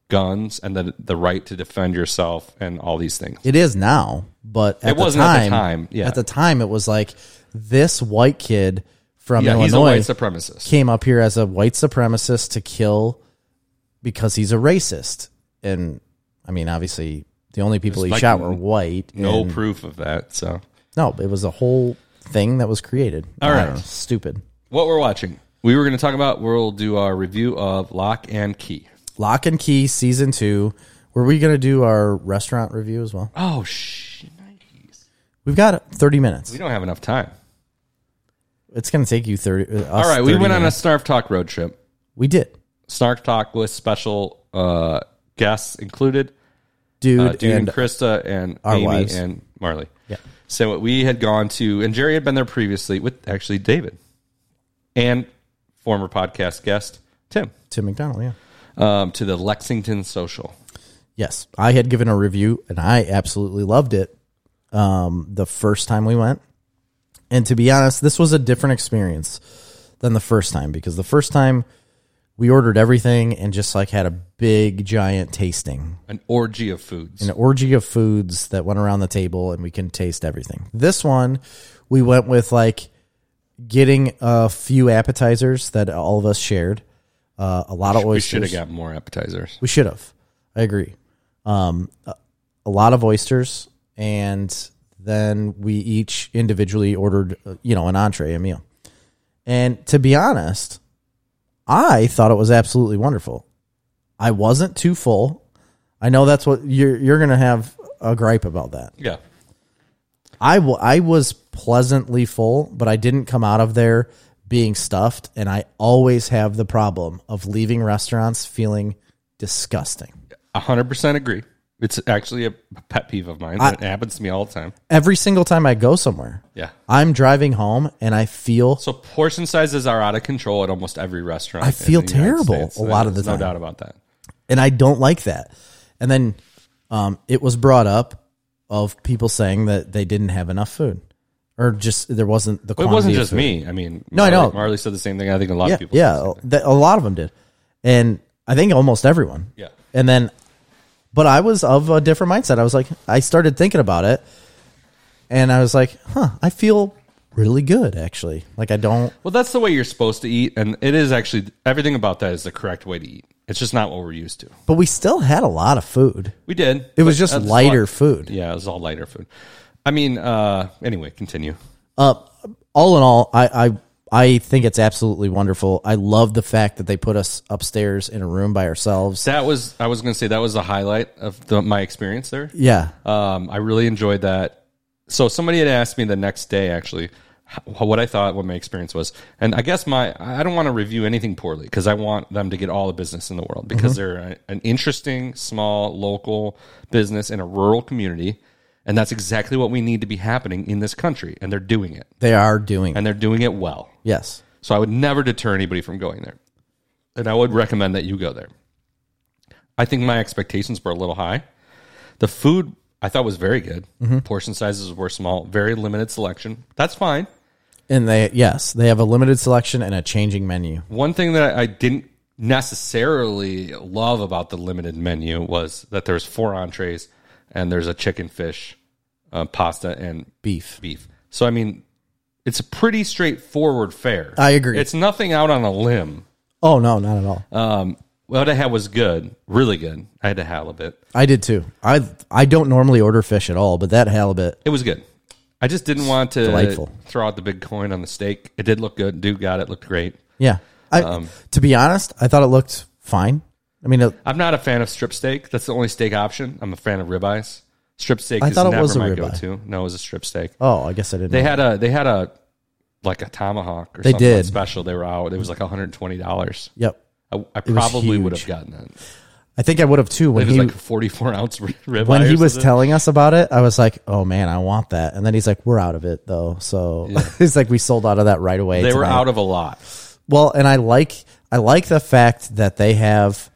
A: guns and the the right to defend yourself and all these things.
B: It is now, but at
A: It
B: the
A: wasn't at the
B: time,
A: time, yeah.
B: at the time, it was like this white kid from
A: Yeah,
B: Illinois
A: he's a white supremacist.
B: came up here as a white supremacist to kill because he's a racist, and I mean, obviously, the only people he
A: like
B: shot were white.
A: No
B: and-
A: proof of that. So,
B: no, it was a whole thing that was created.
A: All
B: I
A: right.
B: don't know, stupid
A: what we're watching, we were going to talk about. We'll do our review of Lock and Key.
B: Lock and Key season two. Were we going to do our restaurant review as well?
A: Oh shit!
B: We've got thirty minutes.
A: We don't have enough time.
B: It's going to take you thirty. uh, Us
A: All right, we
B: 30
A: went on a
B: minutes.
A: Snarf Talk road trip.
B: We did.
A: Snarf Talk with special uh, guests included.
B: Dude,
A: uh, dude and,
B: and
A: Krista and
B: our
A: Amy
B: wives.
A: and Marley. Yeah. So we had gone to, and Jerry had been there previously with actually David and former podcast guest Tim
B: Tim McDonald, yeah.
A: um, to the Lexington Social.
B: Yes, I had given a review and I absolutely loved it um, the first time we went. And to be honest, this was a different experience than the first time because the first time we ordered everything and just like had a big giant tasting,
A: An orgy of foods.
B: an orgy of foods that went around the table and we can taste everything. This one, we went with like getting a few appetizers that all of us shared, uh, a lot of
A: we
B: oysters.
A: should have got more appetizers.
B: We should have. I agree. Um, a, a lot of oysters, and then we each individually ordered, uh, you know, an entree, a meal. And to be honest, I thought it was absolutely wonderful. I wasn't too full. I know that's what you're you're gonna have a gripe about that.
A: Yeah.
B: I wa- I was pleasantly full, but I didn't come out of there being stuffed, and I always have the problem of leaving restaurants feeling disgusting.
A: 100% agree. It's actually a pet peeve of mine. it happens to me all the time.
B: every single time I go somewhere,
A: Yeah.
B: I'm driving home and I feel
A: So portion sizes are out of control at almost every restaurant.
B: I
A: in
B: feel
A: the United
B: terrible
A: States.
B: a lot of the
A: There's No
B: time.
A: doubt about that.
B: and I don't like that. And then um, it was brought up of people saying that they didn't have enough food or just there wasn't the
A: But it
B: quantity.
A: wasn't
B: of
A: just
B: food.
A: me. I mean,
B: No, I
A: Marley-
B: know.
A: Marley said the same thing. I think a lot
B: Yeah,
A: of people. said the
B: yeah,
A: same thing.
B: that, a lot of them did, and I think almost everyone.
A: Yeah.
B: and then, but I was of a different mindset. I was like, I started thinking about it, and I was like, huh, I feel really good actually. Like I don't.
A: Well, that's the way you're supposed to eat, and it is actually everything about that is the correct way to eat. It's just not what we're used to.
B: But we still had a lot of food.
A: We did.
B: It was just lighter food.
A: Yeah, it was all lighter food. I mean, uh, anyway, continue.
B: Uh, all in all, I, I I think it's absolutely wonderful. I love the fact that they put us upstairs in a room by ourselves.
A: That was I was going to say that was the highlight of the, my experience there.
B: Yeah,
A: Um, I really enjoyed that. So somebody had asked me the next day, actually, h- what I thought, what my experience was, and I guess my I don't want to review anything poorly because I want them to get all the business in the world because they're a, an interesting, small, local business in a rural community, and that's exactly what we need to be happening in this country, and they're doing it,
B: they are doing. it.
A: and they're doing it well.
B: Yes,
A: So I would never deter anybody from going there. And I would recommend that you go there. I think my expectations were a little high. The food I thought was very good.
B: Mm-hmm.
A: Portion sizes were small, very limited selection. That's fine.
B: and they yes they have a limited selection and a changing menu.
A: One thing that I didn't necessarily love about the limited menu was that there's four entrees and there's a chicken, fish, uh, pasta, and
B: Beef.
A: beef. So I mean, it's a pretty straightforward fare.
B: I agree.
A: It's nothing out on a limb.
B: Oh no, not at all.
A: Um, what I had was good, really good. I had to halibut.
B: I did too. I I don't normally order fish at all, but that halibut.
A: It was good. I just didn't want to
B: Delightful.
A: throw out the big coin on the steak. It did look good. Dude got it. Looked great.
B: Yeah, I to be honest, I thought it looked fine. I mean, it,
A: I'm not a fan of strip steak. That's the only steak option. I'm a fan of ribeyes. Strip steak
B: I
A: is
B: thought it
A: never
B: was a
A: my
B: ribeye.
A: go-to. No, it was a strip steak.
B: oh, I guess I didn't.
A: They
B: know.
A: had a they had a like a tomahawk or
B: They
A: something
B: did.
A: special. They were out. It was like 120 dollars.
B: yep.
A: I, I
B: was
A: probably would have
B: huge.
A: gotten that.
B: I think I would have too
A: It
B: when
A: was
B: he
A: like a 44 ounce [LAUGHS] ri- ribeye.
B: when
A: or
B: he was
A: something.
B: telling us about it. I was like, oh man, I want that. And then he's like, we're out of it though. So [LAUGHS] it's like we sold out of that right away.
A: they were
B: tonight.
A: out of a lot.
B: Well, and I like I like the fact that they have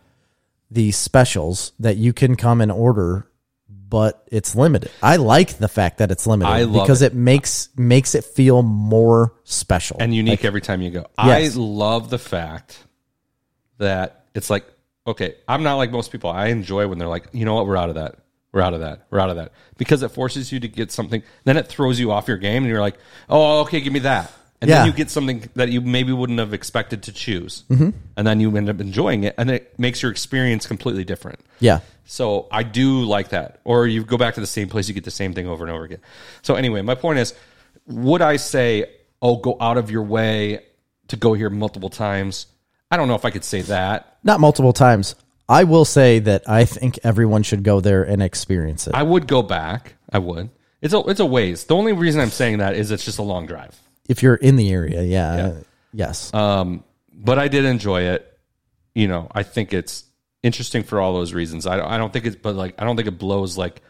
B: these specials that you can come and order, but it's limited. I like the fact that it's limited
A: I love
B: because it. makes makes it feel more special.
A: and unique every time you go.
B: Yes.
A: I love the fact that it's like, okay, I'm not like most people. I enjoy when they're like, you know what, we're out of that. We're out of that. We're out of that. Because it forces you to get something. Then it throws you off your game and you're like, oh, okay, give me that. And
B: Yeah.
A: then you get something that you maybe wouldn't have expected to choose.
B: Mm-hmm.
A: And then you end up enjoying it. And it makes your experience completely different.
B: yeah,
A: So I do like that. Or you go back to the same place, you get the same thing over and over again. So anyway, my point is, would I say, oh, go out of your way to go here multiple times? I don't know if I could say that.
B: not multiple times. I will say that I think everyone should go there and experience it.
A: I would go back. I would. It's a it's a ways. The only reason I'm saying that is it's just a long drive.
B: if you're in the area, yeah. Yes.
A: Um, But I did enjoy it. You know, I think it's interesting for all those reasons. I don't, I don't think it's but like I don't think it blows like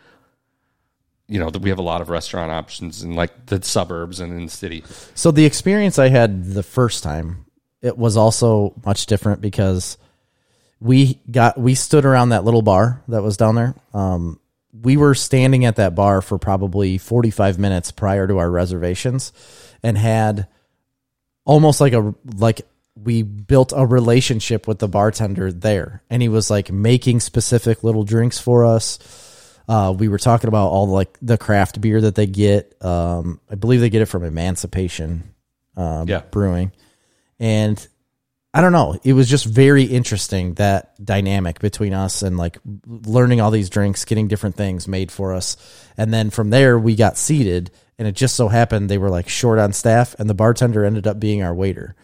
A: you know that we have a lot of restaurant options in like the suburbs and in the city.
B: So the experience I had the first time, it was also much different because we got we stood around that little bar that was down there. Um, we were standing at that bar for probably 45 minutes prior to our reservations and had almost like a like we built a relationship with the bartender there and he was like making specific little drinks for us uh, we were talking about all like the craft beer that they get um, i believe they get it from emancipation uh,
A: Yeah.
B: brewing and i don't know it was just very interesting that dynamic between us and like learning all these drinks getting different things made for us and then from there we got seated and it just so happened they were like short on staff and the bartender ended up being our waiter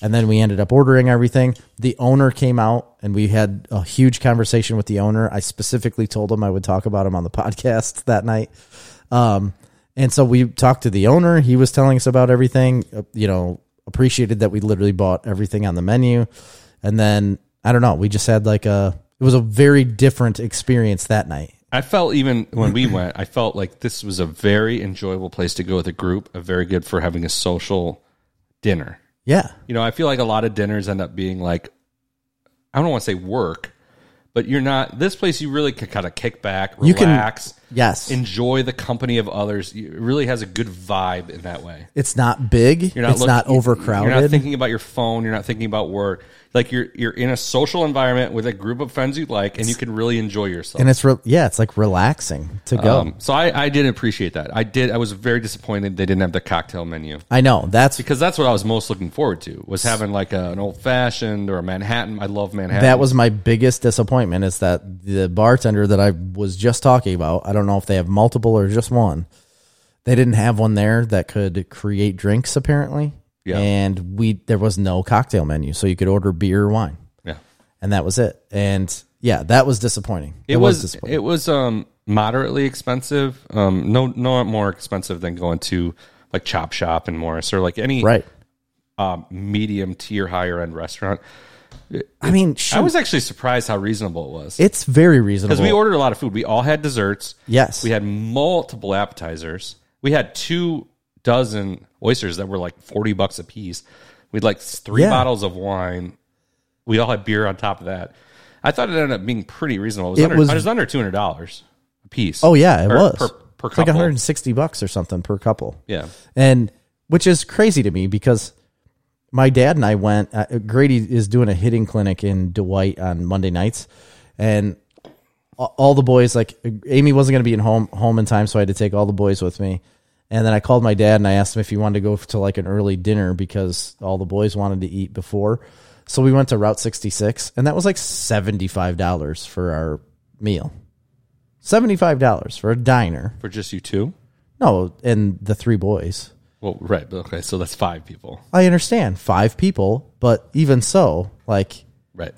B: and then we ended up ordering everything. The owner came out and we had a huge conversation with the owner. I specifically told him I would talk about him on the [LAUGHS] podcast that night. Um, and so we talked to the owner. He was telling us about everything, uh, you know, appreciated that we literally bought everything on the menu. And then I don't know, we just had like a, it was a very different experience that night.
A: I felt even when we went, I felt like this was a very enjoyable place to go with a group, a very good for having a social dinner.
B: Yeah.
A: You know, I feel like a lot of dinners end up being like, I don't want to say work, but you're not, this place you really can kind of kick back,
B: can-
A: relax,
B: Yes.
A: enjoy the company of others. It really has a good vibe in that way.
B: it's not big.
A: You're not
B: it's
A: look-
B: not
A: you-
B: overcrowded.
A: You're not thinking about your phone. You're not thinking about work. Like you're you're in a social environment with a group of friends you like, and you can really enjoy yourself.
B: and it's, re- yeah, it's like relaxing to go.
A: Um, so I, I did appreciate that. I did. I was very disappointed they didn't have the cocktail menu
B: I know. That's
A: because that's what I was most looking forward to was having like a, an old fashioned or a Manhattan. I love Manhattan.
B: that was my biggest disappointment is that the bartender that I was just talking about, I don't know if they have multiple or just one. They didn't have one there that could create drinks apparently.
A: Yeah.
B: And we there was no cocktail menu, so you could order beer or wine.
A: yeah.
B: And that was it. And yeah, that was disappointing.
A: It was
B: disappointing.
A: it was um moderately expensive. Um, no no more expensive than going to like Chop Shop and Morris or like any
B: right.
A: um, medium tier higher end restaurant.
B: I mean, shoot,
A: I was actually surprised how reasonable it was
B: it's very reasonable.
A: because we ordered a lot of food. We all had desserts.
B: yes.
A: We had multiple appetizers. We had two dozen oysters that were like 40 bucks a piece. We had like three
B: Yeah.
A: bottles of wine. We all had beer on top of that. I thought it ended up being pretty reasonable. It was,
B: It
A: under,
B: was-
A: it was under $200 a piece.
B: oh yeah, it
A: Or
B: was.
A: Per, per
B: It's like
A: couple.
B: 160 bucks or something per couple.
A: yeah.
B: and which is crazy to me because my dad and I went. Uh, Grady is doing a hitting clinic in Dwight on Monday nights, and a- all the boys like Amy wasn't going to be in home home in time, so I had to take all the boys with me. And then I called my dad and I asked him if he wanted to go to like an early dinner because all the boys wanted to eat before. So we went to Route 66, and that was like seventy five dollars for our meal. Seventy five dollars for a diner.
A: For just you two?
B: No, and the three boys.
A: Well, right. but Okay. So that's five people.
B: I understand five people, but even so, like
A: Right.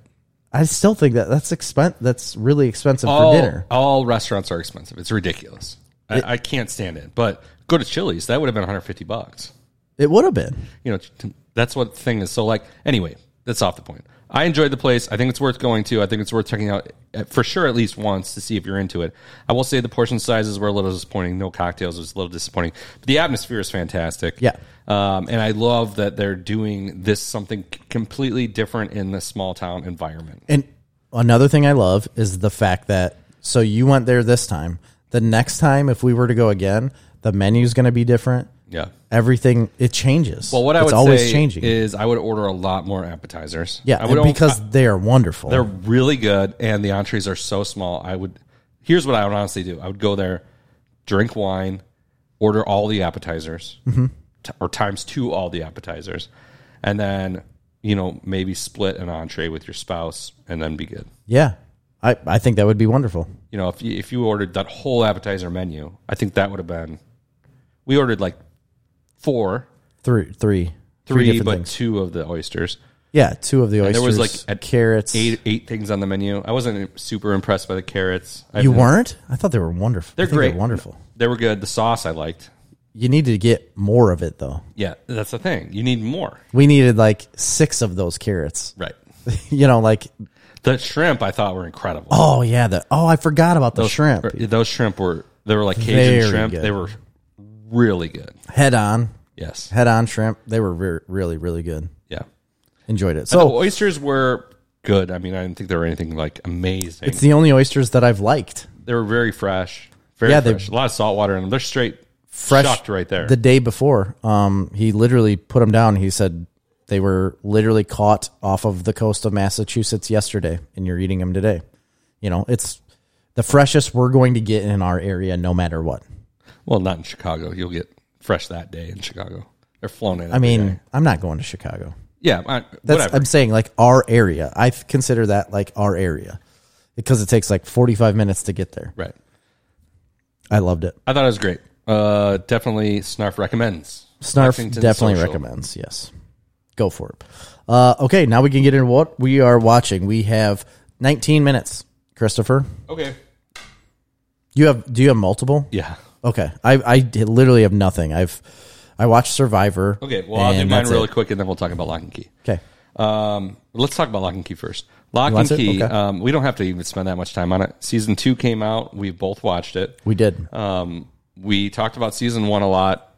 B: I still think that that's expen- That's really expensive
A: all,
B: for dinner.
A: all restaurants are expensive. It's ridiculous. I, I can't stand it. But go to Chili's. That would have been 150 bucks.
B: It would have been.
A: You know, t- that's what the thing is. So, like, anyway, that's off the point. I enjoyed the place. I think it's worth going to. I think it's worth checking out uh, for sure at least once to see if you're into it. I will say the portion sizes were a little disappointing. No cocktails was a little disappointing. But the atmosphere is fantastic.
B: Yeah.
A: Um, and I love that they're doing this something c- completely different in this small town environment.
B: And another thing I love is the fact that so you went there this time. The next time, if we were to go again, the menu's going to be different.
A: Yeah.
B: Everything it changes.
A: Well, what I
B: it's
A: would
B: always
A: say
B: changing.
A: is I would order a lot more appetizers.
B: yeah,
A: I would
B: and
A: only-
B: because they are wonderful.
A: They're really good, and the entrees are so small. I would. Here's what I would honestly do: I would go there, drink wine, order all the appetizers,
B: Mm-hmm.
A: t- or times two all the appetizers, and then you know maybe split an entree with your spouse, and then be good.
B: yeah, I I think that would be wonderful.
A: You know, if you, if you ordered that whole appetizer menu, I think that would have been. We ordered like four,
B: Three, three, three
A: three,
B: different
A: but
B: things.
A: two of the oysters.
B: Yeah, two of the oysters.
A: there was, like, at
B: carrots.
A: Eight eight things on the menu. I wasn't super impressed by the carrots. I
B: you
A: didn't-
B: weren't? I thought they were wonderful.
A: They're
B: I think
A: great.
B: wonderful.
A: They were good. The sauce I liked.
B: You need to get more of it though.
A: Yeah, that's the thing. You need more.
B: We needed like six of those carrots. [LAUGHS]
A: Right.
B: you know, like
A: The shrimp I thought were incredible.
B: oh yeah, the oh I forgot about the shrimp
A: Or- Those shrimp were they were like Cajun
B: Very
A: shrimp.
B: good.
A: They were really good.
B: head on,
A: Yes.
B: head on shrimp. They were re- really really good.
A: Yeah.
B: Enjoyed it.
A: The
B: So
A: oysters were good. I mean, I didn't think they were anything like amazing.
B: it's the only oysters that I've liked.
A: they were very fresh. Very
B: Yeah, they-
A: fresh. A lot of salt water in them. They're straight
B: Fresh
A: shucked right there.
B: The day before, um, he literally put them down. He said they were literally caught off of the coast of Massachusetts yesterday, and you're eating them today. You know, it's the freshest we're going to get in our area, no matter what.
A: well, not in Chicago. You'll get fresh that day in Chicago. They're flown in.
B: I mean, I'm not going to Chicago.
A: yeah, I,
B: That's
A: whatever.
B: I'm saying like our area. I th- consider that like our area because it takes like 45 minutes to get there.
A: right.
B: I loved it.
A: I thought it was great. Uh, definitely Snarf recommends.
B: Snarf
A: Lexington
B: definitely
A: Social.
B: recommends. Yes, go for it. Uh, okay, now we can get into what we are watching. We have 19 minutes. Christopher,
A: Okay.
B: you have do you have multiple?
A: Yeah.
B: Okay, I I d- literally have nothing. I've I watched Survivor.
A: Okay. Well, I'll do
B: and
A: mine
B: that's
A: really
B: it.
A: quick, and then we'll talk about lock and key.
B: Okay,
A: Um, let's talk about lock and key first. Lock and
B: want to?
A: key.
B: Okay.
A: Um, we don't have to even spend that much time on it. Season two came out. We both watched it.
B: we did.
A: Um, we talked about season one a lot.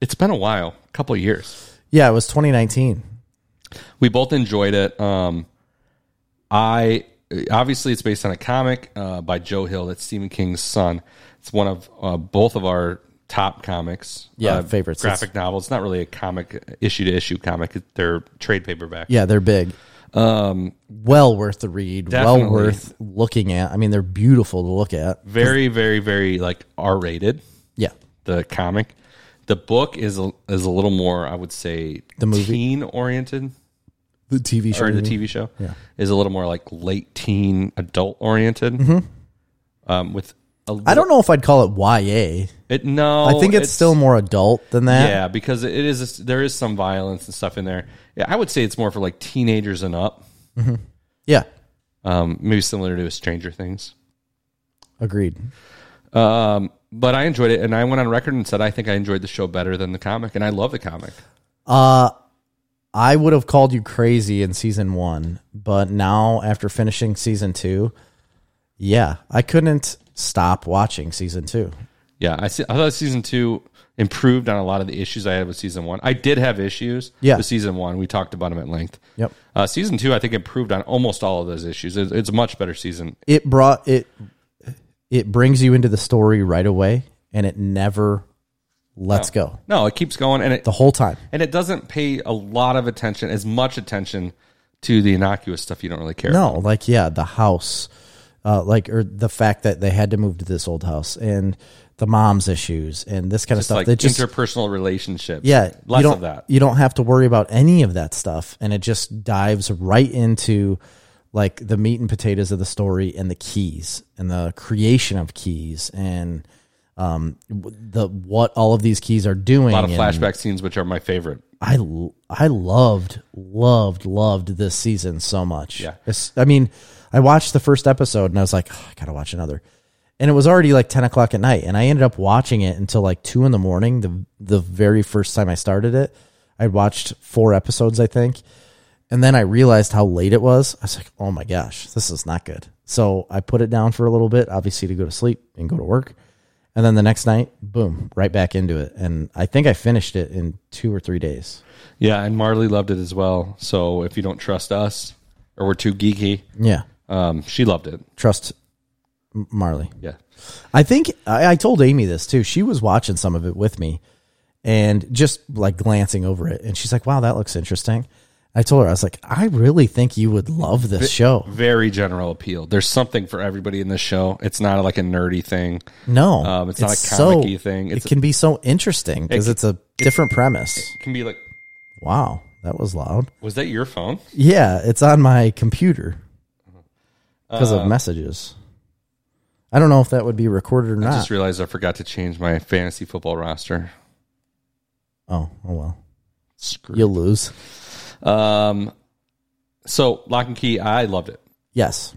A: It's been a while, a couple of years.
B: yeah, it was 2019.
A: We both enjoyed it. Um, I obviously it's based on a comic uh, by Joe Hill. That's Stephen King's son. It's one of uh, both of our top comics.
B: Yeah,
A: uh,
B: favorites.
A: Graphic novel. It's not really a comic issue to issue comic. They're trade paperback.
B: Yeah, they're big. Um, well worth the read.
A: Definitely.
B: Well worth looking at. I mean, they're beautiful to look at.
A: Very, very, very like R rated.
B: Yeah,
A: The comic. The book is a, is a little more, I would say, the
B: movie? Mm-hmm.
A: teen oriented.
B: the TV show.
A: or the TV show is a little more like late teen adult oriented. Um, with a little,
B: Mm-hmm. I don't know if I'd call it YA.
A: it, no,
B: I think it's, still more adult than that.
A: yeah because it is there is some violence and stuff in there. Yeah, I would say it's more for like teenagers and up.
B: Yeah.
A: Um, maybe similar to Stranger Things.
B: Agreed.
A: Um, but I enjoyed it, and I went on record and said I think I enjoyed the show better than the comic, and I love the comic.
B: Uh I would have called you crazy in season 1, but now after finishing season 2, yeah, I couldn't stop watching season 2.
A: Yeah, I, see, I thought season two improved on a lot of the issues I had with season one. I did have issues
B: Yeah.
A: with season one. We talked about them at length.
B: Yep.
A: Uh, season two, I think, improved on almost all of those issues. It's, it's a much better season.
B: It brought it it brings you into the story right away and it never lets go
A: No, it keeps going, and it
B: the whole time.
A: and it doesn't pay a lot of attention, as much attention to the innocuous stuff you don't really care.
B: No, like yeah, the house, uh, like or the fact that they had to move to this old house and the mom's issues and this kind of
A: it's
B: stuff.
A: like
B: that just
A: interpersonal relationships.
B: yeah, you
A: less
B: don't,
A: of that.
B: You don't have to worry about any of that stuff, and it just dives right into like the meat and potatoes of the story and the keys and the creation of keys and um w- the what all of these keys are doing
A: A lot of
B: and
A: flashback scenes, which are my favorite.
B: I l- I loved loved loved this season so much.
A: Yeah.
B: It's- I mean, I watched the first episode and I was like, "Oh, I gotta watch another, and it was already like ten o'clock at night, and I ended up watching it until like two in the morning. The the very first time I started it, I watched four episodes, I think, and then I realized how late it was. I was like, oh my gosh, this is not good. So I put it down for a little bit, obviously to go to sleep and go to work. And then the next night, boom, right back into it. And I think I finished it in two or three days.
A: Yeah, and Marley loved it as well. So if you don't trust us or we're too geeky,
B: Yeah.
A: um, she loved it.
B: Trust M- Marley.
A: Yeah.
B: I think I, I told Amy this too. She was watching some of it with me and just like glancing over it. And she's like, wow, that looks interesting. I told her, I was like, I really think you would love this show.
A: Very general appeal. There's something for everybody in this show. It's not like a nerdy thing.
B: No,
A: Um, it's not a comic-y
B: so,
A: thing. It's-
B: it can be so interesting because it's a different premise.
A: It can be like,
B: Wow, that was loud.
A: was that your phone?
B: Yeah, it's on my computer because
A: Uh,
B: of messages. I don't know if that would be recorded or
A: I
B: not.
A: just realized I forgot to change my fantasy football roster.
B: oh, oh well,
A: Screw.
B: you'll lose.
A: Um, so Lock and Key, I loved it.
B: Yes,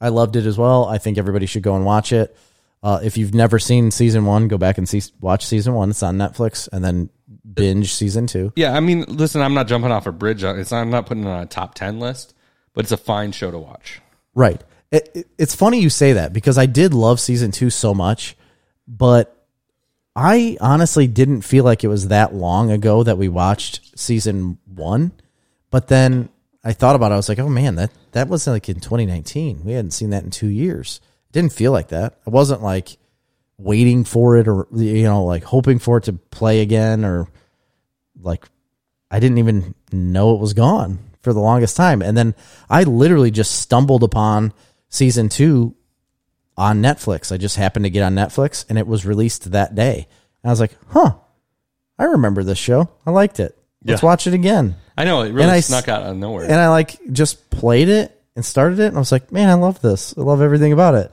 B: I loved it as well. I think everybody should go and watch it. Uh, if you've never seen season one, go back and see watch season one. It's on Netflix, and then binge season two.
A: Yeah, I mean, listen, I'm not jumping off a bridge. Uh, It's not, I'm not putting it on a top ten list, but it's a fine show to watch.
B: Right. It, it- it's funny you say that because I did love season two so much, but I honestly didn't feel like it was that long ago that we watched season one. But then I thought about it. I was like, oh man, that, that was like in 2019. We hadn't seen that in two years. didn't feel like that. I wasn't like waiting for it or, you know, like hoping for it to play again or like I didn't even know it was gone for the longest time. And then I literally just stumbled upon season two on Netflix. I just happened to get on Netflix and it was released that day. And I was like, huh, I remember this show. I liked it. Let's
A: Yeah.
B: watch it again.
A: I know it really
B: And I s-
A: snuck out of nowhere.
B: And I like just played it and started it. And I was like, man, I love this. I love everything about it.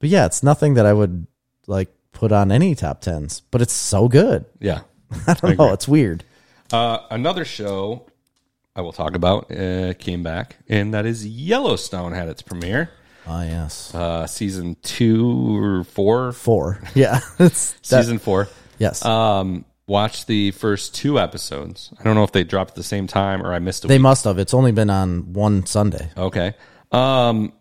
B: But yeah, it's nothing that I would like put on any top tens, but it's so good. [LAUGHS]
A: yeah.
B: I don't know. It's weird.
A: Uh, another show I will talk about uh, came back, and that is Yellowstone had its premiere,
B: Ah, yes.
A: uh, season two or four,
B: Four. [LAUGHS] Yeah. it's that-
A: season four.
B: Yes.
A: Um, watched the first two episodes. I don't know if they dropped at the same time or I missed a
B: they must have. It's only been on one Sunday.
A: Okay. Um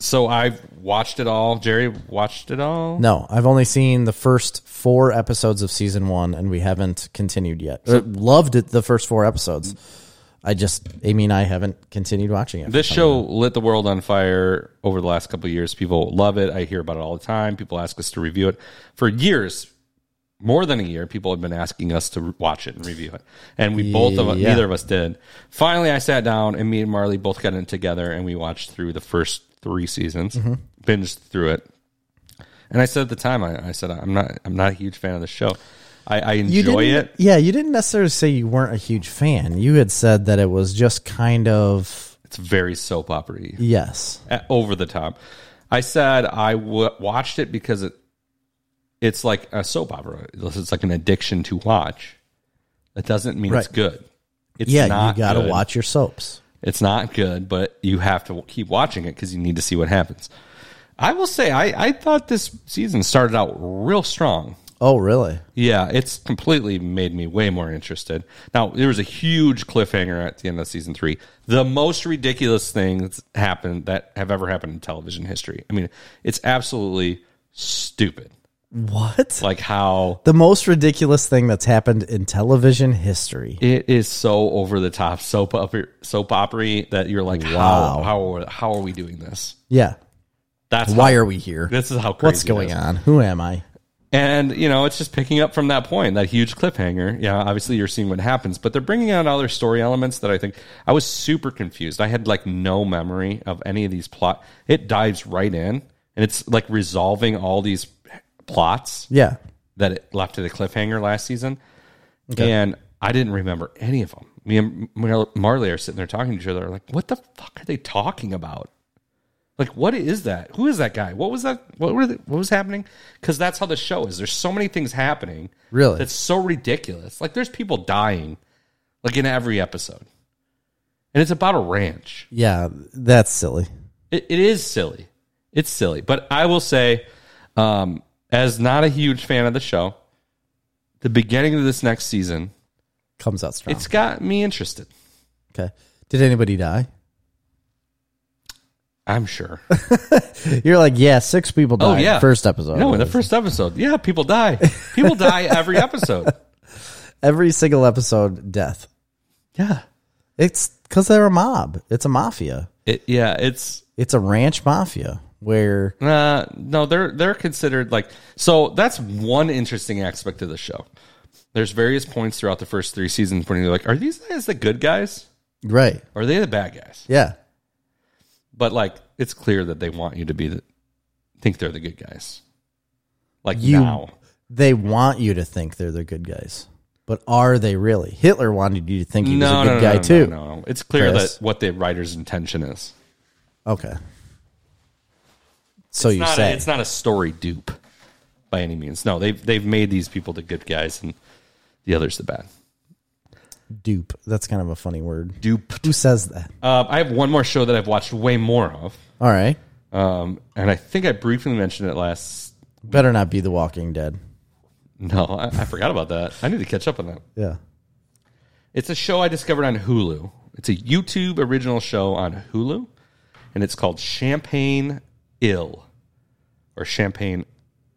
A: so I've watched it all. Jerry watched it all.
B: No, I've only seen the first four episodes of season one, and we haven't continued yet. Uh, loved it, the first four episodes. I just, Amy and I haven't continued watching it.
A: This show lit the world on fire over the last couple of years. People love it. I hear about it all the time. People ask us to review it. For years, more than a year, people have been asking us to re- watch it and review it. And we both of us,
B: Yeah.
A: neither of us did. Finally, I sat down and me and Marley both got in together and we watched through the first three seasons,
B: Mm-hmm.
A: binged through it. And I said at the time, I, I said, I'm not, I'm not a huge fan of the show. I, I enjoy
B: didn't,
A: it.
B: Yeah, you didn't necessarily say you weren't a huge fan. You had said that it was just kind of
A: It's very soap opera
B: yes.
A: over the top. I said I w- watched it because it it's like a soap opera. It's like an addiction to watch. That doesn't mean it's
B: Right.
A: good. It's
B: Yeah,
A: not
B: you got to
A: good.
B: watch your soaps.
A: It's not good, but you have to keep watching it because you need to see what happens. I will say I, I thought this season started out real strong.
B: Oh, really?
A: Yeah, it's completely made me way more interested. Now, there was a huge cliffhanger at the end of season three. The most ridiculous things happened that have ever happened in television history. I mean, it's absolutely stupid.
B: What?
A: Like how
B: The most ridiculous thing that's happened in television history.
A: it is so over the top soap opera, soap opera that you're like, how how are, how are we doing this?
B: Yeah.
A: That's
B: Why
A: how,
B: are we here?
A: this is how crazy
B: What's going on? Who am I?
A: And you know, it's just picking up from that point, that huge cliffhanger. Yeah, obviously you're seeing what happens, but they're bringing out other story elements that I think I was super confused. I had like no memory of any of these plot. It dives right in, and it's like resolving all these plots
B: Yeah.
A: that it left to the cliffhanger last season, and I didn't remember any of them. Me and Mar- Marley are sitting there talking to each other, like, "What the fuck are they talking about? Like, what is that? Who is that guy? What was that? What were they, what was happening? Because that's how the show is. There's so many things happening.
B: Really?
A: that's so ridiculous. Like, there's people dying like in every episode. And it's about a ranch.
B: Yeah, that's silly.
A: It, it is silly. It's silly. But I will say, um, as not a huge fan of the show, the beginning of this next season,
B: Comes out strong.
A: it's got me interested.
B: okay. Did anybody die? [LAUGHS]
A: I'm sure.
B: You're like, yeah, six people died.
A: [LAUGHS] Oh
B: in the
A: yeah,
B: first episode.
A: No, in the first episode, yeah, people die.
B: [LAUGHS]
A: People die every episode.
B: every single episode, death.
A: Yeah,
B: It's because they're a mob. It's a mafia.
A: it, yeah, it's
B: It's a ranch mafia where
A: Uh, no, they're they're considered like so. That's one interesting aspect of the show. There's various points throughout the first three seasons when you're like, are these guys the good guys?
B: right,
A: Or are they the bad guys?
B: yeah,
A: But like, it's clear that they want you to be the think they're the good guys. Like
B: You-
A: now,
B: they want you to think they're the good guys, but are they really? Hitler wanted you to think he was
A: no,
B: a good
A: no, no,
B: guy
A: no,
B: too.
A: No, no, no. it's clear
B: Chris.
A: that what the writer's intention is.
B: Okay, so you
A: Not
B: say
A: a, it's not a story dupe by any means. No, they've they've made these people the good guys and the others the bad.
B: dupe? That's kind of a funny word.
A: Dupe.
B: Who says that?
A: Uh, I have one more show that I've watched way more of.
B: All right,
A: Um, and I think I briefly mentioned it last.
B: better not be The Walking Dead.
A: No, I, I forgot about that. I need to catch up on that.
B: Yeah,
A: It's a show I discovered on Hulu. It's a YouTube original show on Hulu, and it's called Champagne Ill or Champagne.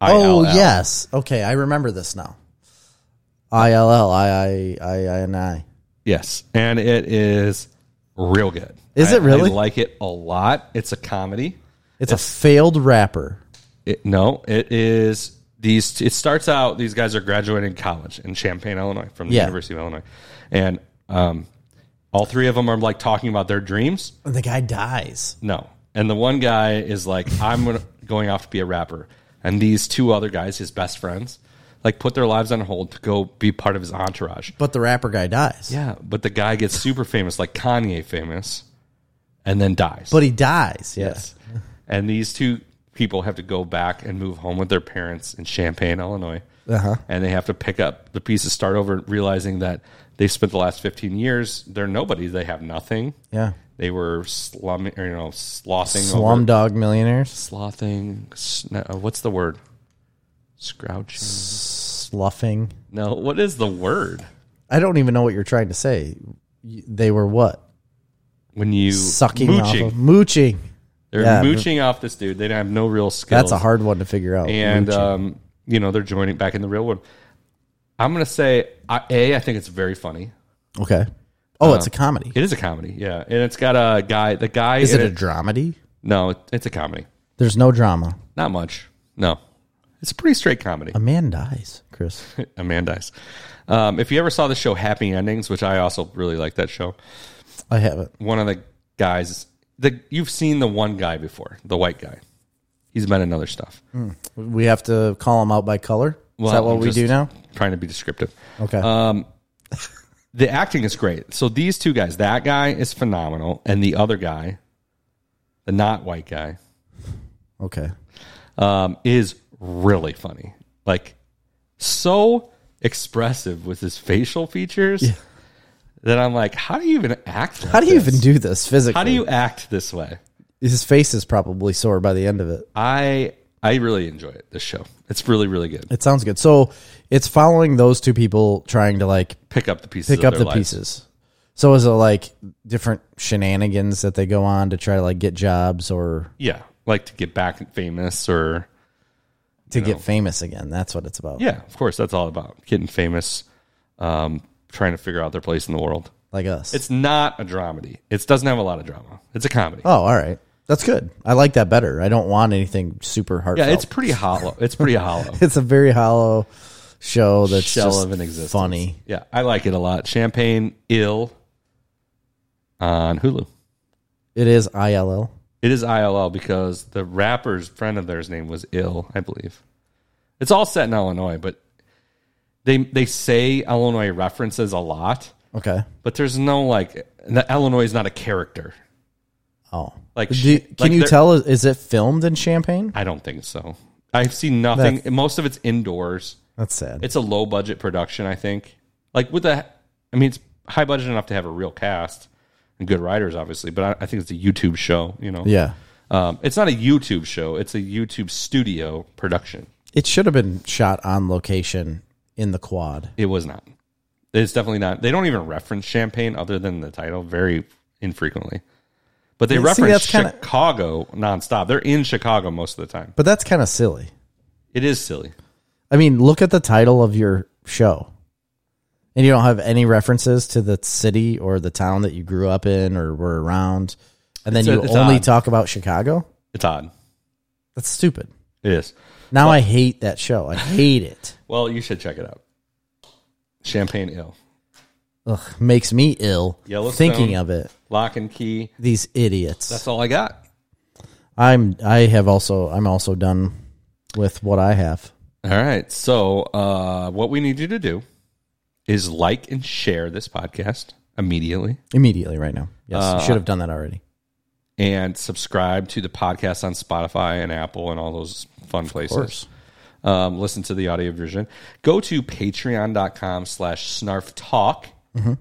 B: Oh
A: ILL.
B: yes. Okay, I remember this now. I L L I I I I N I.
A: yes, and it is real good.
B: Is
A: I-
B: it really?
A: I like it a lot. It's a comedy.
B: It's a failed rapper.
A: It, no, it is these. It starts out these guys are graduating college in Champaign, Illinois, from the
B: Yeah.
A: University of Illinois, and um, all three of them are like talking about their dreams.
B: And the guy dies.
A: No, and the one guy is like, "I'm gonna, going off to be a rapper," and these two other guys, his best friends, like put their lives on hold to go be part of his entourage.
B: But the rapper guy dies.
A: Yeah, but the guy gets super famous, like Kanye famous, and then dies.
B: But he dies.
A: Yes.
B: Yes.
A: And these two people have to go back and move home with their parents in Champaign, Illinois.
B: Uh-huh.
A: And they have to pick up the pieces, start over, realizing that they spent the last 15 years, they're nobody. They have nothing.
B: Yeah.
A: They were slumming, or, you know, slothing. over-
B: Slumdog Millionaires.
A: Slothing. sn- uh, What's the word? Scrouching.
B: Sluffing.
A: No, what is the word?
B: I don't even know what you're trying to say. Y- They were what?
A: When you
B: Sucking
A: mooching.
B: off of mooching.
A: They're
B: Yeah, but-
A: mooching off this dude. They don't have no real skills.
B: That's a hard one to figure out.
A: and
B: Mooching.
A: um, you know they're joining back in the real world. I'm gonna say I, a. I think it's very funny.
B: okay. Oh,
A: uh,
B: it's a comedy.
A: It is a comedy, yeah, and it's got a guy. The guy
B: Is
A: in
B: it a dramedy?
A: no? it- It's a comedy.
B: There's no drama.
A: Not much. No, it's a pretty straight comedy. [LAUGHS]
B: A man dies, Chris.
A: a man dies. Um, if you ever saw the show Happy Endings, which I also really like that show,
B: I haven't.
A: one of the guys, the you've seen the one guy before, the white guy. He's been in other stuff.
B: We have to call them out by color. Is that what
A: I'm
B: we
A: just
B: do now?
A: Trying to be descriptive.
B: Okay.
A: the acting is great. So these two guys, that guy is phenomenal, and the other guy, the not white guy,
B: okay.
A: um, is really funny. Like so expressive with his facial features that I'm like, how do you even act? Like
B: How do you
A: this?
B: even do this physically?
A: How do you act this way?
B: His face is probably sore by the end of it.
A: I I really enjoy it. This show, it's really really good.
B: It sounds good. So it's following those two people trying to like
A: Pick up the pieces.
B: pick
A: of
B: up
A: their
B: the
A: lives.
B: pieces. So is it like different shenanigans that they go on to try to like get jobs or
A: Yeah, like to get back famous or
B: to get famous again? That's what it's about.
A: yeah, of course that's all about getting famous, um, trying to figure out their place in the world.
B: Like us.
A: It's not a dramedy. It doesn't have a lot of drama. It's a comedy.
B: oh, all right. That's good. I like that better. I don't want anything super
A: yeah,
B: heartfelt.
A: it's pretty hollow. It's pretty hollow.
B: [LAUGHS] it's a very hollow show that's
A: Shell
B: just
A: of an existence.
B: funny.
A: Yeah, I like it a lot. Champagne Ill on Hulu.
B: It is ILL.
A: It is ILL because the rapper's friend of theirs name was Ill, I believe. It's all set in Illinois, but they they say Illinois references a lot,
B: Okay.
A: but there's no like the Illinois is not a character.
B: Oh.
A: Like
B: Do-
A: sh-
B: can
A: like
B: you
A: they're-
B: tell is it filmed in Champagne?
A: I don't think so. I've seen nothing. Most of it's indoors.
B: That's sad.
A: it's a low budget production i think like with a i mean it's high budget enough to have a real cast and good writers, obviously. But I, I think it's a YouTube show. You know,
B: Yeah.
A: Um, it's not a YouTube show; it's a YouTube studio production.
B: It should have been shot on location in the quad.
A: It was not. It's definitely not. They don't even reference champagne other than the title very infrequently. But they
B: See,
A: reference
B: that's kinda-
A: Chicago nonstop. They're in Chicago most of the time.
B: But that's kind of silly.
A: It is silly.
B: I mean, look at the title of your show. And you don't have any references to the city or the town that you grew up in or were around. And then
A: It's-
B: you
A: it's
B: only
A: odd.
B: talk about Chicago?
A: It's odd.
B: That's stupid.
A: It is.
B: Now I hate that show. I hate it.
A: Well, you should check it out. Champagne Ill.
B: Ugh, makes me ill
A: Yellowstone.
B: thinking of it.
A: Lock and key.
B: These idiots.
A: That's all I got.
B: I'm I have also I'm also done with what I have.
A: All right. So, uh, what we need you to do is like and share this podcast immediately
B: Immediately right now. Yes.
A: Uh,
B: you should have done that already.
A: and subscribe to the podcast on Spotify and Apple and all those fun places.
B: course.
A: Um, listen to the audio version. Go to patreon.com slash snarf talk.
B: Mm-hmm.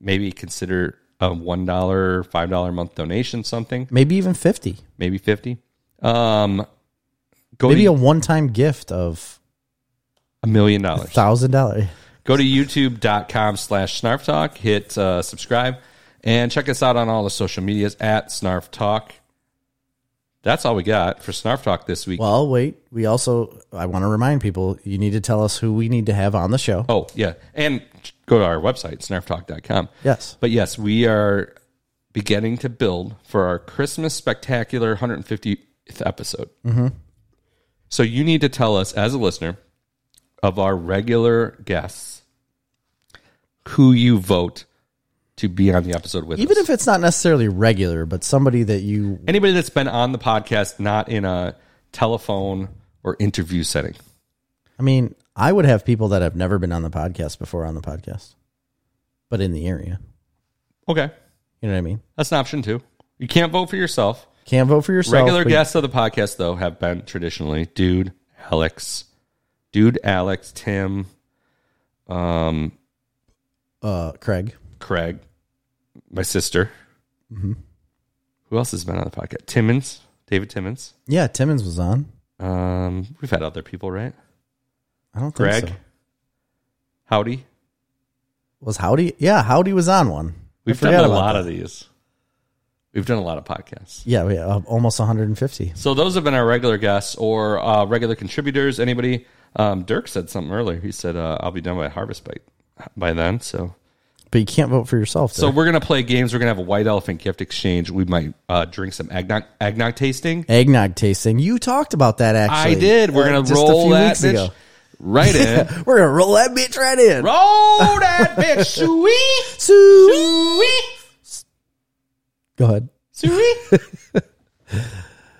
A: Maybe consider a $1, $5 a month donation, something,
B: Maybe even fifty.
A: maybe 50 Um, Go
B: Maybe
A: to
B: a one time gift of
A: a million dollars.
B: thousand dollars.
A: go to youtube.com slash snarf talk hit uh, subscribe and check us out on all the social medias at snarf talk that's all we got for snarf talk this week
B: Well, wait. We also I want to remind people you need to tell us who we need to have on the show.
A: oh yeah and go to our website snarftalk.com
B: Yes.
A: but yes we are beginning to build for our christmas spectacular 150th episode
B: Mm-hmm.
A: so you need to tell us as a listener of our regular guests who you vote to be on the episode with
B: Even
A: us.
B: if it's not necessarily regular, but somebody that you
A: anybody that's been on the podcast not in a telephone or interview setting
B: I mean, I would have people that have never been on the podcast before on the podcast. But in the area.
A: okay
B: You know what I mean?
A: that's an option too you can't vote for yourself
B: Can't vote for yourself.
A: regular
B: but-
A: guests of the podcast though have been traditionally dude alex dude alex tim um
B: uh Craig.
A: craig my sister
B: Mm-hmm.
A: who else has been on the podcast timmons david timmons
B: Yeah, Timmons was on.
A: um we've had other people right
B: I don't think
A: greg
B: so.
A: howdy
B: Was Howdy? Yeah, Howdy was on one. I
A: we've done
B: forgot
A: a
B: about
A: lot
B: that.
A: of these we've done a lot of podcasts
B: Yeah, we have almost 150.
A: So those have been our regular guests or uh, regular contributors. Anybody? Um, Dirk said something earlier. He said, uh, "I'll be done by harvest by by then." So,
B: But you can't vote for yourself.
A: so
B: So
A: we're gonna play games. We're gonna have a white elephant gift exchange. We might uh, drink some eggnog, eggnog tasting.
B: eggnog tasting. You talked about that actually.
A: I did. We're
B: uh,
A: gonna
B: just a
A: roll
B: few
A: that
B: weeks
A: bitch
B: ago.
A: right
B: [LAUGHS]
A: in.
B: We're gonna roll that bitch right in.
A: roll that bitch, sweet,
B: Sue.
A: sweet,
B: Go ahead.
A: sweet.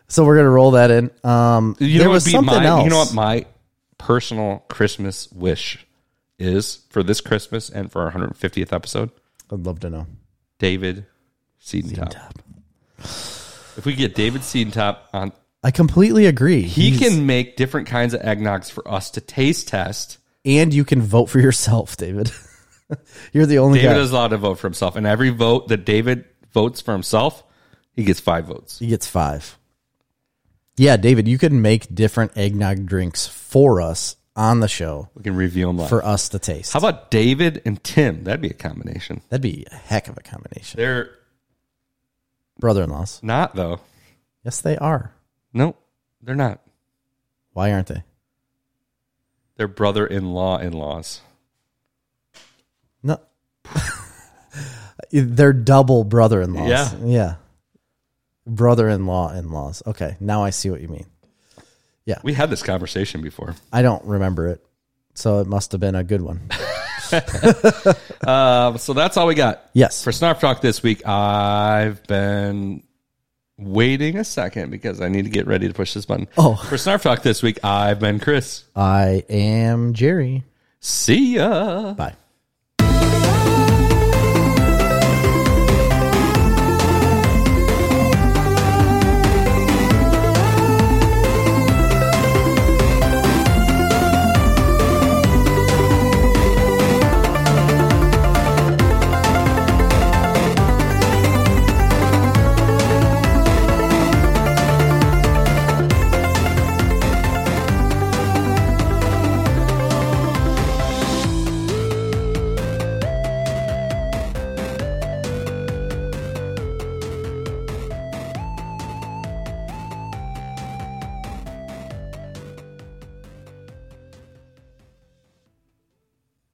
B: So we're gonna roll that in. Um,
A: You
B: there
A: know
B: was
A: what? Be
B: something
A: my,
B: else.
A: You know what? My personal Christmas wish is for this Christmas and for our 150th episode.
B: I'd love to know.
A: David Seedentop. If we get David Seedentop on,
B: I completely agree.
A: he
B: He's-
A: can make different kinds of eggnogs for us to taste test.
B: and you can vote for yourself, David. [LAUGHS] You're the only
A: David
B: guy.
A: is allowed to vote for himself, and every vote that David votes for himself, he gets five votes.
B: He gets five. Yeah, David, you could make different eggnog drinks for us on the show
A: We can review him live.
B: for us to taste.
A: How about David and Tim? That'd be a combination.
B: That'd be a heck of a combination.
A: They're
B: Brother in laws.
A: not though.
B: Yes, they are.
A: No, they're not.
B: Why aren't they?
A: They're brother-in-law in-laws.
B: No. [LAUGHS] They're double brother in laws.
A: Yeah.
B: Yeah. Brother in law in laws. Okay. Now I see what you mean.
A: We had this conversation before.
B: I don't remember it. So it must have been a good
A: [LAUGHS]
B: one.
A: Uh, so that's all we got.
B: Yes.
A: For Snarf Talk this week, I've been waiting a second because I need to get ready to push this button.
B: Oh.
A: For Snarf Talk this week, I've been Chris.
B: I am Jerry.
A: See ya.
B: Bye.